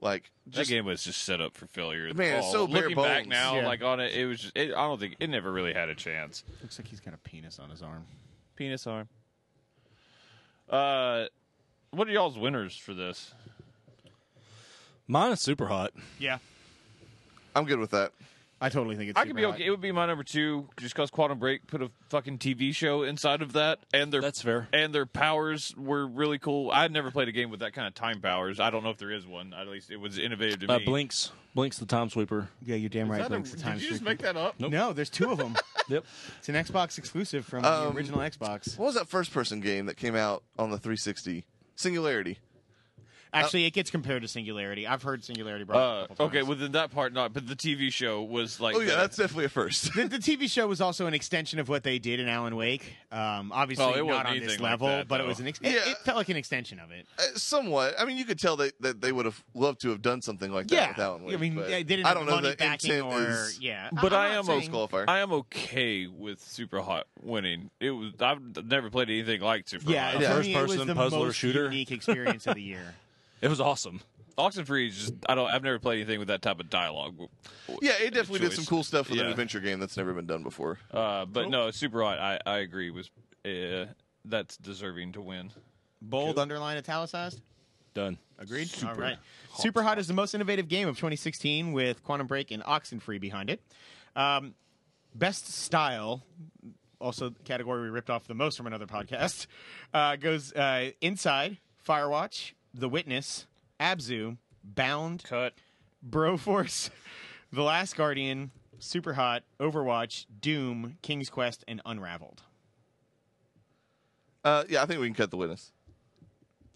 C: like
D: that
C: just
D: game was just set up for failure.
C: Man, it's
D: all.
C: so bare
D: looking back
C: bones.
D: now,
A: Yeah.
D: like on it, it was. Just, it, I don't think it never really had a chance.
A: Looks like he's got a penis on his arm.
D: Penis arm. Uh, what are y'all's winners for this?
B: Mine is super hot.
A: Yeah,
C: I'm good with that.
A: I totally think it's.
D: I could be
A: super
D: okay.
A: hot.
D: It would be my number two, just because Quantum Break put a fucking TV show inside of that, and their
B: That's fair.
D: and their powers were really cool. I've never played a game with that kind of time powers. I don't know if there is one. At least it was innovative to
B: Uh,
D: me.
B: Blinks, Blinks the time sweeper.
A: Yeah, you're damn
D: Is
A: right.
D: that a-
A: Blinks the time
D: did you just
A: streak.
D: make that up?
A: No, there's two of them.
B: Yep.
A: it's an Xbox exclusive from the
C: Um,
A: original Xbox.
C: What was that first person game that came out on the 360? Singularity.
A: Actually, it gets compared to Singularity. I've heard Singularity brought up
D: Uh,
A: a couple times.
D: okay, within that part, not. But the TV show was like,
C: Oh yeah,
D: the-
C: that's definitely a first.
A: the, the TV show was also an extension of what they did in Alan Wake. Um, obviously,
D: Oh, it wasn't
A: not on this
D: anything like
A: level,
D: that,
A: but it
D: though.
A: was an. Ex- it,
C: Yeah.
A: it felt like an extension of it.
C: Uh, Somewhat. I mean, you could tell that, that they would have loved to have done something like that
A: yeah,
C: with Alan Wake.
A: I mean,
C: but
A: they didn't.
C: I
A: have
C: don't know
A: money
C: that
A: backing
C: intent
A: or
C: is.
A: yeah.
D: But
A: I'm
D: I
A: not
D: am
A: saying-
C: Ghost Qualifier.
D: I am okay with Super Hot winning. It was I've never played anything like Super
A: Yeah,
D: Hot.
A: yeah.
B: First
A: it was
B: person
A: the
B: puzzler
A: most
B: shooter.
A: Unique experience of the year.
B: It was awesome.
D: Oxenfree is just I don't I've never played anything with that type of dialogue.
C: yeah, it definitely did some
D: choice.
C: cool stuff with an
D: Yeah.
C: adventure game that's never been done before.
D: Uh, but no, Super Hot I, I agree was uh, that's deserving to win.
A: Bold, underline, italicized.
B: Done.
A: Agreed. All right. Super Hot is the most innovative game of 2016 with Quantum Break and Oxenfree behind it. Um, best style, also the category we ripped off the most from another podcast, uh, goes uh, Inside, Firewatch, The Witness, Abzu, Bound,
D: Cut.
A: Broforce, The Last Guardian, Super Hot, Overwatch, Doom, King's Quest, and Unraveled.
C: Uh, yeah, I think we can cut the witness.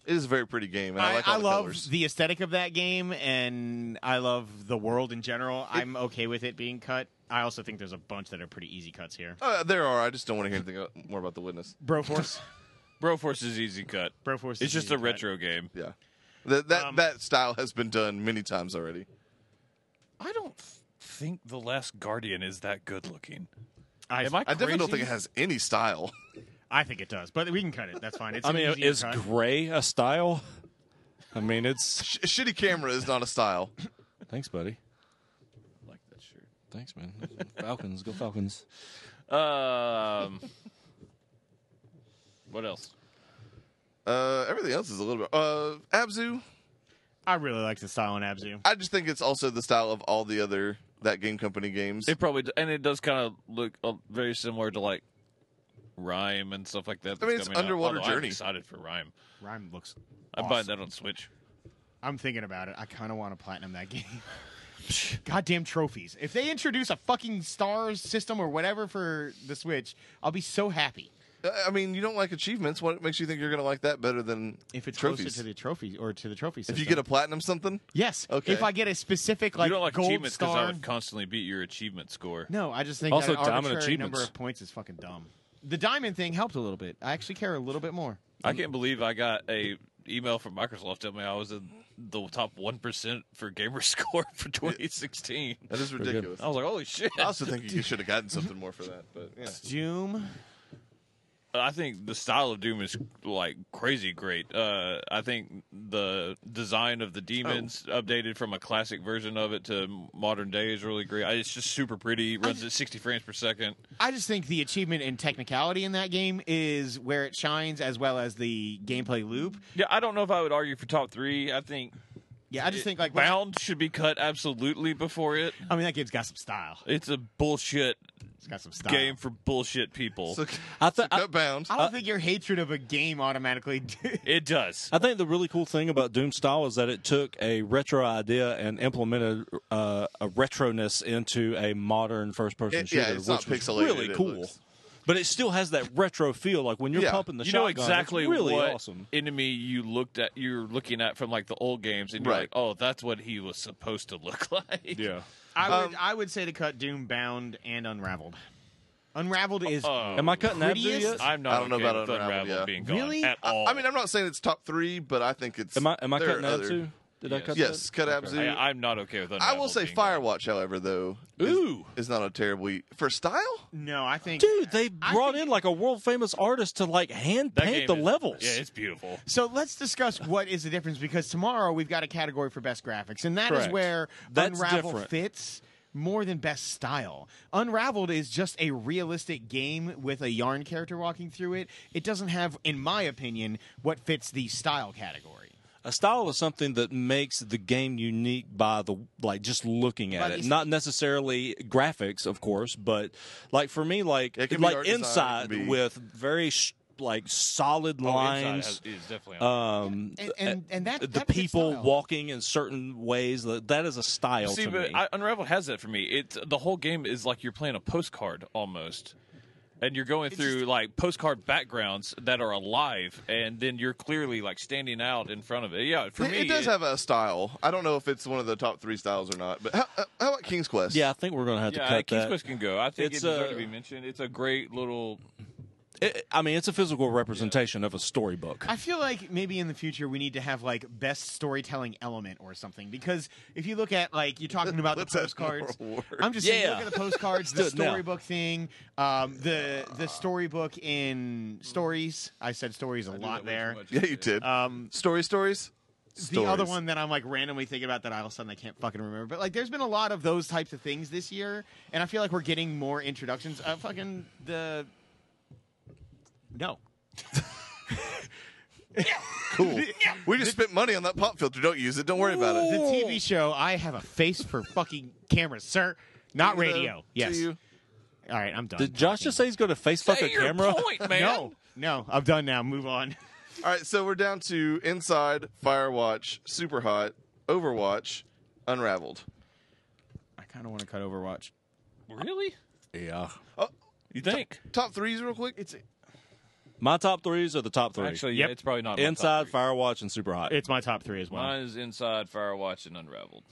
C: It is a very pretty game, and I, like all the
A: love
C: colors.
A: the aesthetic of that game, and I love the world in general. I'm okay with it being cut. I also think there's a bunch that are pretty easy cuts here.
C: Uh, there are. I just don't want to hear anything uh, more about the witness.
A: Broforce,
D: Broforce is easy cut.
A: Broforce.
D: It's
A: is
D: just
A: easy
D: a
A: cut.
D: retro game.
C: Yeah, that that,
A: Um,
C: that style has been done many times already.
D: I don't think The Last Guardian is that good looking.
A: I,
D: Am I
C: I definitely don't
D: crazy?
C: think it has any style.
A: I think it does, but we can cut it. That's fine. It's
B: I
A: an
B: mean,
A: easier
B: is
A: cut.
B: gray a style? I mean, it's.
C: Sh- shitty camera is not a style.
B: Thanks, buddy.
D: I like that shirt.
B: Thanks, man. Falcons, go Falcons.
D: Um, what else?
C: Uh, everything else is a little bit. Uh, Abzu,
A: I really like the style in Abzu.
C: I just think it's also the style of all the other that game company games.
D: It probably d- and it does kind of look uh, very similar to like Rhyme and stuff like that.
C: I mean, it's
D: that's coming out.
C: Underwater
D: Although I'm
C: Journey.
D: excited for Rhyme.
A: Rhyme looks.
D: I'm buying that on Switch.
A: I'm thinking about it. I kind of want to platinum that game. Goddamn trophies! If they introduce a fucking stars system or whatever for the Switch, I'll be so happy.
C: Uh, I- I mean, you don't like achievements. What makes you think you're going to like that better than
A: If it's
C: trophies?
A: closer to the trophy or to the trophy system,
C: if you get a platinum something,
A: Yes.
C: Okay.
A: If I get a specific like,
D: you don't like
A: gold
D: achievements because
A: star.
D: I would constantly beat your achievement score.
A: no, I just think
B: Also,
A: that
B: diamond
A: arbitrary number
B: achievements.
A: of points is fucking dumb. The diamond thing helped a little bit. I actually care a little bit more.
D: I can't believe I got a email from Microsoft telling me I was in the top one percent for gamer score for 2016.
C: that is
B: good.
C: ridiculous.
D: I was like, holy shit!
C: I also think you should have gotten something more for that. But yeah.
A: Doom.
D: I think the style of Doom is like crazy great. Uh, I think the design of the demons updated from a classic version of it to modern day is really great. I, it's just super pretty. Runs at 60 frames per second.
A: I just think the achievement and technicality in that game is where it shines, as well as the gameplay loop.
D: Yeah, I don't know if I would argue for top three. I think
A: Yeah, I just think like
D: Bound should be cut absolutely before it.
A: I mean, that game's got some style.
D: It's a bullshit
A: It's got some style.
D: game Uh, for bullshit people.
C: So,
B: I think
C: so Nutbound.
A: I don't think your hatred of a game automatically.
D: it does.
B: I think the really cool thing about Doom Style is that it took a retro idea and implemented uh, a retroness into a modern first-person
C: It- yeah,
B: shooter,
C: it's
B: which
C: not
B: was
C: pixelated,
B: really
C: it
B: cool.
C: looks-
B: But it still has that retro feel, like when you're
C: Yeah.
B: pumping the
D: you know
B: shotgun. it's
D: exactly
B: really
D: what
B: awesome.
D: enemy you looked at. You're looking at from like the old games, and you're
C: Right.
D: like, "Oh, that's what he was supposed to look like."
A: I would, I would say to cut Doom, Bound, and Unraveled. Unraveled is
D: Oh.
B: Am I cutting Abzu
A: Prettiest?
B: yet?
D: I'm not.
C: I don't know
D: okay
C: about
D: with
C: Unraveled,
D: Unraveled
C: yeah.
D: being gone
A: Really?
D: at
A: I-
D: all.
C: I mean, I'm not saying it's top three, but I think it's.
B: Am I am I
C: there are
B: cutting
C: other-
B: Abzu? Did I
D: Yes.
B: cut
C: Yes,
B: that?
C: cut
B: Okay.
C: Abzu.
D: I, am not okay with
C: I
D: Unraveled.
C: will say
D: being gone.
C: Firewatch, however, though. is-
B: Ooh.
C: Is, not a terribly. For style?
A: no. I think
B: Dude, they
A: I
B: brought
A: think-
B: in like a world famous artist to like hand
D: That
B: paint
D: game
B: the
D: is-
B: levels.
D: Yeah, it's beautiful.
A: So let's discuss what is the difference because tomorrow we've got a category for best graphics, and that is
B: Correct.
A: where
B: That's
A: Unravel
B: different.
A: fits more than best style. Unraveled is just a realistic game with a yarn character walking through it. It doesn't have, in my opinion, what fits the style category.
B: A style is something that makes the game unique by the like just looking at
A: By
B: it,
A: the-
B: not necessarily graphics, of course, but like for me, like
C: It can be
B: like
C: art design, it
B: inside
C: can be-
B: with very sh- like solid
D: Oh, Inside
B: lines.
D: has- is definitely.
B: Um,
A: And and, and that
B: the
A: that fits
B: people
A: style.
B: walking in certain ways that, that is a style
D: See,
B: to
D: but
B: me.
D: I, Unraveled has that for me. It's the whole game is like you're playing a postcard almost, and you're going through like postcard backgrounds that are alive, and then you're clearly like standing out in front of it. Yeah, for
C: it,
D: me,
C: it does have a style. I don't know if it's one of the top three styles or not, but how, uh, how about King's Quest?
B: yeah, I think we're gonna have
D: Yeah,
B: to cut
D: King's
B: that.
D: Quest can go. I think
B: It's,
D: it deserves
B: uh,
D: to be mentioned. It's a great little.
B: It- I mean, it's a physical representation of a storybook.
A: I feel like maybe in the future we need to have like best storytelling element or something because if you look at like you're talking about the
C: Let's have
A: postcards,
C: more words.
A: I'm just saying
B: Yeah.
A: look at the postcards, the
B: Stood now.
A: storybook thing, um, the the storybook in stories. I said stories a lot there.
C: Yeah, you did.
A: Um,
C: story stories?
A: the other
C: Stories.
A: one that I'm like randomly thinking about that all of a sudden I can't fucking remember. But like, there's been a lot of those types of things this year, and I feel like we're getting more introductions. Uh, fucking the no,
C: Cool. we just spent money on that pop filter. Don't use it. Don't worry about
A: the
C: it.
A: TV show. I have a face for fucking cameras, sir. Not
C: Uh,
A: radio.
C: to
A: Yes.
C: you.
A: All right, I'm done.
B: Did Josh
A: talking.
B: just say he's going to face fuck
D: Say
B: a
D: your
B: camera?
D: point, man.
A: no? No, I'm done now. Move on.
C: All right, so we're down to Inside, Firewatch, Super Hot, Overwatch, Unraveled.
A: I kind of want to cut Overwatch.
D: Really?
B: Yeah.
D: You think?
C: Oh, Top threes, real quick. It's
B: My top threes are the top three.
D: Actually,
A: Yep.
D: yeah, it's probably not my top
B: Inside,
D: three.
B: Firewatch, and Super Hot.
A: It's my top three as well.
D: Mine is Inside, Firewatch, and Unraveled.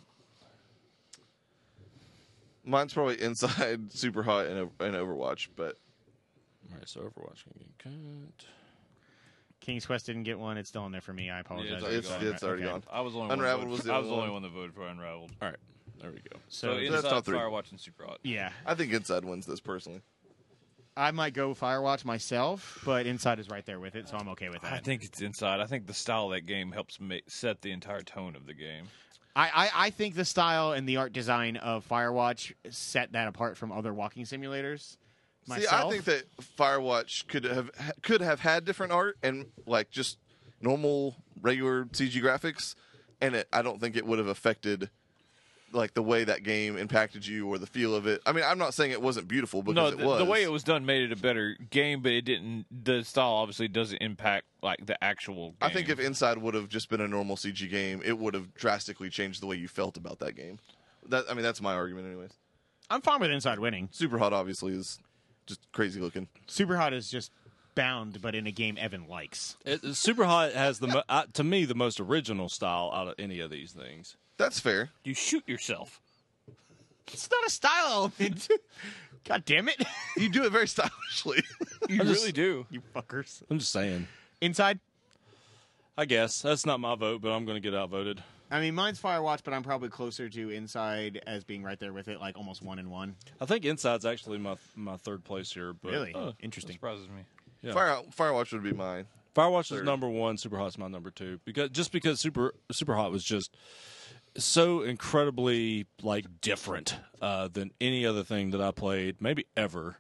C: mine's probably Inside, Super Hot, and, O- and Overwatch. But
B: All right, so Overwatch can get cut.
A: King's Quest didn't get one. It's still in there for me. I apologize.
D: already
C: it's
D: gone.
C: it's already
A: Okay.
C: gone.
D: I was the only
C: Unraveled
D: one
C: was
D: voted-
C: the
D: I was the
C: only
D: only one that voted for Unraveled.
B: All right, there we go.
A: So,
D: so
C: that's top
D: Inside,
C: three.
D: Firewatch, and Super Hot.
A: yeah,
C: I think Inside wins this personally.
A: I might go Firewatch myself, but Inside is right there with it, so I'm okay with that.
D: I think it's inside. I think the style of that game helps ma- set the entire tone of the game.
A: I, I, I think the style and the art design of Firewatch set that apart from other walking simulators. Myself,
C: See, I think that Firewatch could have ha- could have had different art and like just normal regular CG graphics, and it, I don't think it would have affected like the way that game impacted you or the feel of it. I mean, I'm not saying it wasn't beautiful because
D: no,
C: it
D: the,
C: was.
D: the way it was done made it a better game, but it didn't. The style obviously doesn't impact like the actual. Game.
C: I think if Inside would have just been a normal CG game, it would have drastically changed the way you felt about that game. That I mean, that's my argument, anyways.
A: I'm fine with Inside winning.
C: Super Hot obviously is just crazy looking.
A: Super Hot is just bound, but in a game Evan likes.
B: It, Super Hot has the mo- uh, to me the most original style out of any of these things.
C: That's fair.
D: you shoot yourself,
A: It's not a style element. God damn it,
C: You do it very stylishly.
D: you
B: just-
D: really do.
A: you fuckers!
B: I'm just saying.
A: Inside.
B: I guess that's not my vote, but I'm going to get outvoted.
A: I mean, mine's Firewatch, but I'm probably closer to Inside as being right there with it, like almost one in one.
B: I think Inside's actually my my third place here. But
A: Really
B: uh,
A: interesting.
D: Surprises me.
B: Yeah.
C: Fire, Firewatch would be mine.
B: Firewatch is number one. Super Hot's my number two because just because Super Super Hot was just so incredibly like different uh, than any other thing that I played maybe ever.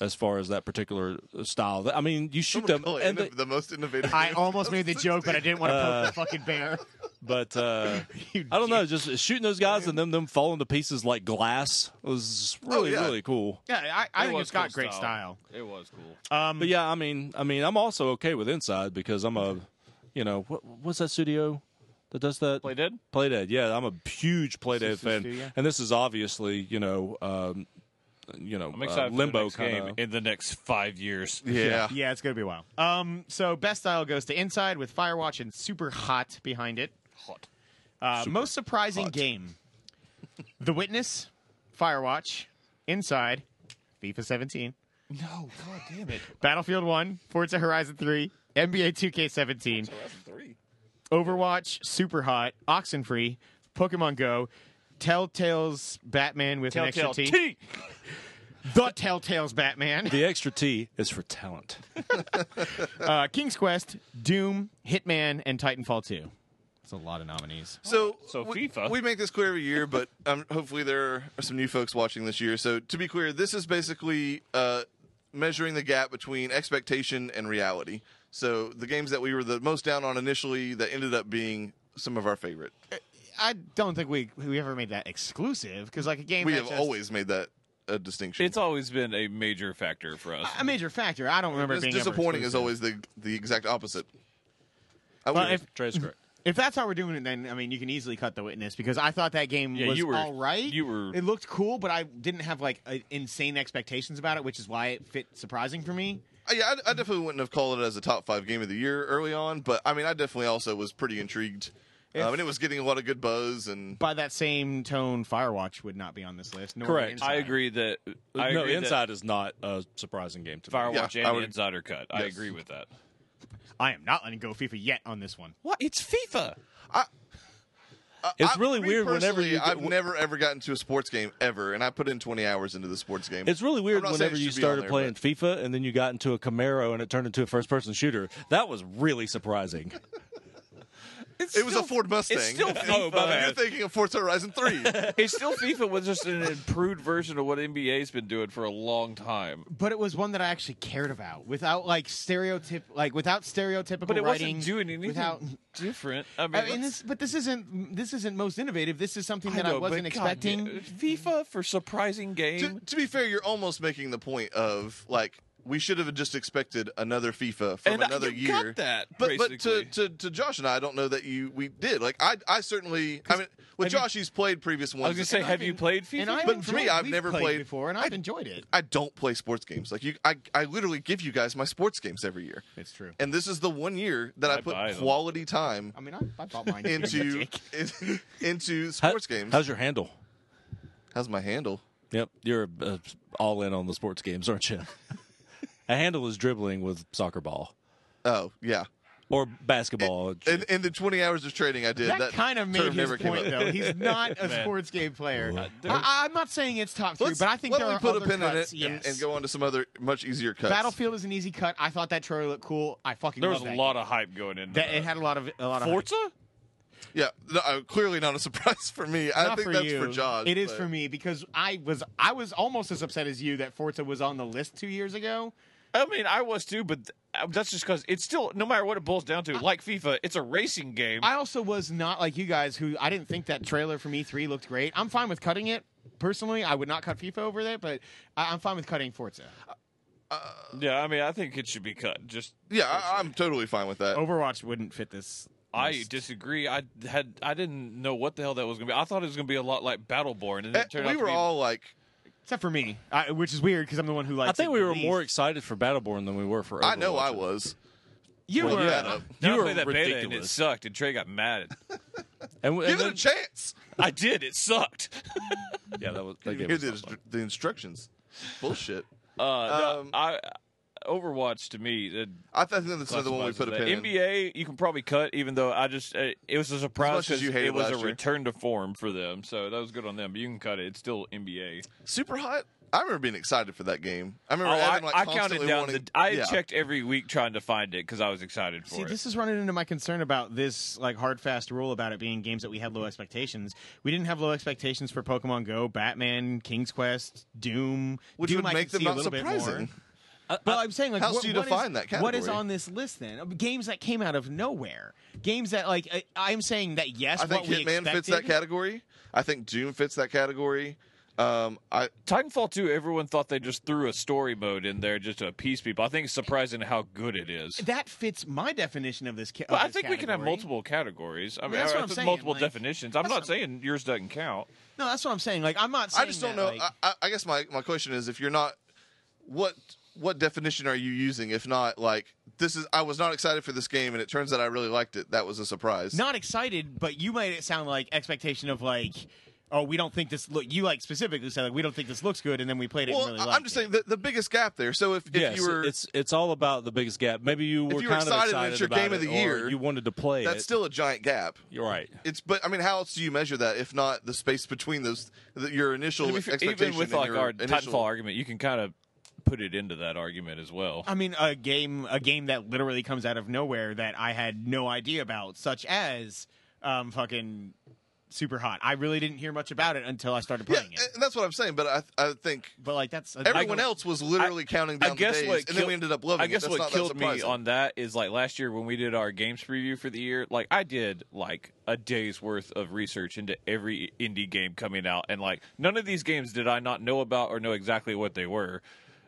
B: As far as that particular style, I mean, you shoot them
C: Call it
B: and
C: inno-
B: they-
C: the most innovative.
A: I
C: game.
A: almost made the joke, but I didn't want to poke the fucking bear.
B: But uh,
A: You
B: I don't know, just shooting those guys and them them falling to pieces like glass was
D: Oh,
B: really
C: yeah.
B: really cool.
A: Yeah, I, I think
D: was
A: it's got
D: cool
A: great style.
D: It was cool.
A: Um,
B: But yeah, I mean, I mean, I'm also okay with Inside because I'm a, you know, what, what's that studio that does that?
D: Play Dead?
B: Playdead, yeah, I'm a huge Playdead fan,
A: studio.
B: and this is obviously, you know, um, you know,
D: I'm
B: uh,
D: excited for the
B: Limbo
D: next game
B: kind
D: in the next five years.
C: Yeah.
A: yeah, it's gonna be a while. Um, so best style goes to Inside with Firewatch and Super Hot behind it.
D: Hot.
A: Uh, most surprising game: The Witness, Firewatch, Inside, FIFA 17,
D: No, god damn it.
A: Battlefield 1, Forza Horizon 3, NBA 2K17,
D: three.
A: Overwatch, Super Hot, Oxenfree, Pokemon Go, Telltale's Batman with an
D: Telltale
A: extra T,
D: T.
A: the Telltale's Batman,
B: The extra T is for talent.
A: uh, King's Quest, Doom, Hitman, and Titanfall 2. That's a lot of nominees.
C: So,
D: So
C: we,
D: FIFA.
C: We make this clear every year, but um, hopefully there are some new folks watching this year. So to be clear, this is basically uh, measuring the gap between expectation and reality. So the games that we were the most down on initially that ended up being some of our favorite.
A: I don't think we we ever made that exclusive because like a game
C: We
A: that
C: have
A: just-
C: always made that a distinction.
D: It's always been a major factor for us.
A: a major factor. I don't remember it
C: Dis-
A: being ever
C: disappointing is
A: exclusive.
C: always the the exact opposite. I
A: Well,
C: would-
A: if
B: Trey's correct.
A: if that's how we're doing it, then I mean you can easily cut the witness because I thought that game
D: Yeah,
A: was
D: you were-
A: all right.
D: you were-
A: it looked cool, but I didn't have like a, insane expectations about it, which is why it fit surprising for me.
C: I- Uh, yeah, I, I definitely wouldn't have called it as a top five game of the year early on, but I mean, I definitely also was pretty intrigued.
A: If-
C: um, and it was getting a lot of good buzz, and
A: By that same tone, Firewatch would not be on this list. Nor would
B: Correct.
A: Inside.
D: I agree that I
B: no,
D: agree
B: Inside is not a surprising game to
D: that Firewatch
C: Yeah, I
D: and
C: would-
D: the Insider Cut. I
C: Yes.
D: agree with that.
A: I am not letting go FIFA yet on this one.
D: What? It's FIFA.
C: I-
B: It's
C: I-
B: really
C: me
B: weird whenever
C: personally,
B: you get-
C: I've never ever gotten to a sports game ever, and I put in twenty hours into the sports game.
B: It's really
C: I'm
B: weird
C: not saying
B: whenever
C: it
B: you
C: should be on
B: started
C: there,
B: playing FIFA and then you got into a Camaro and it turned into a first-person shooter. That was really surprising.
D: It's
C: It was
D: still-
C: a Ford Mustang.
D: It's still FIFA.
B: Oh, my
C: You're thinking of Forza Horizon Three.
D: It's still FIFA with just an improved version of what NBA's been doing for a long time.
A: But it was one that I actually cared about without like stereotyp like without stereotypical
D: But it
A: writing.
D: wasn't doing anything
A: without.
D: different. I mean,
A: I mean, this, but this isn't this isn't most innovative. This is something that I,
D: know, but
A: wasn't
D: God,
A: expecting.
D: yeah, FIFA for surprising
C: to,
D: game.
C: to be fair, you're almost making the point of like we should have just expected another FIFA
B: uh,
C: from
D: And I-
C: another
D: you
C: year.
D: got that,
C: but but to,
D: basically.
C: to to Josh and I, I don't know that you we did. Like I I certainly I mean with Josh he's played previous ones.
D: I was gonna say, have you played FIFA?
A: And I
C: But for me,
A: enjoyed-
C: I've
A: we've
C: never
A: played,
C: played-
A: before, and I've enjoyed it.
C: I don't play sports games. Like you, I, I literally give you guys my sports games every year,
A: It's true.
C: and this is the one year that I,
D: I buy
C: put
D: them.
C: quality time
A: I mean, I, I bought mine
C: into in- into sports
B: How-
C: games.
B: How's your handle?
C: How's my handle?
B: Yep, you're uh, all in on the sports games, aren't you? a handle is dribbling with soccer ball
C: Oh yeah,
B: or basketball.
C: in, in the twenty hours of trading I did,
A: That,
C: that,
A: kind of made
C: term
A: his
C: never came
A: point,
C: up.
A: though. He's not a sports game player. I, I'm not saying it's top 3
C: Let's,
A: but I think
C: why
A: there
C: don't
A: are
C: we put
A: other
C: a pin
A: cuts.
C: in it
A: yes.
C: and, and go on to some other much easier cuts.
A: Battlefield is an easy cut. I thought that trailer looked cool. I fucking
D: there was
A: love
D: a
A: that
D: lot
A: game.
D: of hype going into
A: that.
D: that.
A: It had a lot of a lot of hype.
D: Forza.
C: Yeah, no, uh, clearly not a surprise for me. I
A: Not
C: think
A: for
C: that's
A: you.
C: for Josh.
A: It is
C: but-
A: for me because I was I was almost as upset as you that Forza was on the list two years ago.
D: I mean, I was too, but th- uh, that's just because it's still no matter what it boils down to. like FIFA, it's a racing game.
A: I also was not like you guys who I didn't think that trailer from E3 looked great. I'm fine with cutting it. Personally, I would not cut FIFA over there, but I, I'm fine with cutting Forza.
D: yeah, I mean, I think it should be cut. Just
C: Yeah, I, I'm totally fine with that.
A: Overwatch wouldn't fit this.
D: I disagree. I had I didn't know what the hell that was gonna be. I thought it was gonna be a lot like Battleborn, and then
C: Eh,
D: it turned out
C: we
D: to
C: were
D: be-
C: all like,
A: Except for me, I, which is weird because I'm the one who likes.
B: I think
A: it
B: we
A: the
B: were
A: least.
B: more excited for Battleborn than we were for.
C: I know
B: Overwatch.
C: I was.
A: You
C: Well,
A: were.
C: yeah, no.
D: Then I
B: You were
D: played that beta and it
B: ridiculous.
D: sucked, and Trey got mad.
B: And, w-
C: Give
B: and
C: it a chance.
D: I did. It sucked.
B: then- yeah, that was. That game was
C: Here's the,
B: not fun.
C: instru- the instructions. Bullshit.
D: Uh, no,
C: Um,
D: I Overwatch to me. Uh,
C: I, th- I think that's another one we
D: classifies
C: put a
D: as that.
C: pin in.
D: NBA, you can probably cut, even though I just uh, it was a surprise
C: much as
D: 'cause
C: you hated
D: it was a
C: last year.
D: return to form for them, so that was good on them. But you can cut it; it's still NBA.
C: Super hot. I remember being excited for that game. I
D: Oh,
C: remember
D: I,
C: Adam, like,
D: I counted
C: constantly
D: down.
C: wanting,
D: the, I
C: yeah.
D: checked every week trying to find it because I was excited for
A: See,
D: it.
A: this is running into my concern about this like hard fast rule about it being games that we had low expectations. We didn't have low expectations for Pokemon Go, Batman, King's Quest, Doom,
C: which
A: Doom
C: would
A: I
C: make
A: could
C: them
A: see a
C: not
A: little bit more.
C: surprising.
A: But I, am saying, like,
C: how else
A: what,
C: do you
A: what is-
C: define that
A: What is
C: category?
A: on this list then? Of Games that came out of nowhere. Games that, like, I, I'm saying that yes,
C: I think
A: what we
C: Hitman
A: expected,
C: fits that category. I think Doom fits that category. Um, I
D: Titanfall 2, everyone thought they just threw a story mode in there just to appease people. I think it's surprising how good it is.
A: that fits my definition of this. Ca-
D: But
A: of
D: I
A: this
D: think we can have
A: category.
D: multiple categories. I mean,
A: that's
D: I-
A: what
D: I
A: I'm
D: think
A: saying,
D: multiple
A: like,
D: definitions. I'm
A: that's
D: not
A: what-
D: saying yours doesn't count.
A: No, that's what I'm saying. Like, I'm not.
C: I
A: Saying
C: just
A: that,
C: don't know.
A: like-
C: I I, I guess my, my question is if you're not what what definition are you using? If not like this is I was not excited for this game and it turns out I really liked it. That was a surprise.
A: not excited, but you made it sound like expectation of like, oh, we don't think this look. You like specifically said like we don't think this looks good, and then we played it.
C: well,
A: and really
C: I- I'm
A: liked
C: just
A: it.
C: saying the, the biggest gap there. So if, if
B: yes,
C: you were
B: it's it's all about the biggest gap. Maybe you were,
C: you were
B: kind
C: excited
B: of excited
C: and it's your
B: about
C: game of
B: it
C: the
B: or
C: year,
B: you wanted to play
C: that's
B: it.
C: still a giant gap.
B: you're right.
C: It's but I mean, how else do you measure that if not the space between those th your initial
D: Even if-
C: expectation?
D: Even with
C: and
D: like
C: your
D: our
C: initial,
D: Titanfall argument, you can kind of put it into that argument as well.
A: I mean, a game, a game that literally comes out of nowhere that I had no idea about, such as, um, fucking, super hot. I really didn't hear much about it until I started
C: yeah,
A: playing it.
C: and that's what I'm saying. But I I think
A: But like that's
C: everyone
A: I-
C: else was literally counting down
D: I guess
C: the days,
D: what
C: and
D: killed,
C: then we ended up loving
D: I guess
C: it. That's
D: what
C: not
D: killed
C: that
D: me
C: surprising.
D: on that is like last year when we did our games preview for the year. Like I did like a day's worth of research into every indie game coming out, and like none of these games did I not know about or know exactly what they were.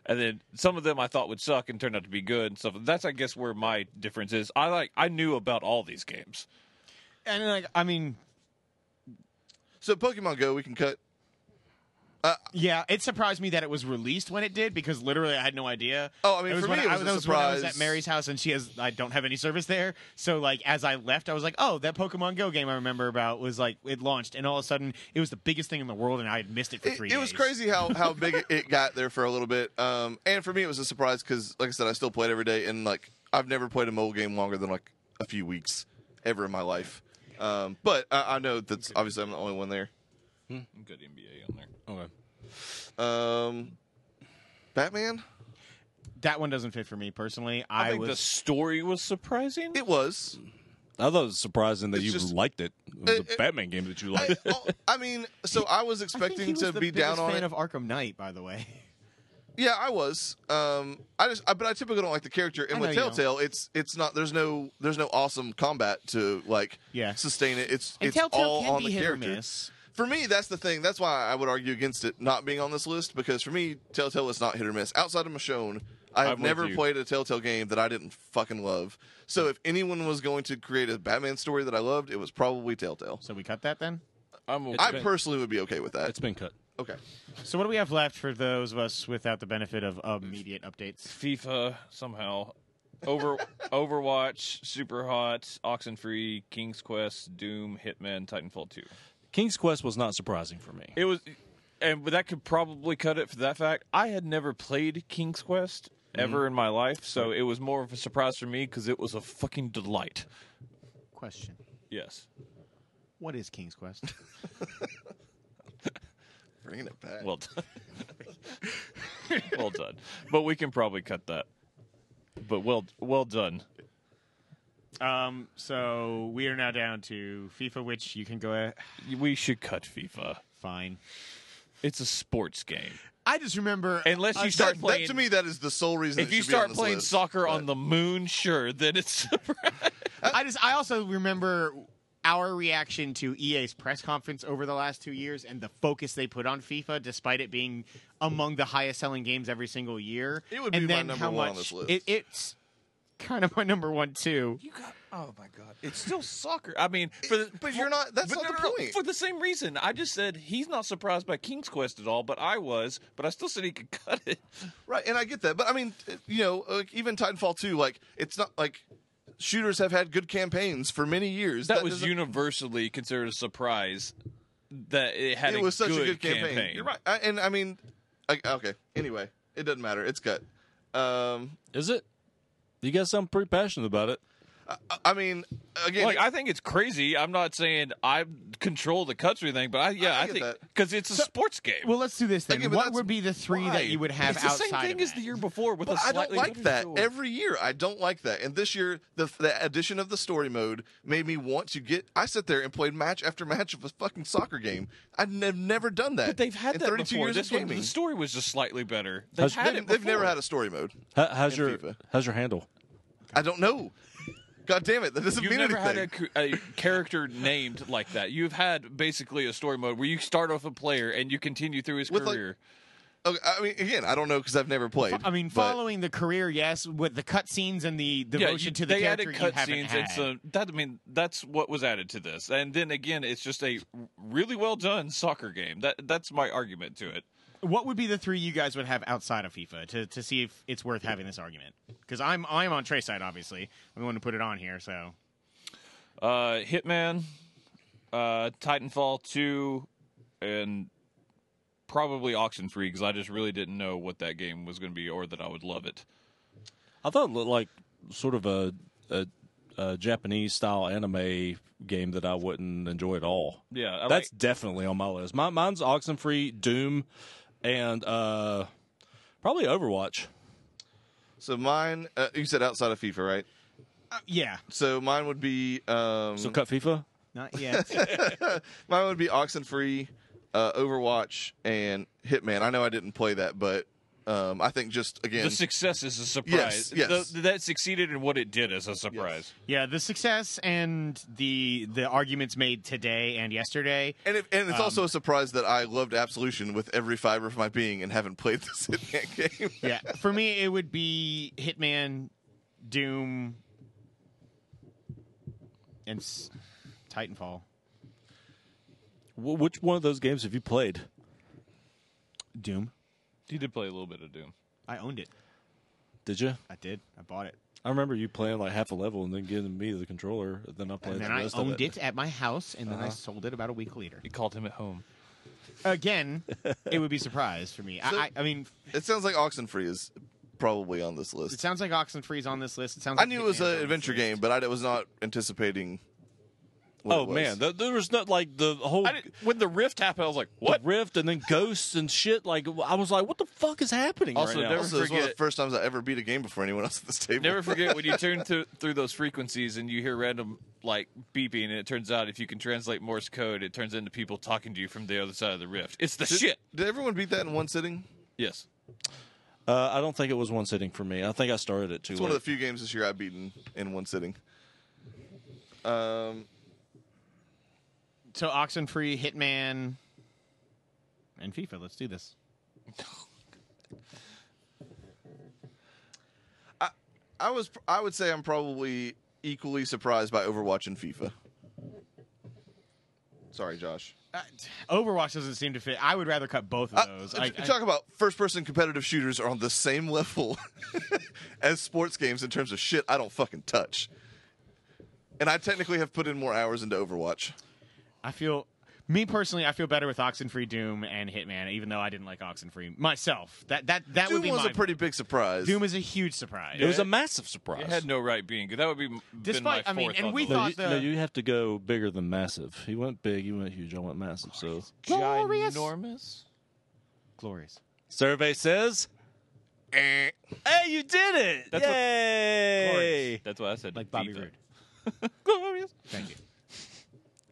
D: And then some of them I thought would suck and turned out to be good and stuff. That's I guess where my difference is. I like I knew about all these games.
A: and like I mean,
C: So Pokemon Go, we can cut.
A: yeah, it surprised me that it was released when it did because literally I had no idea.
C: Oh, I mean, for
A: when
C: me, it
A: I,
C: was a
A: that when I was at
C: surprise.
A: Mary's house and she has I don't have any service there. So like as I left, I was like, oh, that Pokemon Go game I remember about was like it launched, and all of a sudden it was the biggest thing in the world, and I had missed it for
C: It,
A: three.
C: it was
A: days.
C: crazy how how big it- it got there for a little bit. Um, and for me, it was a surprise because, like I said, I still played every day, and like I've never played a mobile game longer than like a few weeks ever in my life. Um, but I, I know that's obviously I'm the only one there.
D: Good NBA on there.
B: Okay.
C: Um, Batman,
A: That one doesn't fit for me personally.
D: I,
A: I,
D: think the
A: was
D: story was surprising.
C: it was.
B: I thought it was surprising that
C: It's
B: you
C: just-
B: liked it. It was
C: It-
B: a
C: it-
B: Batman game that you
C: I,
B: liked.
C: oh, I mean, so I was
A: I think he
C: expecting
A: was
C: to
A: the
C: be down
A: biggest
C: on
A: fan
C: it.
A: of Arkham Knight, by the way.
C: yeah, I was. Um, I just, I, but I typically don't like the character.
A: I
C: And
A: know
C: with
A: you don't.
C: Telltale, it's it's not. There's no there's no awesome combat to like
A: Yeah.
C: sustain it. It's
A: And
C: it's
A: Telltale
C: all
A: can
C: on
A: be
C: the
A: hit or
C: character.
A: miss.
C: For me, that's the thing. That's why I would argue against it not being on this list because for me, Telltale is not hit or miss. Outside of Michonne, I have
D: I'm with
C: never
D: you.
C: played a Telltale game that I didn't fucking love. So if anyone was going to create a Batman story that I loved, it was probably Telltale.
A: So we cut that then.
D: I'm okay.
C: I personally would be okay with that.
B: it's been cut.
C: Okay.
A: So what do we have left for those of us without the benefit of immediate updates?
D: FIFA somehow. Over Overwatch, Super Hot, Oxenfree, King's Quest, Doom, Hitman, Titanfall 2.
B: King's Quest was not surprising for me.
D: It was and that could probably cut it for that fact. I had never played King's Quest ever in my life, so it was more of a surprise for me cuz it was a fucking delight.
A: Question:
D: Yes.
A: What is King's Quest?
C: Bringing it back.
D: Well done. well done. But we can probably cut that. But well well done.
A: Um, so we are now down to FIFA, which you can go uh,
D: We should cut FIFA.
A: fine.
D: It's a sports game.
A: I just remember
D: Unless you start
C: That-
D: playing
C: that, to me, that is the sole reason.
D: if
C: it
D: you
C: should be on
D: start
C: this
D: playing
C: list,
D: soccer
C: but-
D: on the moon, sure, then it's
A: I just I also remember our reaction to EA's press conference over the last two years and the focus they put on FIFA, despite it being among the highest selling games every single year.
C: It would
A: and
C: be my
A: then
C: number
A: how
C: one
A: much
C: on this list.
A: It, it's kind of my number one too.
D: you got. Oh my god, it's still soccer. I mean, for the,
C: but you're not- that's
D: but
C: not the point.
D: For the same reason, I just said he's not surprised by King's Quest at all, but I was. But I still said he could cut it.
C: right, and I get that, but I mean, t- you know, like, even Titanfall two, like it's not like shooters have had good campaigns for many years.
D: That, was
C: doesn't-
D: universally considered a surprise that it had.
C: It
D: a
C: was such
D: good
C: a good campaign. You're right, I, and I mean, I, okay. Anyway, it doesn't matter. It's cut. Um,
B: Is it? You guys sound pretty passionate about it.
C: I- I mean, again,
D: Like I think it's crazy. I'm not saying I control the cuts or anything, but I yeah,
C: I
D: I,
C: get
D: think
C: that.
D: because it's a sports game.
A: Well, let's do this then.
C: Okay, but
A: what
C: that's-
A: would be the three
C: why?
A: that you would have
D: it's the
A: outside?
D: same thing
A: of
D: as
A: that?
D: the year before with a
C: I
D: slightly
C: don't like
D: different
C: that
D: story.
C: every year. I don't like that. And this year, the, the addition of the story mode made me want to get. I sat there and played match after match of a fucking soccer game. I've nev- never done that.
D: But they've had
C: in
D: that
C: 32
D: before.
C: years
D: This
C: of
D: one,
C: gaming.
D: the story was just slightly better. They've had
C: they've,
D: it.
C: they've never
D: before.
C: had a story mode.
B: How, how's
C: In
B: your
C: FIFA.
B: how's your handle?
C: I don't know. God damn it! That doesn't
D: You've
C: mean
D: never
C: anything.
D: had a, cu- a character named like that. You've had basically a story mode where you start off a player and you continue through his
C: With, like,
D: career.
C: Okay, I mean, again, I don't know because I've never played.
A: I mean,
C: but-
A: following the career, yes, with the cutscenes and the
D: yeah,
A: devotion
D: you-
A: to the
D: they
A: character
D: added
A: you haven't
D: cutscenes
A: had.
D: and some. That I mean, that's what was added to this. And then again, it's just a really well done soccer game. That that's my argument to it.
A: What would be the three you guys would have outside of FIFA to, to see if it's worth having this argument? Because I'm I'm on Trey's side, obviously. We want to put it on here, so
D: Uh, Hitman, uh, Titanfall two, and probably Oxenfree because I just really didn't know what that game was going to be or that I would love it.
B: I thought it looked like sort of a, a, a Japanese style anime game that I wouldn't enjoy at all.
D: Yeah, I
B: That's definitely on my list. My, mine's Oxenfree, Doom, and uh, probably Overwatch.
C: so mine, uh, you said outside of FIFA, right?
A: uh, yeah,
C: So mine would be um,
B: So cut FIFA.
A: not yet.
C: Mine would be Oxenfree, uh, Overwatch, and Hitman. I know I didn't play that, but um, I think just again,
D: the success is a surprise.
C: Yes, yes.
D: The- that succeeded in what it did is a surprise.
A: yeah, the success and the the arguments made today and yesterday.
C: and it, and it's also a surprise that I loved Absolution with every fiber of my being and haven't played this Hitman game.
A: Yeah, for me, it would be Hitman, Doom, and s- Titanfall.
B: Wh- which one of those games have you played?
A: Doom.
D: He did play a little bit of Doom.
A: I owned it.
B: Did you?
A: I did. I bought it.
B: I remember you playing like half a level and then giving me the controller. and Then I played
A: And then
B: the
A: I
B: rest
A: owned
B: of Uh-huh.
A: it at my house, and then I sold it about a week later.
D: He called him at home.
A: Again, it would be surprise for me. I,
C: So-
A: I, I mean,
C: It sounds like Oxenfree is probably on this
A: it
C: list.
A: sounds like Oxenfree's on this list. It sounds.
C: I
A: like
C: knew it was
A: Hitman's on
C: an
A: this
C: adventure
A: list.
C: game, but I was not anticipating. What
B: Oh
C: it was.
B: man, th- there was not like the whole
D: I didn't, when the rift happened, I was like, "What?"
B: the rift and then ghosts and shit. Like I was like, what the fuck is happening
D: Also,
B: right now?
D: there-
C: Also, it was one of the
D: forget-
C: first times I ever beat a game before anyone else at this table.
D: Never forget when you turn through, through those frequencies and you hear random like beeping, and it turns out if you can translate Morse code, it turns into people talking to you from the other side of the rift. It's the shit.
C: Did everyone beat that in one sitting?
D: Yes.
B: Uh, I don't think it was one sitting for me. I think I started it too
C: It's
B: late.
C: one of the few games this year I've beaten in one sitting. Um,
A: So Oxenfree, Hitman, and FIFA. Let's do this.
C: I was I would say I'm probably equally surprised by Overwatch and FIFA. Sorry, Josh.
A: Uh, Overwatch doesn't seem to fit. I would rather cut both of those. I,
C: Uh, t- talk about first-person competitive shooters are on the same level as sports games in terms of shit I don't fucking touch. And I technically have put in more hours into Overwatch.
A: I, I feel me personally. I feel better with Oxenfree, Doom, and Hitman, even though I didn't like Oxenfree myself. That that that would
C: Doom
A: be
C: was
A: my
C: a pretty big surprise.
A: Doom is a huge surprise.
B: it was a massive surprise.
D: It had no right being. That would be m- been my
A: Despite-
D: fourth
A: I mean, and
D: on
A: we
D: the
B: no,
A: thought-
B: you,
A: the-
B: no, you have to go bigger than massive. He went big, you went huge, I went massive. So
A: glorious.
D: ginormous.
A: Glorious.
B: survey says,
C: Eh.
B: "Hey, you did it!
D: That's what-
B: Yay!"
D: That's what I said.
A: Like Bobby
D: FIFA.
A: Roode.
D: Glorious.
A: Thank you.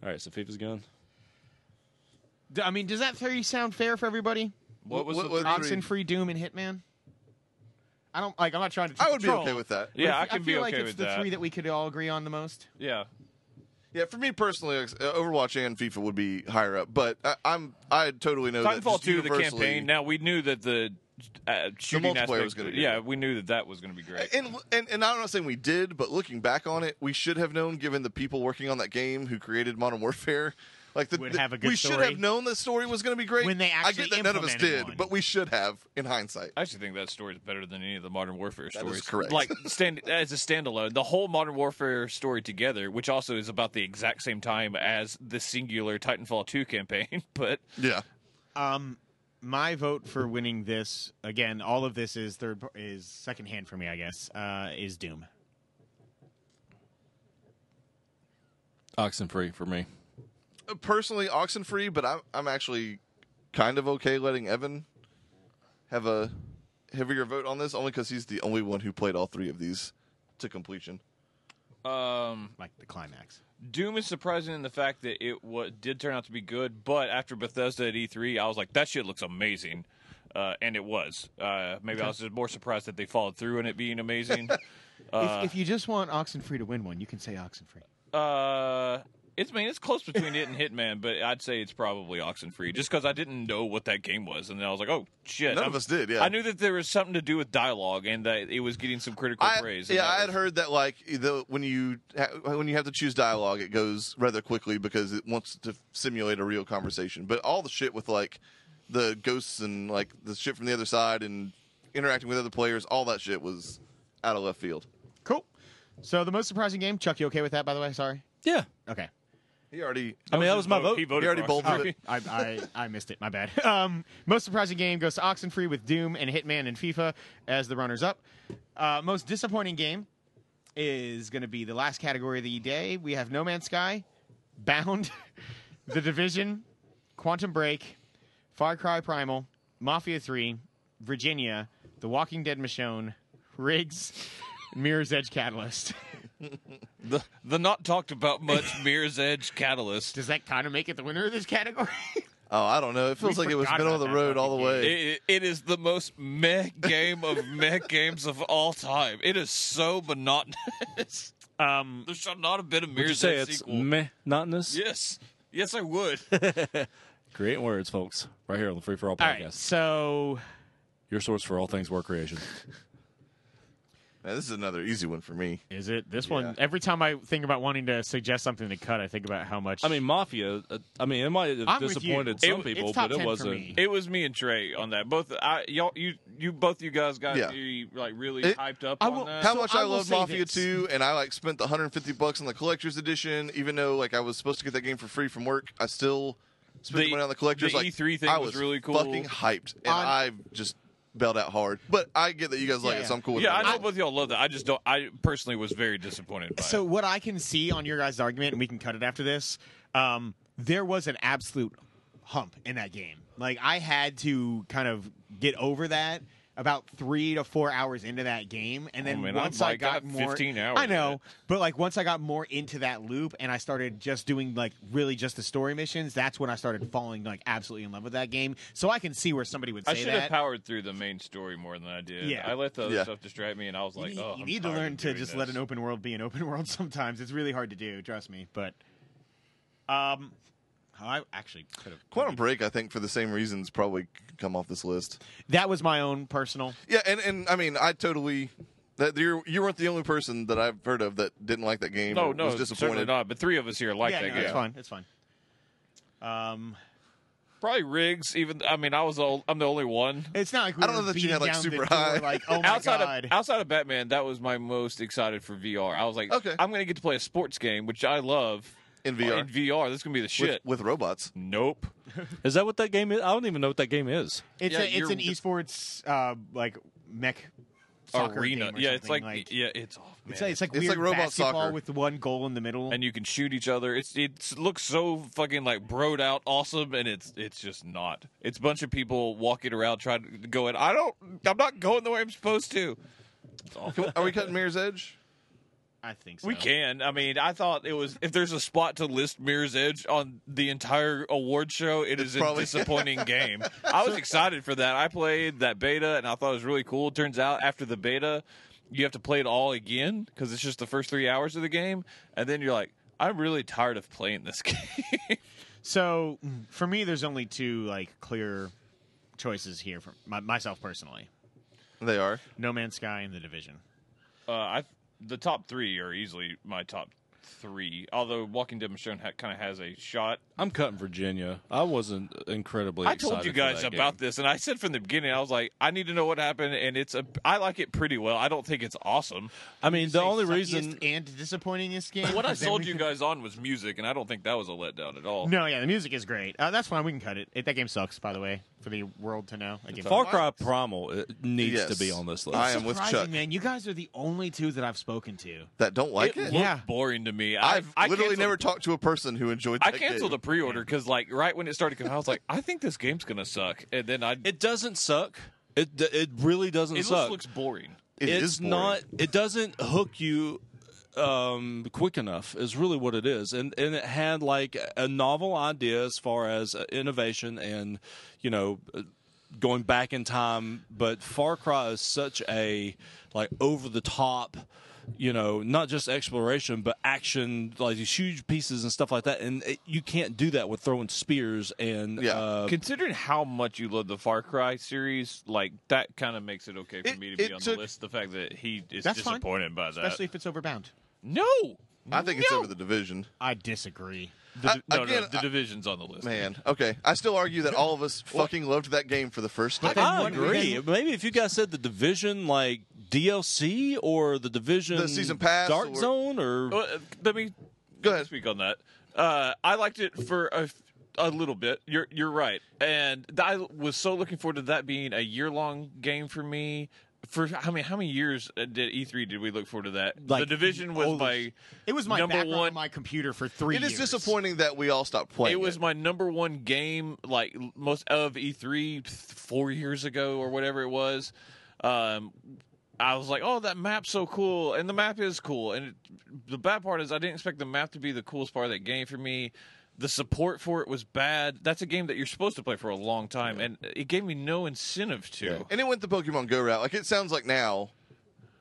B: All right, so FIFA's gone.
A: D- I mean, does that theory sound fair for everybody?
D: What was
C: What-
D: the
C: what-
D: three-
A: Oxen free Doom and Hitman. I don't like. I'm not trying to.
C: I would be
A: troll,
C: okay with that.
A: but
D: Yeah, I
A: f-
D: can
A: feel
D: be okay
A: like it's
D: with
A: the
D: that.
A: three that we could all agree on the most.
D: yeah.
C: Yeah, for me personally, uh, Overwatch and FIFA would be higher up, but I, I'm I totally know that
D: Titanfall
C: just
D: 2, the
C: universally-
D: campaign. Now we knew that the uh, shooting
C: multiplayer
D: aspect
C: was gonna be
D: Yeah,
C: good.
D: we knew that that was going to be great.
C: And, and and I'm not saying we did, but looking back on it, we should have known, given the people working on that game who created Modern Warfare, like the,
A: Would
C: the-
A: have a good
C: we should
A: story.
C: have known the story was going to be great.
A: When they
C: I
A: actually
C: get that none of us
A: implemented
C: did,
A: one.
C: but we should have in hindsight.
D: I actually think that story is better than any of the Modern Warfare
C: is
D: stories.
C: correct.
D: Like stand as a standalone, the whole Modern Warfare story together, which also is about the exact same time as the singular Titanfall two campaign. But
C: yeah,
A: Um, my vote for winning this again. All of this is third is secondhand for me, I guess. Uh, is Doom.
B: Oxen free for me.
C: Uh, personally oxen free, but I'm I'm actually kind of okay letting Evan have a heavier vote on this, only because he's the only one who played all three of these to completion.
D: Um,
A: like the climax.
D: Doom is surprising in the fact that it wa did turn out to be good, but after Bethesda at E3, I was like, that shit looks amazing. Uh, and it was. Uh, maybe I was just more surprised that they followed through on it being amazing. Uh,
A: if, if you just want Oxenfree to win one, you can say Oxenfree.
D: uh, it's I mean it's close between it and Hitman, but I'd say it's probably Oxenfree, just because I didn't know what that game was, and then I was like, oh shit.
C: None
D: I'm-
C: of us did, yeah.
D: I knew that there was something to do with dialogue, and that it was getting some critical
C: I,
D: praise. and
C: yeah,
D: that
C: I had
D: was-
C: heard that like the when you ha- when you have to choose dialogue, it goes rather quickly because it wants to simulate a real conversation. But all the shit with like the ghosts and like the shit from the other side and interacting with other players, all that shit was out of left field.
A: Cool. So the most surprising game, Chuck. You okay with that? By the way, sorry.
B: Yeah.
A: Okay.
C: He already
B: I mean, that was
D: was his
B: my vote.
D: He voted
C: He already
D: for
C: bolted
D: Oxenfree.
C: it.
A: I, I, I missed it. My bad. Um, most surprising game goes to Oxenfree with Doom and Hitman and FIFA as the runners up. Uh, most disappointing game is going to be the last category of the day. We have No Man's Sky, Bound, The Division, Quantum Break, Far Cry Primal, Mafia 3, Virginia, The Walking Dead Michonne, Riggs, Mirror's Edge Catalyst.
D: The the not talked about much Mirror's Edge Catalyst.
A: Does that kind of make it the winner of this category?
C: Oh, I don't know. It feels
A: We
C: like it was
A: forgot
C: middle of
A: about
C: the
A: that
C: road all the
A: fucking
C: way.
D: It, it is the most meh game of meh games of all time. It is so monotonous.
A: um,
D: There should not have been a
B: Would you
D: Mirror's
B: say
D: Edge
B: it's
D: sequel.
B: meh notness?
D: yes, yes, I would.
B: Creating words, folks. Right here on the Free for All
A: all
B: podcast.
A: right. So
B: Your source for all things work creation.
C: Now, this is another easy one for me.
A: Is it this
C: Yeah.
A: one? Every time I think about wanting to suggest something to cut, I think about how much.
B: I mean, Mafia. Uh, I mean, it might have
A: I'm with
B: disappointed
A: you.
B: some
A: It-
B: people,
A: it's top
B: but
A: 10
B: it
A: for
B: wasn't.
A: me.
D: It was me and Trey on that. Both I y'all you you both you guys got
C: Yeah.
D: the, like really
C: It-
D: hyped up
A: I
D: on
A: will-
D: that.
C: How
A: So
C: much
A: I
C: I,
A: will
C: love
A: say
C: Mafia
A: this.
C: 2, and I like spent the 150 bucks on the collector's edition, even though like I was supposed to get that game for free from work. I still spent the,
D: The-
C: money on the collector's.
D: the
C: like
D: E3 thing
C: I
D: was
C: was,
D: really cool.
C: Fucking hyped, and
A: On-
C: I just bailed out hard. But I get that you guys like
A: Yeah.
C: it, so I'm cool with
D: yeah, I
C: it.
D: know both y'all love that. I just don't. I personally was very disappointed. By
A: so
D: it.
A: what I can see on your guys' argument, and we can cut it after this. Um, there was an absolute hump in that game. Like I had to kind of get over that about three to four hours into that game, and then
D: Oh, man, I've,
A: once I
D: like,
A: got,
D: got
A: more,
D: 15 hours
A: I
D: in
A: know,
D: it.
A: but like once I got more into that loop, and I started just doing like really just the story missions. That's when I started falling like absolutely in love with that game. So I can see where somebody would say
D: I should
A: that.
D: have powered through the main story more than I did.
A: Yeah.
D: I let the other
C: Yeah.
D: stuff distract me, and I was like,
A: you need,
D: oh,
A: you
D: I'm
A: need to
D: tired of
A: learn to
D: doing
A: just let
D: this.
A: an open world be an open world sometimes. It's really hard to do, trust me. But um I actually could have
C: Quantum Break, I think, for the same reasons, probably could come off this list.
A: That was my own personal
C: Yeah, and, and I mean, I totally. That you you weren't the only person that I've heard of that didn't like that game.
D: No,
C: or
D: no,
C: was
D: certainly
C: disappointed.
D: not. But three of us here like
A: Yeah,
D: that
A: no,
D: game.
A: it's fine. It's fine. Um
D: Probably Riggs. Even I mean, I was all, I'm the only one.
A: it's not like we
C: I don't
A: were
C: know that you
A: beating
C: had, like,
A: down the
C: super
A: door,
C: high.
A: like oh my
D: outside
A: god.
D: of outside of Batman, that was my most excited for VR. I was like,
C: Okay.
D: I'm going to get to play a sports game, which I love
C: In VR.
D: In VR, this is going to be the
C: With,
D: shit.
C: with robots.
D: nope.
B: Is that what that game is? I don't even know what that game is.
A: it's
D: yeah,
A: a, it's
D: you're-
A: an esports uh like mech soccer
D: Arena.
A: game or
D: yeah, it's like,
A: something,
D: yeah, it's off.
A: it's,
D: man.
A: like- it's like
C: It's
A: weird
C: like robot
A: basketball
C: soccer.
A: with the one goal in the middle.
D: and you can shoot each other. It's it looks so fucking like broed out, awesome, and it's it's just not. It's a bunch of people walking around trying to go in. I don't. I'm not going the way I'm supposed to.
C: Are we cutting Mirror's Edge?
A: I think so.
D: We can. I mean, I thought it was if there's a spot to list Mirror's Edge on the entire award show, it
C: It's
D: is
C: probably-
D: a disappointing game. I was excited for that. I played that beta and I thought it was really cool. Turns out after the beta, you have to play it all again because it's just the first three hours of the game, and then you're like, I'm really tired of playing this game.
A: So mm, for me, there's only two like clear choices here for my, myself personally:
C: They are.
A: No Man's Sky and The Division.
D: Uh, I the top three are easily my top three. Although Walking Dead Michonne ha- kind of has a shot.
B: I'm cutting Virginia. I wasn't incredibly.
D: I told
B: excited
D: you
B: for
D: guys
B: that
D: about
B: game.
D: this, and I said from the beginning, I was like, I need to know what happened, and it's a. I like it pretty well. I don't think it's awesome.
B: I mean, the only
A: Suckiest
B: reason
A: and disappointingest game.
D: What I
A: Then
D: sold
A: we
D: you
A: can-
D: guys on was music, and I don't think that was a letdown at all.
A: No, yeah, the music is great. Uh, that's fine. We can cut it. it. That game sucks, by the way, for the world to know. That game
B: Far
A: sucks.
B: Cry Primal uh, needs
C: Yes.
B: to be on this list.
C: I am with
A: Surprising,
C: Chuck.
A: man. You guys are the only two that I've spoken to.
C: That don't like
D: it
C: it?
D: looked
A: Yeah.
D: boring to me.
C: I've
D: I
C: literally
D: canceled-
C: never talked to a person who enjoyed.
D: I
C: That
D: canceled a
C: game.
D: pre-order because, like, right when it started coming, out, I was like, "I think this game's gonna suck," and then I it,
B: It doesn't suck. It d- it really doesn't
D: just
B: suck.
D: looks boring.
C: It
B: it's
C: is boring.
B: not. It doesn't hook you um quick enough is really what it is and and it had like a novel idea as far as uh, innovation and you know uh, going back in time but far cry is such a like over the top you know not just exploration but action like these huge pieces and stuff like that and it, you can't do that with throwing spears and
C: Yeah.
B: uh,
D: Considering how much you love the Far Cry series, like that kind of makes it okay for
C: It-
D: me to be
C: it
D: on
C: took-
D: the list. The fact that he is
A: That's fine.
D: disappointed by that.
A: especially if it's overbound.
D: no,
C: I think it's
D: No!
C: over the division.
A: I disagree.
D: The di-
C: I-
D: no,
C: Uh, again,
D: no, the
C: I-
D: division's on the list.
C: Man, okay. I still argue that all of us fucking loved that game for the first time.
A: then
B: I
A: what-
B: agree.
A: then-
B: Maybe if you guys said the division like DLC or the division
C: The season pass
B: Dark
C: or-
B: Zone or
D: Well, uh, let me
C: Go
D: let me
C: ahead.
D: Speak on that. Uh, I liked it for a, f- a little bit. You're you're right, and th- I was so looking forward to that being a year long game for me. For how many how many years uh, did E3 did we look forward to that? the
B: Like,
D: division was
A: all this-
D: my
A: It was my
D: number
A: background
D: one.
A: on my computer for three.
C: It is
A: years.
C: disappointing that we all stopped playing.
D: it was my number one game, like l- most of E3 th- four years ago or whatever it was. Um, I was like, "Oh, that map's so cool," and the map is cool. And it, the bad part is, I didn't expect the map to be the coolest part of that game for me. The support for it was bad. That's a game that you're supposed to play for a long time, and it gave me no incentive to.
C: and it went the Pokemon Go route. Like it sounds like now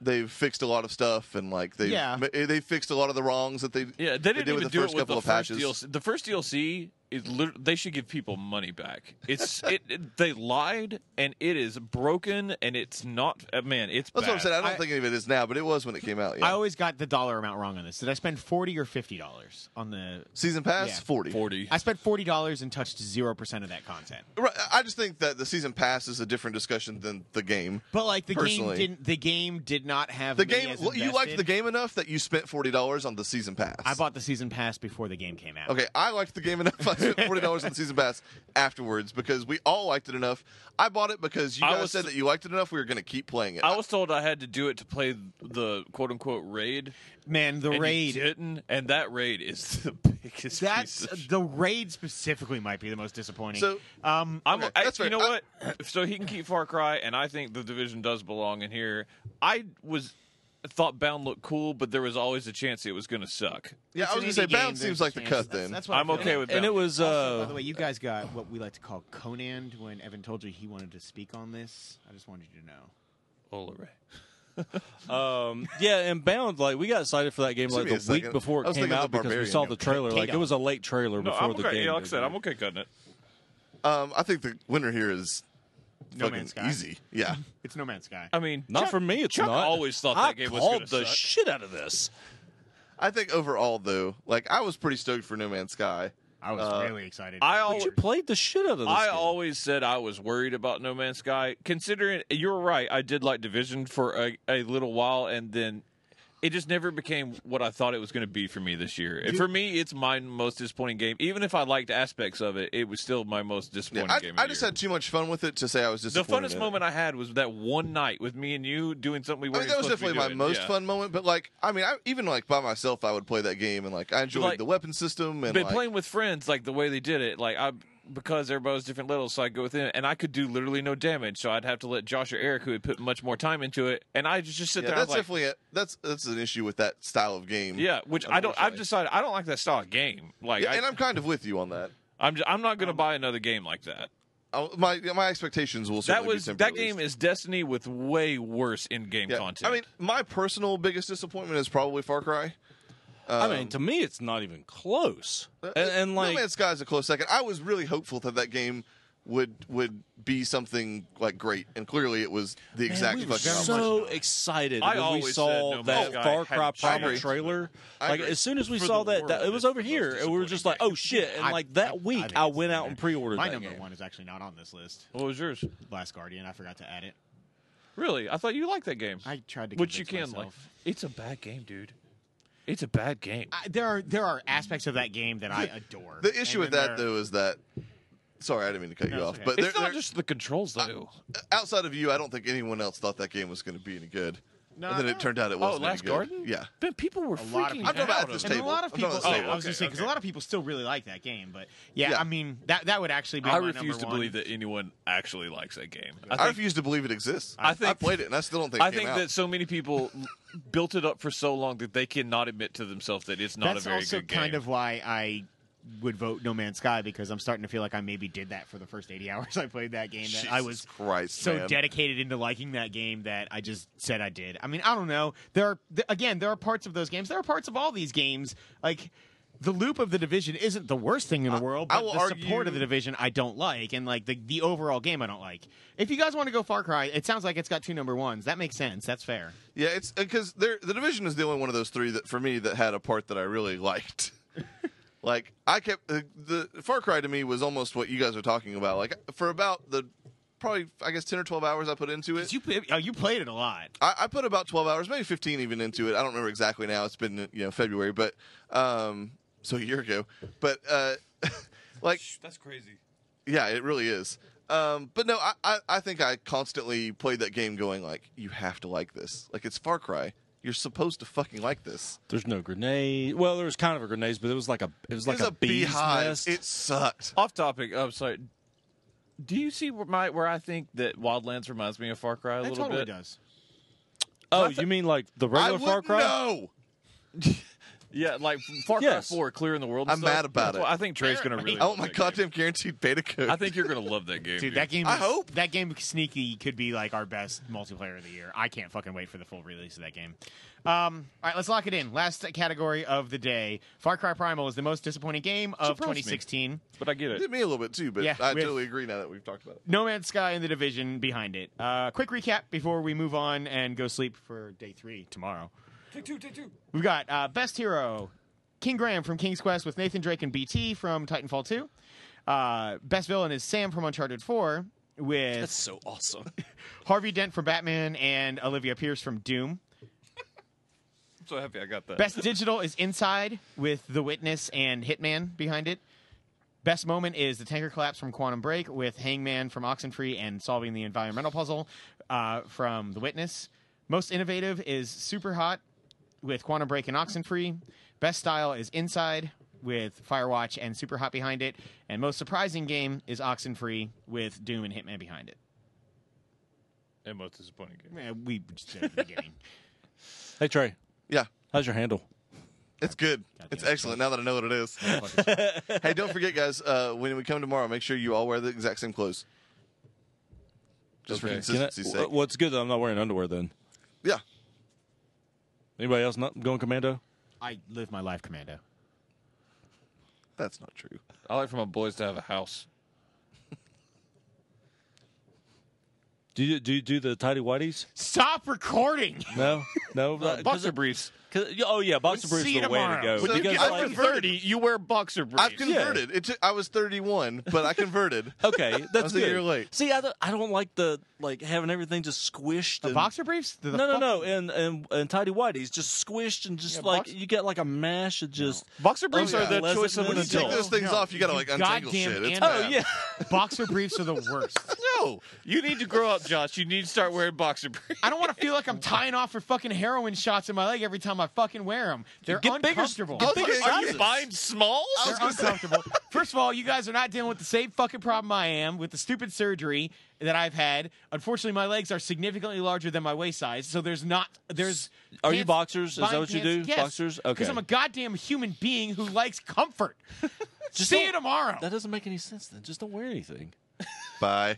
C: they've fixed a lot of stuff and like they
A: Yeah.
C: they fixed a lot of the wrongs that they
D: Yeah, they didn't
C: did
D: even
C: with the
D: do
C: first
D: it with
C: couple
D: the
C: of
D: first
C: patches.
D: DLC. The first DLC is literally, they should give people money back. It's it, it- they lied and it is broken and it's not uh, man, it's
C: That's what I'm
D: bad.
C: saying. I don't
A: I-
C: think any of it is now, but it was when it came out.
A: I
C: Yeah.
A: always got the dollar amount wrong on this. Did I spend forty or fifty dollars on the?
C: Season pass
A: Yeah.
C: 40.
D: 40.
A: I spent forty dollars and touched zero percent of that content.
C: Right, I just think that the season pass is a different discussion than the game.
A: But like the
C: Personally.
A: game didn't. The game did not have
C: The
A: me
C: game
A: as
C: you liked
A: invested.
C: the game enough that you spent forty dollars on the season pass.
A: I bought the season pass before the game came out.
C: Okay, I liked the game enough. I spent forty dollars on the season pass afterwards because we all liked it enough. I bought it because you
D: I
C: guys
D: was-
C: said that you liked it enough. We were going to keep playing it.
D: I was told I had to do it to play the quote unquote raid.
A: man, the
D: and you
A: raid.
D: didn't, and that raid is the biggest.
A: That's
D: piece of shit.
A: the raid specifically might be the most disappointing.
C: So-
D: uh,
A: um,
D: I'm,
C: okay,
D: I,
C: that's
D: You
C: fair.
D: know
C: I-
D: what? So he can keep Far Cry, and I think the division does belong in here. I was thought Bound looked cool, but there was always a chance it was going to suck.
C: yeah,
A: it's
C: I
A: an
C: was going to say
A: indie
C: Bound
A: game, there's
C: seems
A: a
C: like the
A: chance.
C: cut
A: That's-
C: then. Oh.
A: that's what I
D: I'm
A: feel
D: okay
A: like.
D: with that.
B: and it was
A: Also, by
B: uh
A: the way, you guys got what we like to call Conan. When Evan told you he wanted to speak on this, I just wanted you to know.
D: Olare.
B: um yeah and bound like we got excited for that game
C: Excuse
B: like
C: me
B: the
C: a
B: week
C: second.
B: before
C: I
B: it
C: was
B: came
C: thinking
B: out
C: of the
B: because we
C: Barbarian.
B: saw the trailer like
A: Kato.
B: it was a late trailer
D: No,
B: before
D: I'm
B: the
D: okay.
B: game
D: Yeah, like I said, I'm okay cutting it.
C: Um, I think the winner here is
A: No
C: fucking
A: Man's Sky.
C: easy. Yeah,
A: It's No Man's Sky.
D: I mean,
B: not
D: Chuck-
B: for me it's
D: Chuck
B: not
D: always thought
B: I
D: that game was
B: called
D: gonna
B: the
D: suck.
B: shit out of this
C: I think overall though, like I was pretty stoked for No Man's Sky.
A: I was
C: Uh,
A: really excited.
D: I
A: for
D: al-
A: it.
B: you played the shit out of this
D: I
B: game.
D: always said I was worried about No Man's Sky. Considering you're right, I did like Division for a, a little while, and then it just never became what I thought it was going to be for me this year. And for me, it's my most disappointing game. Even if I liked aspects of it, it was still my most
C: Yeah,
D: disappointing
C: I,
D: game. Of
C: I
D: the
C: just
D: year.
C: had too much fun with it to say I was
D: the
C: disappointed.
D: funnest
C: in it.
D: moment I had was that one night with me and you doing something we
C: I
D: were.
C: mean, that was definitely my most fun moment. But like, I mean, I, even like by myself, I would play that game and like I enjoyed
D: Like,
C: the weapon system and
D: But
C: like,
D: playing with friends, like the way they did it, like I because everybody was different levels, so I go within, and I could do literally no damage. So I'd have to let Josh or Eric, who had put much more time into it, and I just, just sit
C: yeah,
D: there. I was
C: that's
D: like,
C: definitely a, that's that's an issue with that style of game.
D: yeah, which I don't. I've
C: unfortunately.
D: decided I don't like that style of game. Like
C: Yeah,
D: I,
C: and I'm kind of with you on that.
D: I'm, ju- I'm not going to buy another game like that.
C: I, my my expectations will
D: That
C: certainly
D: was
C: be
D: that
C: tempered, at
D: game
C: least.
D: is Destiny with way worse in-game
C: Yeah.
D: content.
C: I mean, my personal biggest disappointment is probably Far Cry.
B: I mean, to me, it's not even close. And, and like,
C: Uh, No Man's Sky is a close second. I was really hopeful that that game would would be something like great, and clearly it was the
B: man,
C: exact
B: we were
C: fucking opposite.
B: so excited
D: I
B: when
D: always
B: we
D: said
B: saw
D: No Man's
B: that
D: Sky
B: Far
D: had
B: Cry
D: a chance.
B: Primal trailer.
C: I
B: Like,
C: agree.
B: as soon as we
D: For
B: saw
D: the
B: that, that,
D: world,
B: it was
D: it's
B: over
D: the
B: here,
D: most
B: and we were just like,
D: disappointing
B: "Oh shit!" And
A: I-
B: like
A: I-
B: that week,
A: think
B: I,
A: it's
B: went
A: in
B: out
A: there.
B: and pre-ordered
A: My
B: that
A: number
B: game.
A: one is actually not on this list.
D: what was yours?
A: Last Guardian. I forgot to add it.
D: Really? I thought you liked that game.
A: I tried to.
D: which you can
A: convince
D: like.
A: myself.
D: It's a bad game, dude. It's a bad game.
A: I, there are there are aspects of that game that I adore.
C: The issue
A: And
C: with
A: then
C: that
A: there-
C: though is that. Sorry, I didn't mean to cut
A: No,
C: you
A: it's
C: off,
A: okay.
C: but
D: it's
C: there-
D: not
C: there-
D: just the controls though.
C: outside of you, I don't think anyone else thought that game was going to be any good.
A: No,
C: and then it turned out it
D: Oh,
C: wasn't. any
D: Last
C: good.
D: Garden.
C: Yeah.
D: Man, people were
A: lot of
D: freaking
A: people-
C: I'm talking about
D: out
C: at this
D: of
A: And
D: it.
A: a
C: table.
A: lot of
C: I'm talking
A: people. Oh,
C: about this
A: I was
D: okay,
A: gonna say because
D: okay.
A: a lot of people still really like that game, but yeah,
C: Yeah.
A: I mean that that would actually be.
D: I
A: my
D: refuse
A: number
D: to
A: one.
D: believe that anyone actually likes that game.
C: I, refuse to believe it exists.
D: I think-
C: I played it, and I still don't think.
D: I
C: it came
D: think
C: out.
D: that so many people built it up for so long that they cannot admit to themselves that it's not
A: That's
D: a very
A: also
D: good game.
A: kind of why I would vote No Man's Sky because I'm starting to feel like I maybe did that for the first 80 hours I played that game. That I
C: Jesus
A: was
C: Christ,
A: so
C: man.
A: dedicated into liking that game that I just said I did. I mean, I don't know. There are th- again, there are parts of those games. There are parts of all these games like. The loop of the division isn't the worst thing in the world,
C: I
A: but
C: will
A: the support
C: argue-
A: of the division I don't like, and like the, the overall game I don't like. If you guys want to go Far Cry, it sounds like it's got two number ones. That makes sense. That's fair.
C: Yeah, it's because the division is the only one of those three that for me that had a part that I really liked. like I kept the, the Far Cry to me was almost what you guys are talking about. Like for about the probably I guess ten or twelve hours I put into it.
A: You pl- oh, you played it a lot.
C: I, I put about twelve hours, maybe fifteen even into it. I don't remember exactly now. It's been you know February, but um, so a year ago. But uh, like
E: That's crazy.
C: yeah, it really is. Um, but no, I, I, I think I constantly played that game going like, you have to like this. Like it's Far Cry. You're supposed to fucking like this.
B: There's no grenade. Well, there was kind of a grenade, but it was like a it was like
C: It's
B: a, bee's nest.
C: It sucked.
D: Off topic. I'm sorry. Do you see where my where I think that Wildlands reminds me of Far Cry a
A: That
D: little
A: totally
D: bit?
A: does.
B: oh, you mean like the
C: I
B: regular
C: would
B: Far Cry?
C: know.
D: Yeah, like Far Cry
B: Yes.
D: Four, clearing the world. and
C: I'm
D: stuff.
C: mad about
D: That's why
C: it.
D: I think Trey's gonna really.
C: I want
D: love
C: Oh my
D: that game.
C: goddamn guaranteed beta code.
D: I think you're gonna love that game,
A: Dude, that game.
C: I
A: is-
C: hope.
A: that game sneaky could be like our best multiplayer of the year. I can't fucking wait for the full release of that game. Um, all right, let's lock it in. Last category of the day: Far Cry Primal is the most disappointing game of
D: Surprised me.
A: 2016.
D: But I get it.
C: It hit me a little bit too, but
A: Yeah,
C: I
A: with-
C: totally agree now that we've talked about it.
A: No Man's Sky and the Division behind it. Uh, quick recap before we move on and go sleep for day three tomorrow.
E: Take two, take two.
A: We've got uh, Best Hero, King Graham from King's Quest with Nathan Drake and BT from Titanfall 2. Uh, Best Villain is Sam from Uncharted 4 with
E: That's so awesome.
A: Harvey Dent from Batman and Olivia Pierce from Doom.
D: I'm so happy I got that.
A: Best digital is Inside with The Witness and Hitman behind it. Best moment is the tanker collapse from Quantum Break with Hangman from Oxenfree and solving the environmental puzzle uh, from The Witness. Most innovative is Super Hot with Quantum Break and Oxenfree. Best style is Inside with Firewatch and Super Hot behind it. And most surprising game is Oxenfree with Doom and Hitman behind it.
D: And most disappointing game.
A: Eh, We just said at the beginning.
B: Hey Trey,
C: Yeah,
B: how's your handle?
C: it's good. It's
A: damn it.
C: excellent now that I know what it is. hey, don't forget, guys. Uh, when we come tomorrow, make sure you all wear the exact same clothes, just for
D: Okay.
B: Can I-
C: consistency's sake.
B: wh- what's good that I'm not wearing underwear then?
C: yeah,
B: Anybody else not going commando?
A: I live my life, Commando.
C: that's not true.
D: I like for my boys to have a house.
B: Do you do you do the tidy whities?
A: Stop recording.
B: No, no. but- 'cause
D: Boxer
B: it-
D: briefs.
B: 'cause- oh yeah, boxer
A: Uh, We'll
B: briefs
A: see
B: are the
A: you
B: way to
A: tomorrow.
B: go.
A: So
B: Because,
C: you- I've
B: like-
C: been converted.
D: you wear boxer briefs.
C: I've converted. It took, I was 31, but I converted.
B: Okay, that's
C: was a
B: good.
C: year late.
B: See, I don't, I don't like the like having everything just squished.
A: The
B: and-
A: boxer briefs? The, the
B: no, no,
A: fuck-
B: no, and and and tidy whities just squished and just
D: Yeah,
B: like
D: box-
B: you get like a mash of just.
D: Boxer briefs
C: yeah.
D: are the
B: Pleasant
D: choice of an
B: when you
C: Take
B: No,
C: those
D: adult.
C: things
A: no,
C: off. You gotta
A: you
C: like untangle
A: goddamn
C: shit. It's
A: animal.
B: Oh
C: bad.
B: yeah,
A: Boxer briefs are the worst.
C: No,
D: You need to grow up, Josh. You need to start wearing boxer briefs.
A: I don't want to feel like I'm tying off for fucking heroin shots in my leg every time I fucking wear them. They're
B: Get bigger-
A: uncomfortable.
B: get bigger
C: Okay,
D: Are
B: sizes.
D: you buying smalls?
A: They're uncomfortable. First of all, you guys are not dealing with the same fucking problem I am with the stupid surgery that I've had. Unfortunately, my legs are significantly larger than my waist size, so there's not there's.
B: Are you
A: pants-
B: boxers? Is that
A: buying
B: what you
A: pants-
B: do?
A: Yes,
B: Boxers? Okay.
A: Because I'm a goddamn human being who likes comfort.
B: Just
A: See
B: don't-
A: you tomorrow.
B: That doesn't make any sense. Then just don't wear anything.
C: bye.